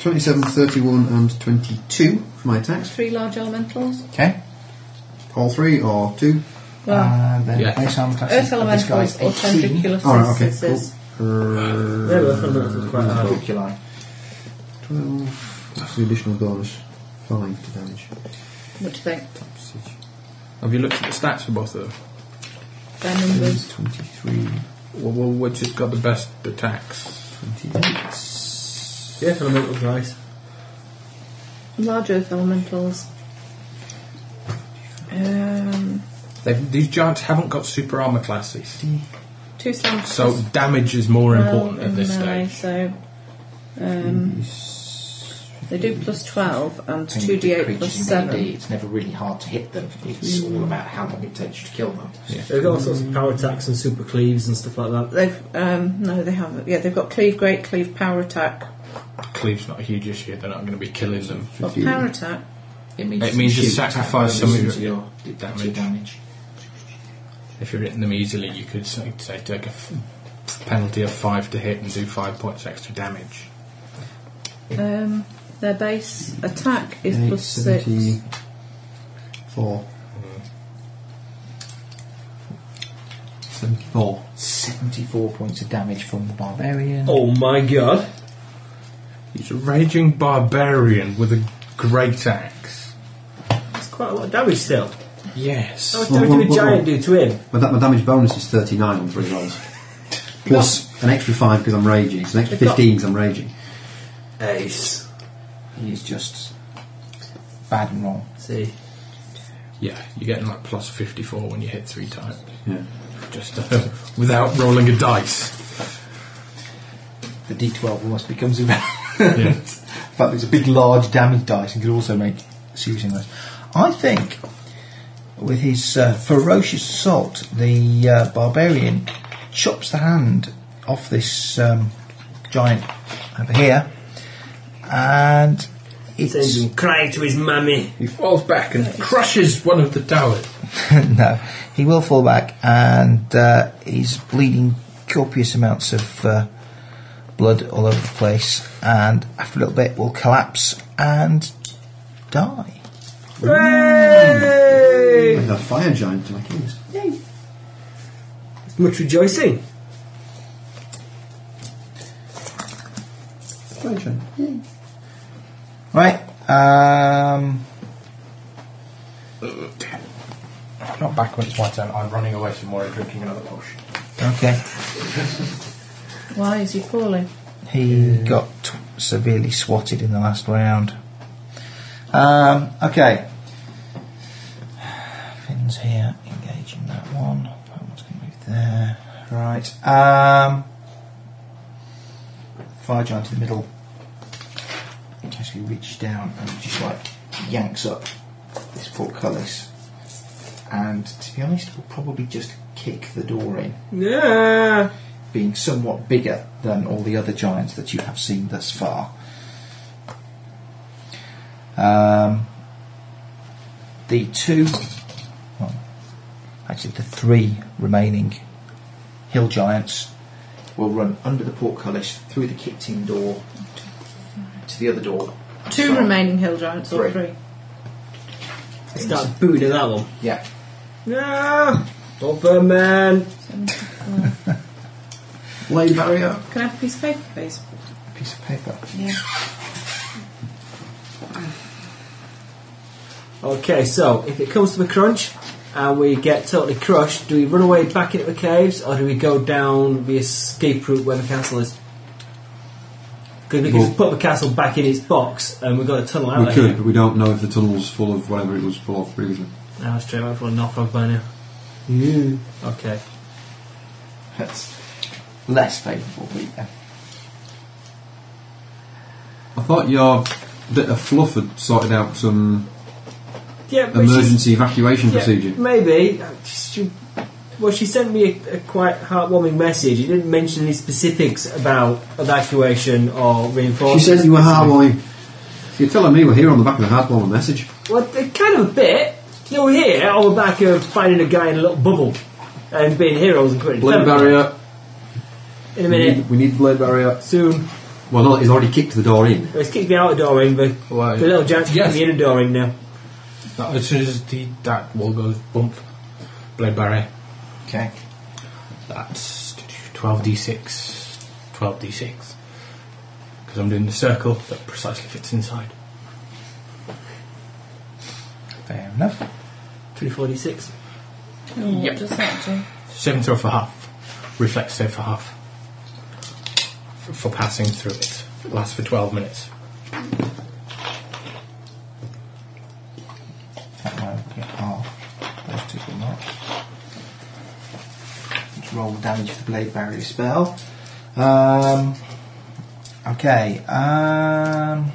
27, 31, and 22 for my attacks.
Three large elementals.
Okay.
All three or two?
Well,
Uh,
And then
Yeah.
base armor class.
Earth
of this
elementals
guy's
or
18.
tendriculus
All right, okay, cool.
is
Uh,
Earth elementals quite hard.
Tendriculi.
12. What's the additional bonus? 5 to damage.
What do you think?
Have you looked at the stats for both of them?
Their numbers.
23,
Well, well, which has got the best attacks?
28.
Yeah, elementals nice.
Large earth elementals. Um,
They've, these giants haven't got super armor classes,
two slams.
so damage is more important at this stage.
So, um, they do plus 12 and 2d8 plus 7.
It's never really hard to hit them. It's all about how long it takes you to kill them.
They've got all sorts of power attacks and super cleaves and stuff like that.
They've um, no, they haven't. Yeah, they've got cleave, great cleave, power attack.
Cleave's not a huge issue. They're not going to be killing them.
What's power attack?
It means,
It means you
shoot
sacrifice
at
some of
them
your-
to your to
damage.
your damage.
If you're hitting them easily, you could say, say take a f- penalty of five to hit and do five points extra damage.
Um, their base attack is
Eight,
plus six.
74. Seventy-four.
74 points of damage from the barbarian.
Oh my god.
He's a raging barbarian with a great axe.
That's quite a lot of damage still.
Yes.
How much damage did a giant do to him?
My, da- my damage bonus is 39 on three rolls. Plus an extra 5 because I'm raging. It's an extra
They've got-
15 because I'm raging.
Ace.
He is just bad and wrong.
See.
Yeah, you're getting like plus 54 when you hit three times.
Yeah.
Just uh, without rolling a dice.
The D12 almost becomes irrelevant.
Yeah.
In fact, there's a big, large damage dice and could also make serious inroads.
I think with his uh, ferocious assault, the uh, barbarian chops the hand off this um, giant over here, and
Sends
it's
him crying to his mummy.
He falls back and crushes one of the towers.
no, he will fall back, and uh, he's bleeding copious amounts of uh, blood all over the place, and after a little bit, will collapse and die.
Like that fire giant to my kings.
It's much rejoicing.
Fire giant.
Right. Um,
I'm not back when it's my turn. I'm running away some more and drinking another potion.
okay.
Why is he poorly?
He got t- severely swatted in the last round. Um, okay. Finn's here, engaging that one. That one's going to move there. Right. Um, fire giant in the middle actually reaches down and just like yanks up this portcullis. And to be honest, will probably just kick the door in
Yeah.
being somewhat bigger than all the other giants that you have seen thus far. Um, the two, well, actually the three remaining hill giants will run under the portcullis through the kicked in door to the other door.
Two
Sorry.
remaining hill giants or
Three.
three?
Start booing at that one.
Yeah.
No. Overman.
Blade barrier.
Can I have a piece of paper, please?
Piece of paper.
Yeah.
Okay, so if it comes to a crunch and we get totally crushed, do we run away back into the caves or do we go down the escape route where the castle is? Because we can just put the castle back in its box and we've got a tunnel out
We
of
could,
it.
but we don't know if the tunnel's full of whatever it was full of previously.
Now it's straight out for a knockfrog by now. Yeah. Okay.
That's less favourable, but yeah.
I thought your bit of fluff had sorted out some
Yeah, but she's-
emergency evacuation
yeah,
procedure.
Maybe. Uh, She, well, she sent me a, a quite heartwarming message. It didn't mention any specifics about evacuation or
She
reinforcements.
says you were heartwarming. You're telling me we're here on the back of a heartwarming message.
Well, they kind of a bit. They were here on the back of finding a guy in a little bubble and being heroes and quitting.
Blade barrier.
In a
We
minute.
need, we need blade barrier.
Soon.
Well, no, he's already kicked the door in.
It's kicked me out of the door ring, but
Why?
the little giant's kicking
Yes.
me in the door ring now.
That- As soon as the, that wall goes bump, blade barrier.
Okay.
That's 12d6. 12d6. Because I'm doing the circle that precisely fits inside.
Fair enough.
246.
Oh, what does that do?
Saving throw for half. Reflex save for half. For, for passing through it. Lasts for 12 minutes.
That might be half. Those two will not. Let's roll the damage of the blade barrier spell. Um, okay. Um,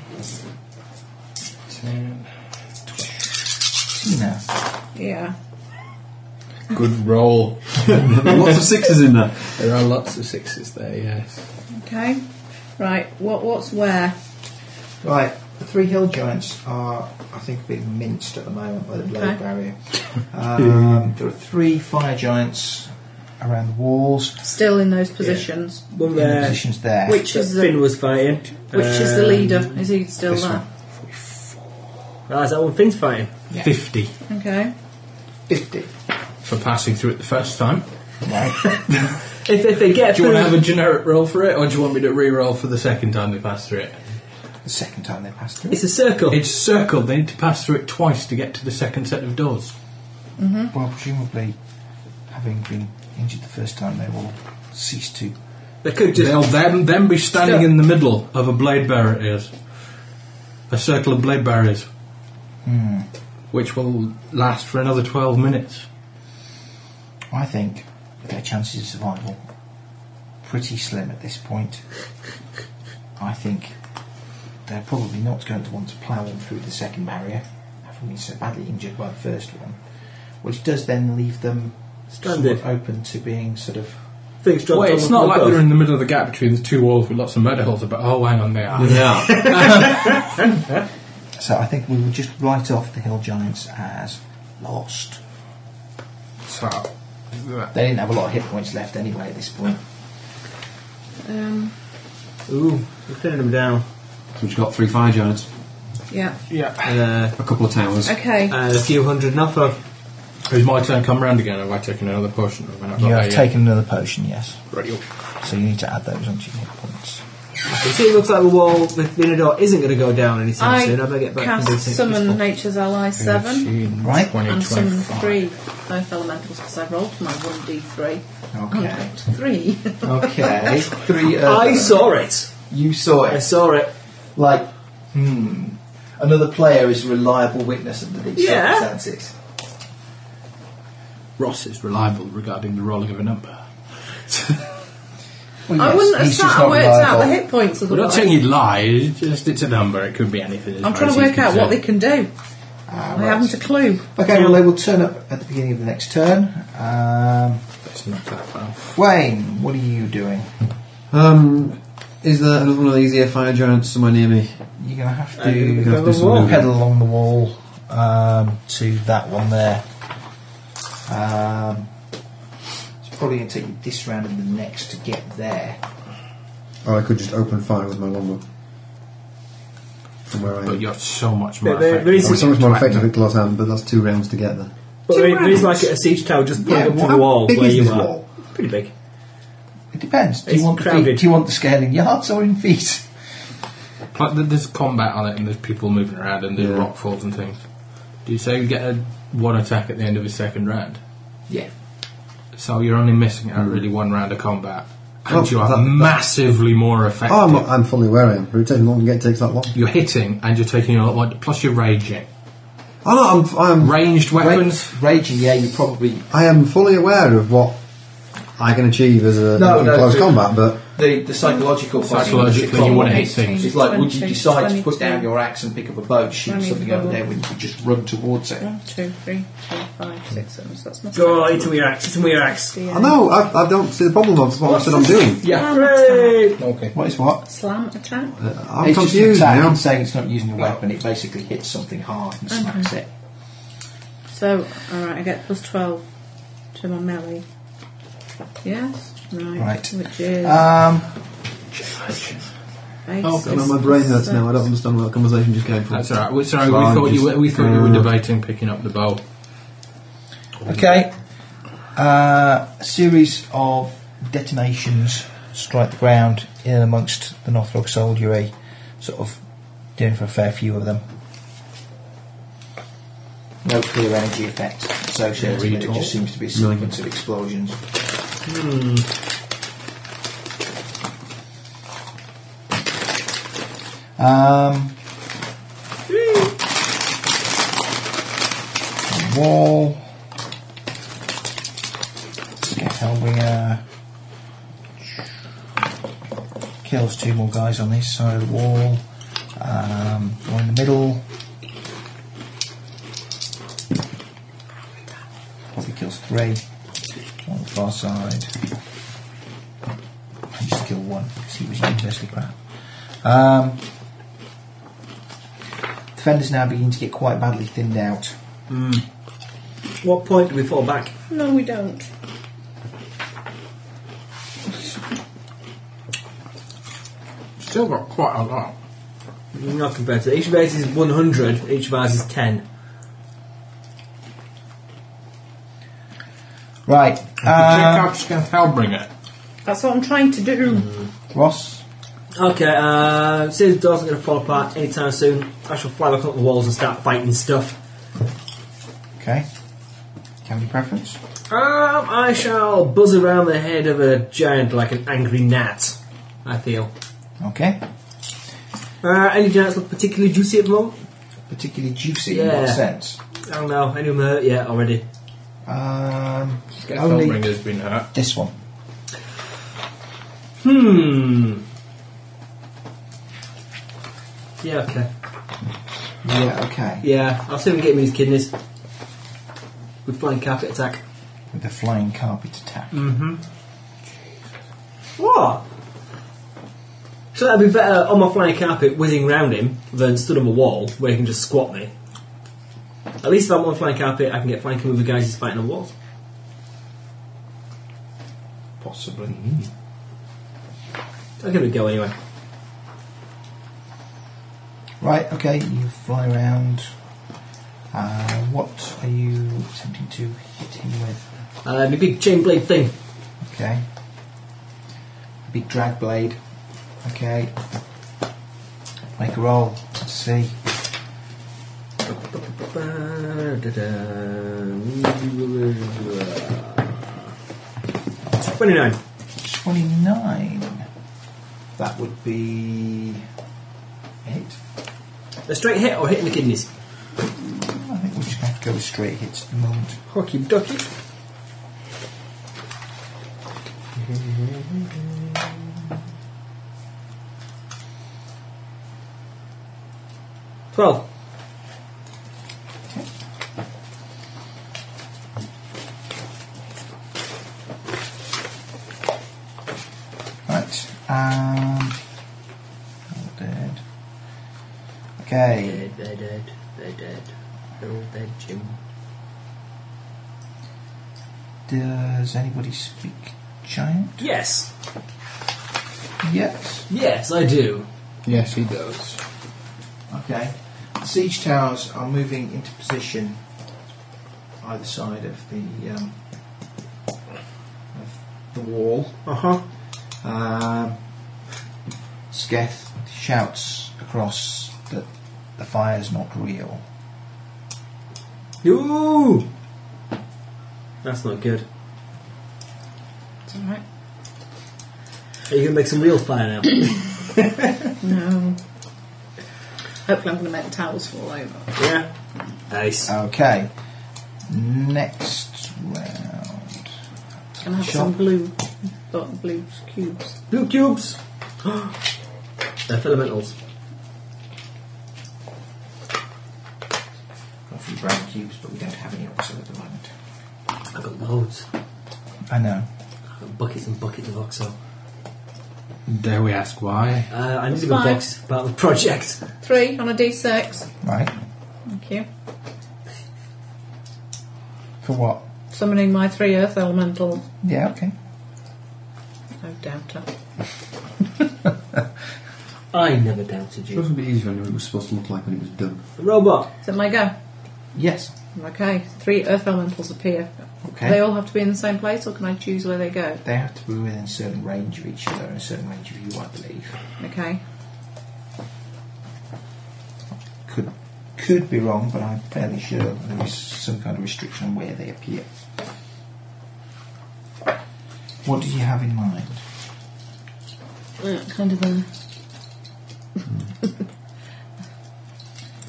10.
Tina.
Yeah.
Good roll.
Lots of sixes in there.
There are lots of sixes there, yes.
Okay. Right. What? What's where?
Right, the three hill giants are, I think, a bit minced at the moment by the blade
Okay.
barrier. Um, there are three fire giants around the walls.
Still in those positions.
One
in
there.
positions there.
Which
that
is
Finn
the
was fighting.
Which is the
Um,
leader? Is he still
this
there?
Ah, is that one Finn's fighting?
50
Okay.
Fifty.
for passing through it the first time.
Right.
If, if they get
Do you want
through-
to have a generic roll for it, or do you want me to re-roll for the second time they pass through it?
the second time they passed through.
It's a circle.
It's circled. They need to pass through it twice to get to the second set of doors.
Well, presumably, having been injured the first time, they will cease to.
They could just.
They'll then, then be standing
Stop.
in the middle of a blade barriers, a circle of blade barriers, Hmm. which will last for another twelve minutes.
I think their chances of survival pretty slim at this point. I think they're probably not going to want to plough on through the second barrier, having been so badly injured by the first one, which does then leave them
Stranded.
somewhat open to being sort of
Things dropped
Wait,
on
it's
one
not
from
like
above.
they're in the middle of the gap between the two walls with lots of murder holes. But oh, hang on, they are.
Yeah.
So I think we will just write off the Hill Giants as lost.
So,
They didn't have a lot of hit points left anyway at this point.
Um.
Ooh, we're thinning them down.
so we've got three fire giants,
Yeah.
yeah.
Uh,
a couple of towers.
Okay.
and a few hundred Nothog.
Is my turn come round again? Have I taken another portion? Have I not got
You
there
have
yet?
taken another potion, yes.
Right,
So you need to add those onto your hit points.
You see, it looks like the wall, the inner door isn't going to go down anytime
I
soon. I better get back
cast
to things.
summon nature's ally seven
Right.
and summon three both elementals because I rolled my one d three.
Okay.
Three.
okay. Three. Uh,
I saw it.
You saw
I
it.
saw it.
Like, hmm. Another player is a reliable witness under these
Yeah.
circumstances.
Ross is reliable regarding the rolling of a number.
Well,
I
yes,
wouldn't have
he's just
sat and
not
worked out the
reliable.
hit points of the
We're not
lot.
saying he'd lie, it's just it's a number, it could be anything. as
I'm
far
trying
as
to
he's
work out what they
concerned.
can do.
Ah,
I
right.
haven't a clue.
Okay, well, they will turn up at the beginning of the next turn. Um,
It's not that well.
Wayne, what are you doing?
Um, is there another one of these here fire giants somewhere near me?
You're going to have
I'm gonna
to
go
Have this
along.
one.
pedal along the wall um, to that one there. Um, it's probably going to take you this round and the next to get there.
Or I could just open fire with my longbow. From where I
But
am.
you're so much more
But there-
effective.
there is-
I was so much more effective at Glot Hand, but that's two rounds to get there.
But there is- there is like a siege tower just put up
Yeah,
to
well,
the
how
wall
big
where
is
you
this
are.
wall?
Pretty big.
It depends. Do
It's
you want the
crowded.
feet, do you want the scale in yards or in feet?
Like, there- there's combat on it and there's people moving around and there's
Yeah.
rock falls and things. Do you say you get a one attack at the end of his second round?
Yeah.
So you're only missing out really one round of combat. And
Oh,
you are
that- that-
massively more effective.
Oh, I'm, I'm fully aware I am, but it takes long to get it takes that long.
you're hitting and you're taking a lot more, plus you're raging.
Oh no, I'm, I'm,
Ranged weapons,
Raging, yeah, you probably
I am fully aware of what I can achieve as a
No,
in
no,
close
dude.
combat, but
the the psychological fighting is
psychologically, you want to hit
problem.
things.
It's like, would you
20,
decide to put
22.
down your axe and pick up a bow to shoot something over there? Would you just run towards it?
One, two, three, four, five, six, seven. So that's my
Go on, it's a weird axe. It's a weird axe.
Yeah.
I know I, I don't see the problem of what I said I'm doing.
Yeah.
Hooray!
Okay.
What is what?
uh, Slam attack.
I'm
it's just an
confused
attack.
now.
It's saying it's not using a weapon. It basically hits something hard and smacks it.
So, alright, I get plus 12 to my melee. Yes? Right.
Right.
Which is
Um,
eight,
Oh,
six,
no, my brain hurts
seven.
now. Ah. I don't understand where that conversation just came from.
That's all right. We're sorry. We
Fine,
thought you
just-
were, we thought you were
Uh,
debating picking up the bowl.
okay. Uh, a series of detonations strike the ground in and amongst the Northrog soldiery, sort of doing for a fair few of them. No clear energy effect associated with it. It just seems to be a sequence of explosions. Um, Um, wall. Get how we uh, kills two more guys on this side of the wall. Um, one in the middle. Probably kills three. One on the far side. I just kill one because he was universally crap. Um, defenders now begin to get quite badly thinned out.
What point do we fall back?
No, we don't.
Still got quite a lot.
Not compared to each base is 100, each of ours is 10.
Right.
Check
Uh,
out Scan Hellbringer.
That's what I'm trying to do.
uh, Ross.
Okay, uh, since the door's not going to fall apart anytime soon, I shall fly back up the walls and start fighting stuff.
Okay. Candy preference.
Um, I shall buzz around the head of a giant like an angry gnat, I feel.
Okay.
Uh, any giants look particularly juicy at the moment?
Particularly juicy in what
Yeah.
sense?
I don't know, any of them hurt yet already?
Um,
Scan
only
Hellbringer's been hurt.
this one.
Hmm. Yeah, okay.
Yeah. Okay.
Yeah, I'll see if we can get him in his kidneys. With flying carpet attack.
With the flying carpet attack.
What? So that'd be better on my flying carpet whizzing round him than stood on a wall where he can just squat me. At least if I'm on flying carpet, I can get flanking with the guys who's fighting on walls.
Possibly.
I'll give it a go anyway.
Right. Okay. You fly around. Uh, what are you attempting to hit him with?
Uh, my big chain blade thing.
Okay. Big drag blade. Okay. Make a roll. Let's see.
Twenty-nine.
29. That would be. Hit.
A straight hit or hit in the kidneys.
I think we're just going to have to go with straight hits at the moment.
Hockey ducky. Twelve.
Right. Um. all Dead. Okay.
they're dead, they're dead. They're all dead, Jim.
Does anybody speak giant?
Yes,
Yes.
yes, I do.
Yes, he does.
Okay. The siege towers are moving into position either side of the um, of the wall.
Uh huh.
Um, Sketh shouts across that the fire's not real.
Ooh! That's not good.
It's alright.
Are you gonna make some real fire now?
No. Hopefully, I'm going to make the towels fall over.
yeah. Nice.
Okay. Next round.
Can I have
Sure.
some blue, dark blue cubes?
Blue cubes! They're filamentals.
Got a few brown cubes, but we don't have any oxo at the moment.
I've got loads.
I know.
I've got buckets and buckets of oxo.
Dare we ask why?
Uh, I need to go
Five.
box about the project.
Three on a d6.
Right.
Thank you.
For what?
Summoning my three earth elemental.
Yeah, okay.
No doubter.
I never doubted
It was
you.
a bit easier when it was supposed to look like when it was done.
The robot.
Is it my go?
Yes.
Okay, three earth elementals appear.
Okay.
They all have to be in the same place, or can I choose where they go?
They have to be within a certain range of each other and a certain range of you, I believe.
Okay.
Could could be wrong, but I'm fairly sure there is some kind of restriction on where they appear. What did you have in mind?
Kind of a.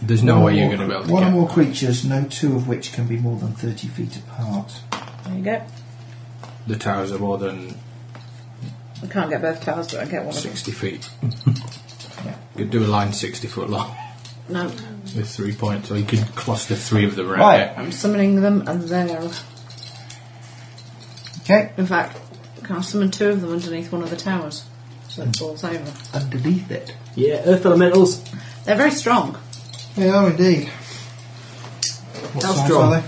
There's no
One
way
or
you're
more
going to be
cre-
able to
One or
get.
more creatures, no two of which can be more than 30 feet apart.
There you go.
The towers are more than
I can't get both towers, but I get one of them.
60 feet.
Yeah.
You could do a line 60 foot long
No.
with three points, or you could cluster three of them around
Right.
it.
I'm summoning them and there.
Okay,
In fact, can I summon two of them underneath one of the towers? So it falls over.
underneath it.
Yeah, Earth Elementals.
They're very strong.
They are indeed.
What
How
size
strong?
are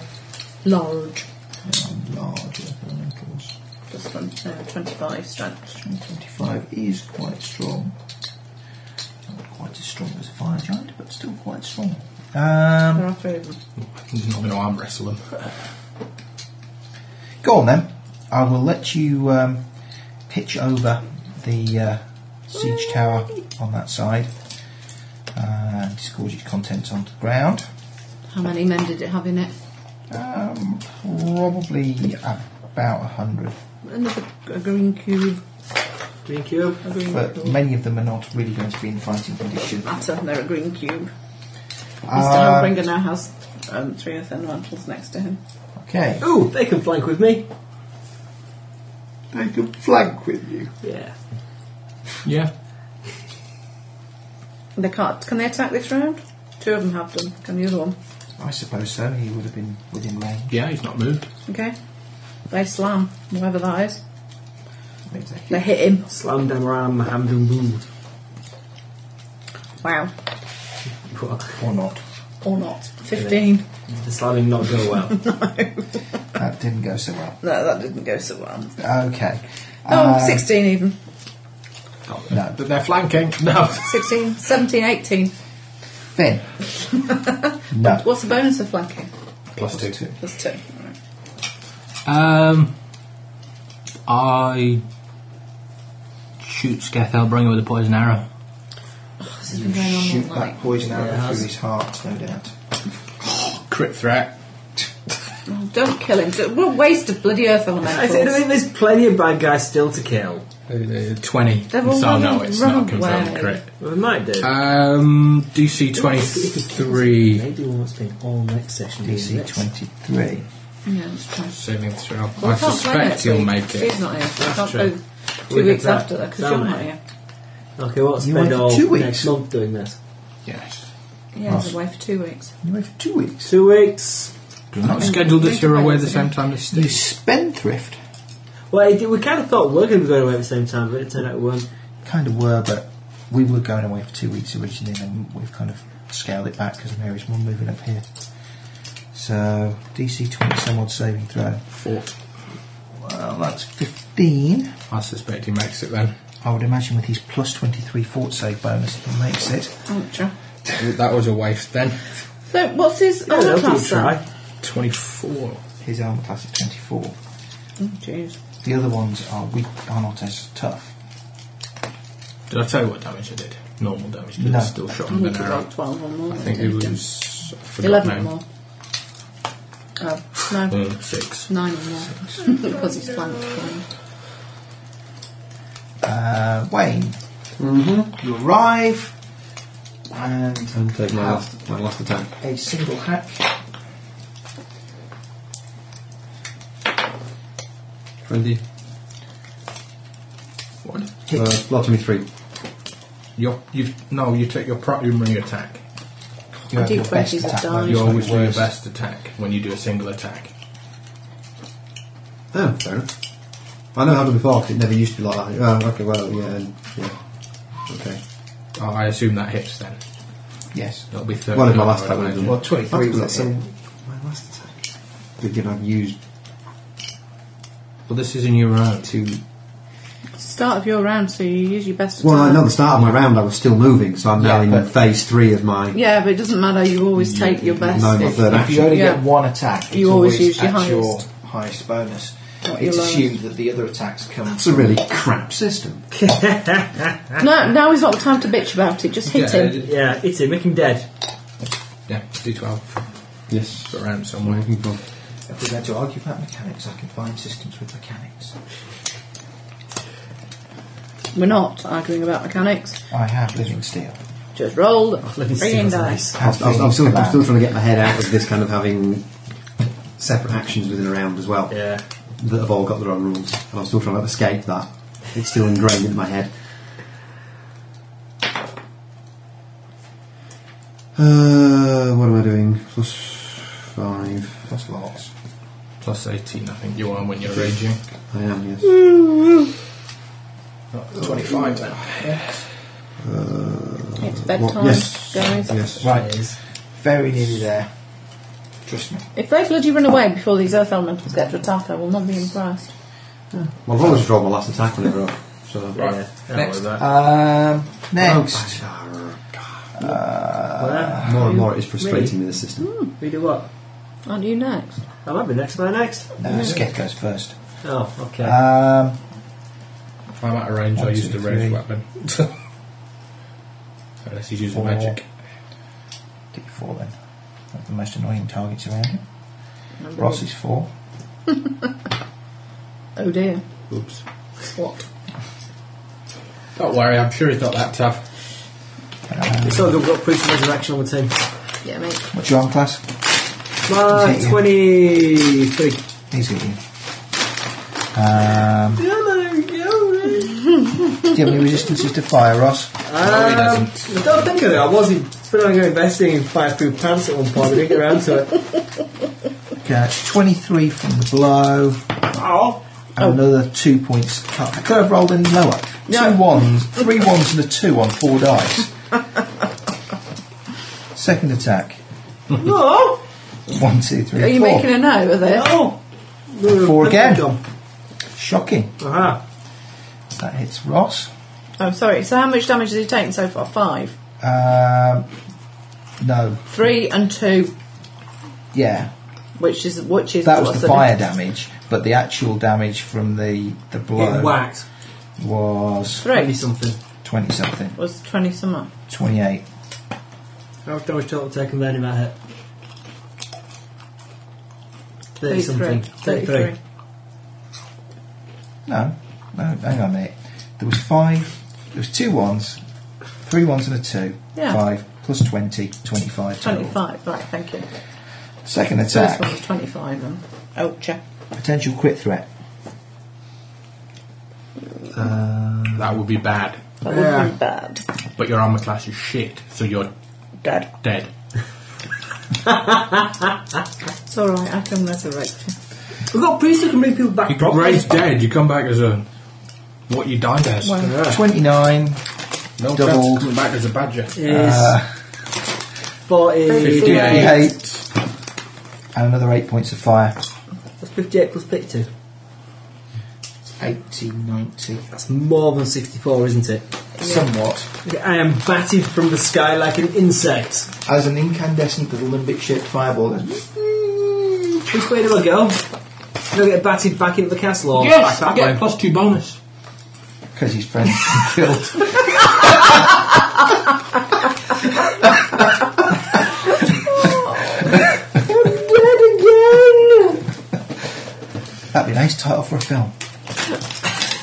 Large.
they? Large elementals.
Plus one, uh, 25 strength.
25 is quite strong. Not quite as strong as a fire giant, but still quite strong. Um,
There are three of them.
You're not going to arm wrestle them.
Go on then. I will let you um, pitch over the uh, siege tower on that side uh, and disgorge its contents onto the ground.
How many men did it have in it?
Um, probably about a hundred,
Another a green cube.
Green Cube.
A green
but
cube.
many of them are not really going to be in fighting condition.
That's a, they're a green cube.
Uh,
Mr. Hellbringer now has um, three of the elementals next to him.
okay.
Ooh, they can flank with me.
They can flank with you.
Yeah.
Yeah.
They can't. Can they attack this round? Two of them have done. Can the other one?
I suppose so. He would have been within range.
Yeah, he's not moved.
Okay. They slam, whatever that is.
Maybe they
They hit him.
Slam dam ram ham dum boom.
Wow.
Well,
Or not.
Or not. 15.
The slamming not go well.
That didn't go so well.
No, that didn't go so well.
Okay.
Oh,
Uh,
16 even.
No.
But they're flanking. No.
16, 17, 18.
Finn. no.
What's the bonus of flanking?
Plus two.
Plus two. Alright.
Um, I shoot Sketh Elbringer with a poison arrow.
This has been going on
Shoot
all night.
that poison arrow through his heart, no doubt.
Crit threat.
Oh, don't kill him. Don't- What a waste of bloody
I
earth
said, I
elementals.
mean, there's plenty of bad guys still to kill.
Uh, 20.
They've all
so, no,
run-
it's
run
not confirmed
away.
crit.
Well, they might do.
Um, DC 23.
Maybe we'll spend all next session doing
DC
this.
23.
Yeah, let's try.
Saving throw.
Well,
I
we can't play
suspect
next
he'll
week.
make it.
Steve's not here. so we can't
true.
do
We
two
can
weeks
play-
after that because
Sam
you're
might.
not here.
Okay, we'll
You went
spend
for
all
two
next
weeks.
month doing this.
Yes.
Yeah, he's away for two weeks.
You wait for two weeks.
Two weeks.
Do not schedule this, you're away the same time as
You
Steve.
spendthrift.
Well, it, we kind of thought we were going to be going away at the same time, but it turned out we weren't.
Kind of were, but we were going away for two weeks originally, and then we've kind of scaled it back because Mary's one moving up here. So, DC 20 somewhat saving throw.
Four.
Well, that's 15.
I suspect he makes it then.
I would imagine with his plus 23 fort save bonus, he makes it.
Ultra.
That was a waste then.
So, what's his
Oh,
I don't know,
armor
give it a
class then?
try.
24.
His armor class is 24.
Oh, Jeez.
The other ones are weak, are not as tough.
Did I tell you what damage I did? Normal damage. 'cause
No.
I still shot him
We
with
could
an arrow.
roll 12 or more.
I think it was. I forgot
11
now.
or more. Oh, no.
Mm, six.
Nine or more. because he's flanked.
Uh, Wayne, you arrive and
And take my last, my last attack.
a single hack.
Twenty.
What?
Uh, lot me three.
Your, you no, you take your platinum ring attack.
You have your
D20s
best
have
attack.
died.
bonus,
You
not
always do your
worst.
best attack when you do a single attack.
Oh, fair enough. I know how to before 'cause it never used to be like that. Oh, okay, well, yeah, and, yeah. Okay.
Oh, I assume that hits then.
Yes.
It'll be 30.
One of my last
I
attack
would
would have done.
imagine.
Well, 23 was
Fuck,
that
that's
hit.
a- My last attack. But again, I've used
Well, this is in your round.
two.
It's the start of your round, so you use your best.
Well, I
attack.
know the start of my round I was still moving, so I'm now
Yeah,
in
but-
phase three of my.
Yeah, but it doesn't matter. You always take your best.
No, my
if-
third
If you
action.
only
Yeah.
get one attack,
You
it's
always
always
use your
at your
highest.
highest bonus.
Not your
It's
lowest.
assumed that the other attacks come.
It's a really crap system.
No, now is not the time to bitch about it. Just hit him.
Yeah, hit him, make him dead.
Yeah, D12.
Yes.
Got around somewhere.
If we're going to argue about mechanics, I can find systems with mechanics.
We're not arguing about mechanics.
I have living steel.
Just roll
Oh,
the frigging dice.
I'm, I'm- I'm still, I'm still trying to get my head out of this kind of having separate actions within a round as well
Yeah.
that have all got their own rules, and I'm still trying to escape that. It's still ingrained in my head. Uh, what am I doing? Plus five.
Plus lots.
Plus 18, I think you are when you're raging.
I am, yes.
Not 25 then.
It's bedtime,
yes.
guys.
Yes.
Right. Very nearly there. Trust me.
If they bloody run away before these earth elementals get to attack, I will not be impressed.
Well, I've always rolled my last attack whenever I. So.
Right.
Next. Um, next.
Well,
More and more it is frustrating me, the system.
we do what?
Aren't you next?
I might be next by next.
No, Skip goes first.
Oh, okay.
Um,
If I'm out of range, I
One,
use the
two,
rage
three.
weapon. Unless he's using
Four.
magic.
did before then. One of the most annoying targets around him. Ross is four.
Oh dear.
Oops.
What?
Don't worry, I'm sure he's not that tough.
it's all good, we've got priest of resurrection on the team.
Yeah, mate.
What's your arm class?
My
Is that you?
23.
He's good. Um, do you have any resistances to fire, Ross?
No, he doesn't.
Um, I don't think of it. I was planning on investing in fireproof pants at one point, I didn't get around to it.
Okay, 23 from the blow.
Oh.
And another two points cut. I could have rolled any lower. Two ones, three ones and a two on four dice. Second attack.
No!
One, two, three,
Are you
four.
making a no of this?
Oh!
Four again. Shocking.
Aha.
That hits Ross.
Oh, sorry. So how much damage has he taken so far? Five.
Um, no.
Three and two,
Yeah.
which is which is
That
what I
was the
said.
fire damage, but the actual damage from the, the
Getting
blow
whacked.
was
Maybe
Three
something.
20 something.
was twenty something.
28.
How much damage total taken then in that hit? 30 something. 33.
Thirty-three.
No, no, hang on a minute. There was five, there was two ones, three ones and a two,
Yeah.
five, plus 20, 25 total.
Twenty-five. Right. Thank you.
Second
First
attack,
one was twenty-five. Then. Ouch.
potential quit threat.
That would be bad.
That would be bad.
But your armor class is shit, so you're
Dead.
dead.
It's all right. I can resurrect you.
We've got priests who can bring people back
You get
properly.
raised dead, you come back as a. What you died as.
Well,
29,
no chance
double.
of coming back as a badger.
Is
Uh,
40.
58.
58, and another eight points of fire.
That's 58 plus 52.
80, 90.
That's more than 64, isn't it?
Somewhat.
I am batted from the sky like an insect.
As an incandescent little limbic shaped fireball. goes,
Which way do I go? Do I get batted back into the castle or
Yes, I
back that
get a
way?
plus two bonus.
Because his friend's been killed. That'd be a nice title for a film.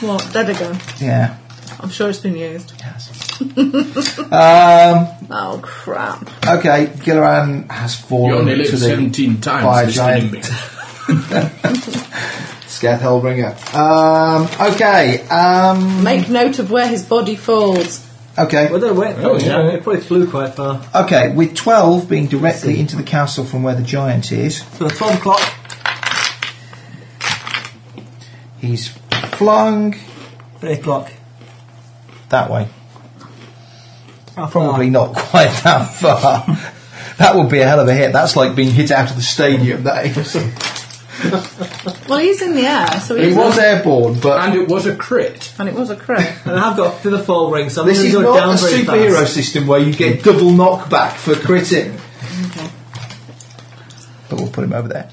what? Dead again.
Yeah.
I'm sure it's been used.
Yes. um,
Oh crap.
okay, Gilliran has fallen to the fire giant Scath Hellbringer. Um, okay, um,
Make note of where his body falls.
okay.
Well, don't wait.
Oh, yeah.
It probably flew quite far.
Okay, with 12 being directly into the castle from where the giant is,
So 12 o'clock.
he's flung
8 o'clock.
that way. Probably not quite that far. that would be a hell of a hit. That's like being hit out of the stadium. That is.
Well, he's in the air, so he's
It was airborne, but
And it was a crit.
and it was a crit.
And I have got to the fall ring, so I'm
this
going
is
to go
not
down
a
very
superhero
fast.
system where you get double knockback for critting. But we'll put him over there.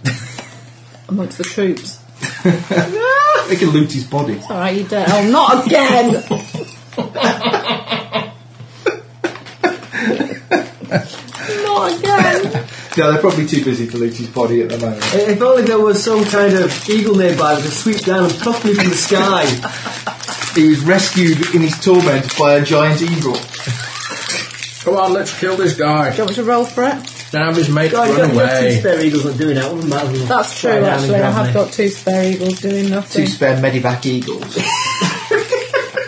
amongst the troops.
they can loot his body.
All right, you dead. Oh, not again! not again!
No, they're probably too busy to loot his body at the moment.
If only there was some kind of eagle nearby that could sweep down and pluck me from the sky.
He was rescued in his torment by a giant eagle.
Come on, let's kill this guy.
Do you want me to roll for it?
Now have his mate
God,
run
you've got two
away.
spare eagles not doing that. One might as well
That's
try
true,
down and
actually. I
grab me.
have got two spare eagles doing
Two
nothing.
spare medivac eagles.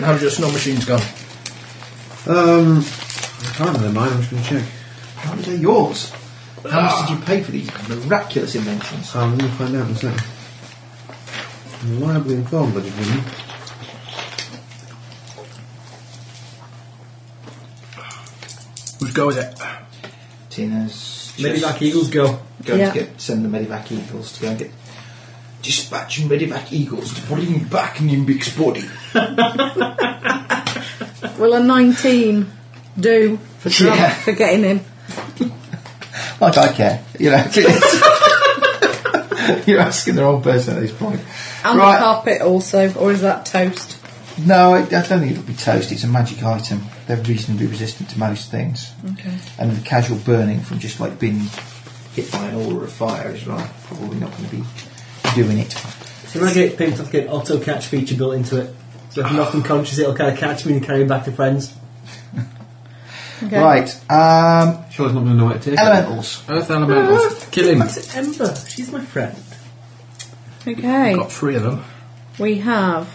Now just no machine's gone.
Um, I can't remember mine, I'm just going to check.
How many are yours? How much did you pay for these miraculous inventions?
Um, I'm going to find out in a second. I'm reliably informed, but you
Whose go is it?
Tina's just
Medivac eagles go.
going
Yeah.
to get send the medivac eagles to go and get dispatch your medivac eagles to put him back in Nimbic's body.
Will a 19 do for, tra-
Yeah.
for getting him?
Like I care, you know. it's- You're asking the wrong person at this point.
And
right?
the carpet also, or is that toast?
no, I, I don't think it'll be toast. It's a magic item. They're reasonably resistant to most things.
Okay.
and the casual burning from just like being hit by an aura of fire is right. Probably not going to be doing it.
So when I get picked up, get an auto catch feature built into it. So if I'm not unconscious, it'll kind of catch me and carry me back to friends.
okay.
Right, um,
didn't. Sure, it's not going to know what it takes.
elementals.
Earth elementals. Kill him.
It's Ember. She's my friend.
Okay.
Got three of them.
We have,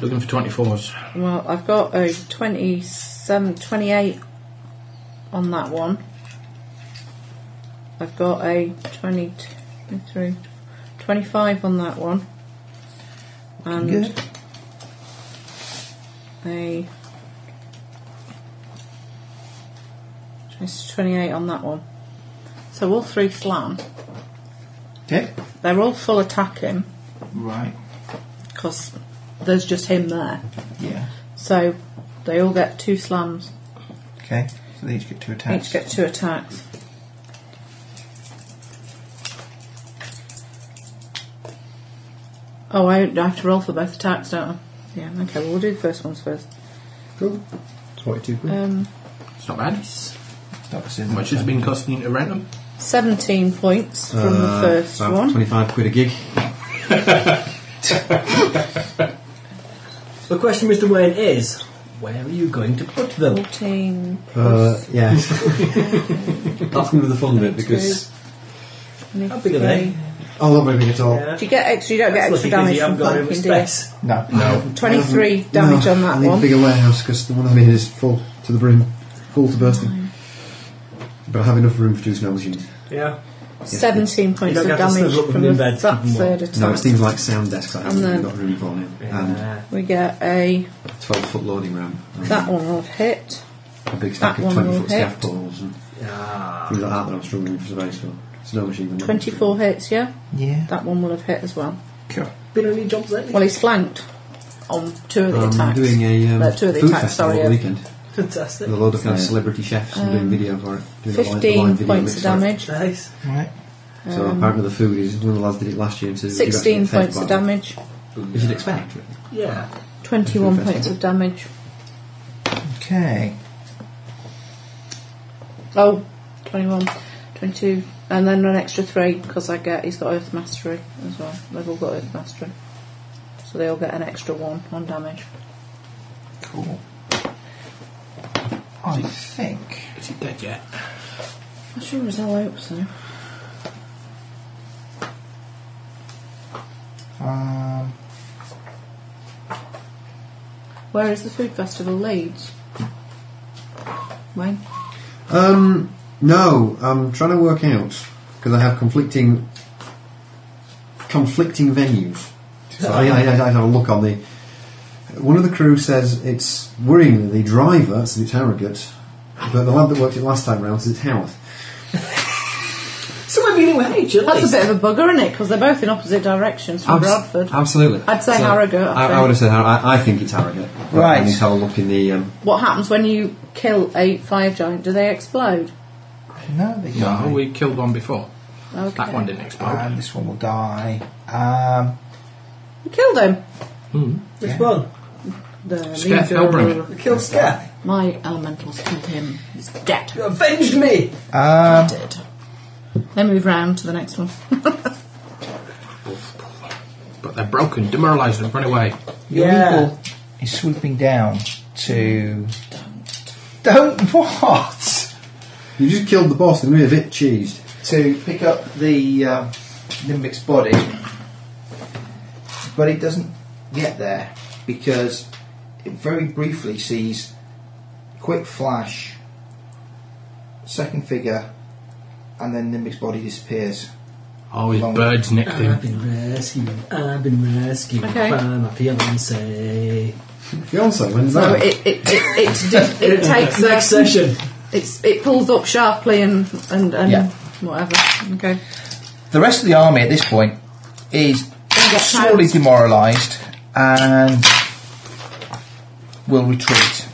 Looking for 24s.
well, I've got a 27, 28 on that one. I've got a 20, 23, 25 on that one. And
Good.
a. It's 28 on that one. So all three slam.
Okay.
They're all full attacking
Right.
because there's just him there.
Yeah.
So they all get two slams.
Okay. So they each get two attacks.
Each get two attacks. Oh, I, I have to roll for both attacks, don't I? Yeah, okay, well, we'll do the first ones first.
Forty-two.
Um,
It's not bad.
That was in
How much has it been costing you to rent them?
17 points from
Uh,
the first
about
one.
25 quid a gig.
The question, Mr. Wayne, is where are you going to put them?
14
Uh,
plus
yeah. That's going to be the fun bit because.
23.
How big are they?
Oh, not very big at all.
Yeah.
Do you get extra? You don't get
That's lucky 'cause
extra damage
you haven't
from
got very much
flanking, do you?
space.
No.
No.
23 damage
No,
on
I
that
need a
one.
bigger warehouse because the one I'm in is full to the brim, full to bursting. But I have enough room for two snow machines.
Yeah.
17
You
points
don't
of
have to
damage
snuggle up with
from the,
him in bed.
that third attack.
No, it's things like sound desks I haven't
And
really
then-
got room for now. And
Yeah.
We get a
12 foot loading ramp. and
that one will hit.
A big stack
that
of
one
20
will
foot
hit.
staff poles and
Ah.
things like that that I'm struggling for space for. Snow machines and
24 hits, yeah.
Yeah.
That one will have hit as well.
Cool.
Been on any jobs lately?
Well, he's flanked on two of the
I'm
attacks.
doing a um,
Uh, two of the
food
attacks,
festival
sorry,
at the
yeah.
weekend
Fantastic.
with a load of kind of celebrity chefs and doing video for it. Doing a line- a
15
line video
points
mix
of
for it.
damage.
Nice.
Right.
So apparently the food is one of the lads did it last year and says
16 points of damage.
As you'd expect. really.
Yeah.
21 points of damage.
Okay.
Oh, 21, 22. And then an extra three because I get he's got Earth Mastery as well. They've all got Earth Mastery, so they all get an extra one on damage.
Cool. I think.
Is he dead yet?
I sure as hell hope so.
Um,
Where is the food festival? Leeds. Wayne.
Um, no, I'm trying to work out because I have conflicting conflicting venues. So I, I, I, I have a look on the. One of the crew says it's worryingly the driver says it's Harrogate, but the lad that worked it last time round says it's Haworth.
Somewhere dealing with H at
That's
least.
a bit of a bugger, isn't it? Because they're both in opposite directions from
Abs-
Bradford.
Absolutely.
I'd say Harrogate, I
I, I
think.
would have said Harrogate. I, I think it's Harrogate.
Right.
And this whole look in the. Um,
What happens when you kill a fire giant? Do they explode?
No, they
No,
die.
we killed one before.
Okay.
That one didn't explode.
And this one will die. Um,
You killed him.
Which one?
The
Scat
leader of
Elbring.
We killed Scat.
My elementals killed him. He's dead.
You avenged me!
um,
Dead. Then move round to the next one.
But they're broken, demoralised, and run away.
your
Yeah.
eagle is swooping down to. Don't. what?
You just killed the boss and made a bit cheesed.
To pick up the uh, Nimbic's body, but it doesn't get there because it very briefly sees quick flash, second figure, and then Nimbic's body disappears.
Oh, his
Long-
birds nicked
I've
him.
been rescued. I've been rescued
Okay.
by my fiance.
Fiance, when's
So
that?
Oh, it it, it, it, it takes
Next
a,
session.
it's it pulls up sharply and and, and
Yeah.
whatever. Okay.
The rest of the army at this point is
get
sorely
pounced.
demoralised and will retreat.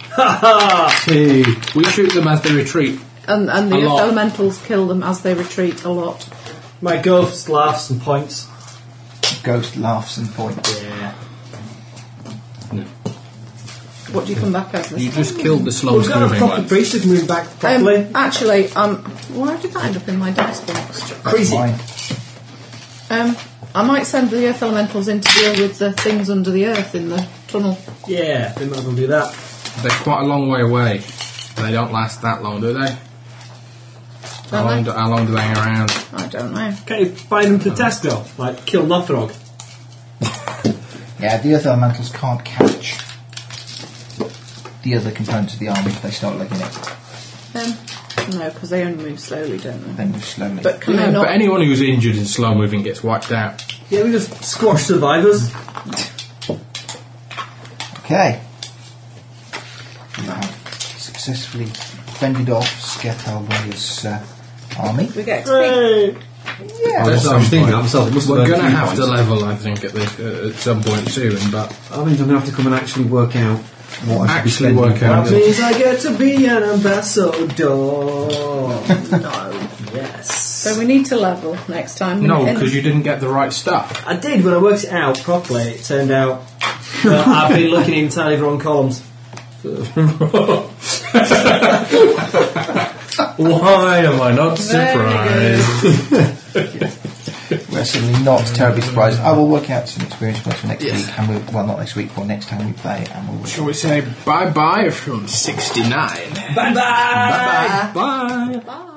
We shoot them as they retreat.
And and
A
the
lot.
elementals kill them as they retreat a lot.
My ghost laughs and points.
Ghost laughs and points.
Yeah.
What do you come back as?
You
This
just killed the
We've
slowest
got a
moving
proper
one.
breach that can move back
um,
properly.
actually, um, why did that end up in my dice box?
That's
Crazy.
fine.
Um, I might send the earth elementals in to deal with the things under the earth in the tunnel.
Yeah, they might as well do that.
They're quite a long way away. They don't last that long, do they? How
Don't
long
they?
do, how long do they hang around?
I don't know.
Can you bind them to Tesco? Like, kill Nothrog.
Yeah, the other elementals can't catch the other components of the army if they start legging it.
Um, no, because they only move slowly, don't they?
They move slowly.
But can
Yeah,
they not?
but anyone who's injured and slow moving gets wiped out.
Yeah, we just squash survivors.
okay. You have successfully fended off Skethalway's uh, army.
we get XP.
Hey!
Yeah.
At
That's what I
some
was thinking.
point.
I'm sorry, it must have
We're
been
going to
three
have
points.
to level, I think, at, this, uh, at some point soon. But
I mean, I'm going to have to come and actually work out what I should be
Actually
spending
work
my
out.
That
money on.
means I get to be an ambassador. no. Yes.
So we need to level next time.
no,
And-
because you didn't get the right stuff.
I did when I worked it out properly. It turned out that I've been looking in entirely wrong columns.
Why am I not
Very good.
We're certainly not terribly surprised. I will work out some experience points for next week, and we'll, well, not next week, but next time we play, and we'll.
Shall we say bye bye from 69?
Bye bye!
Bye.
Bye.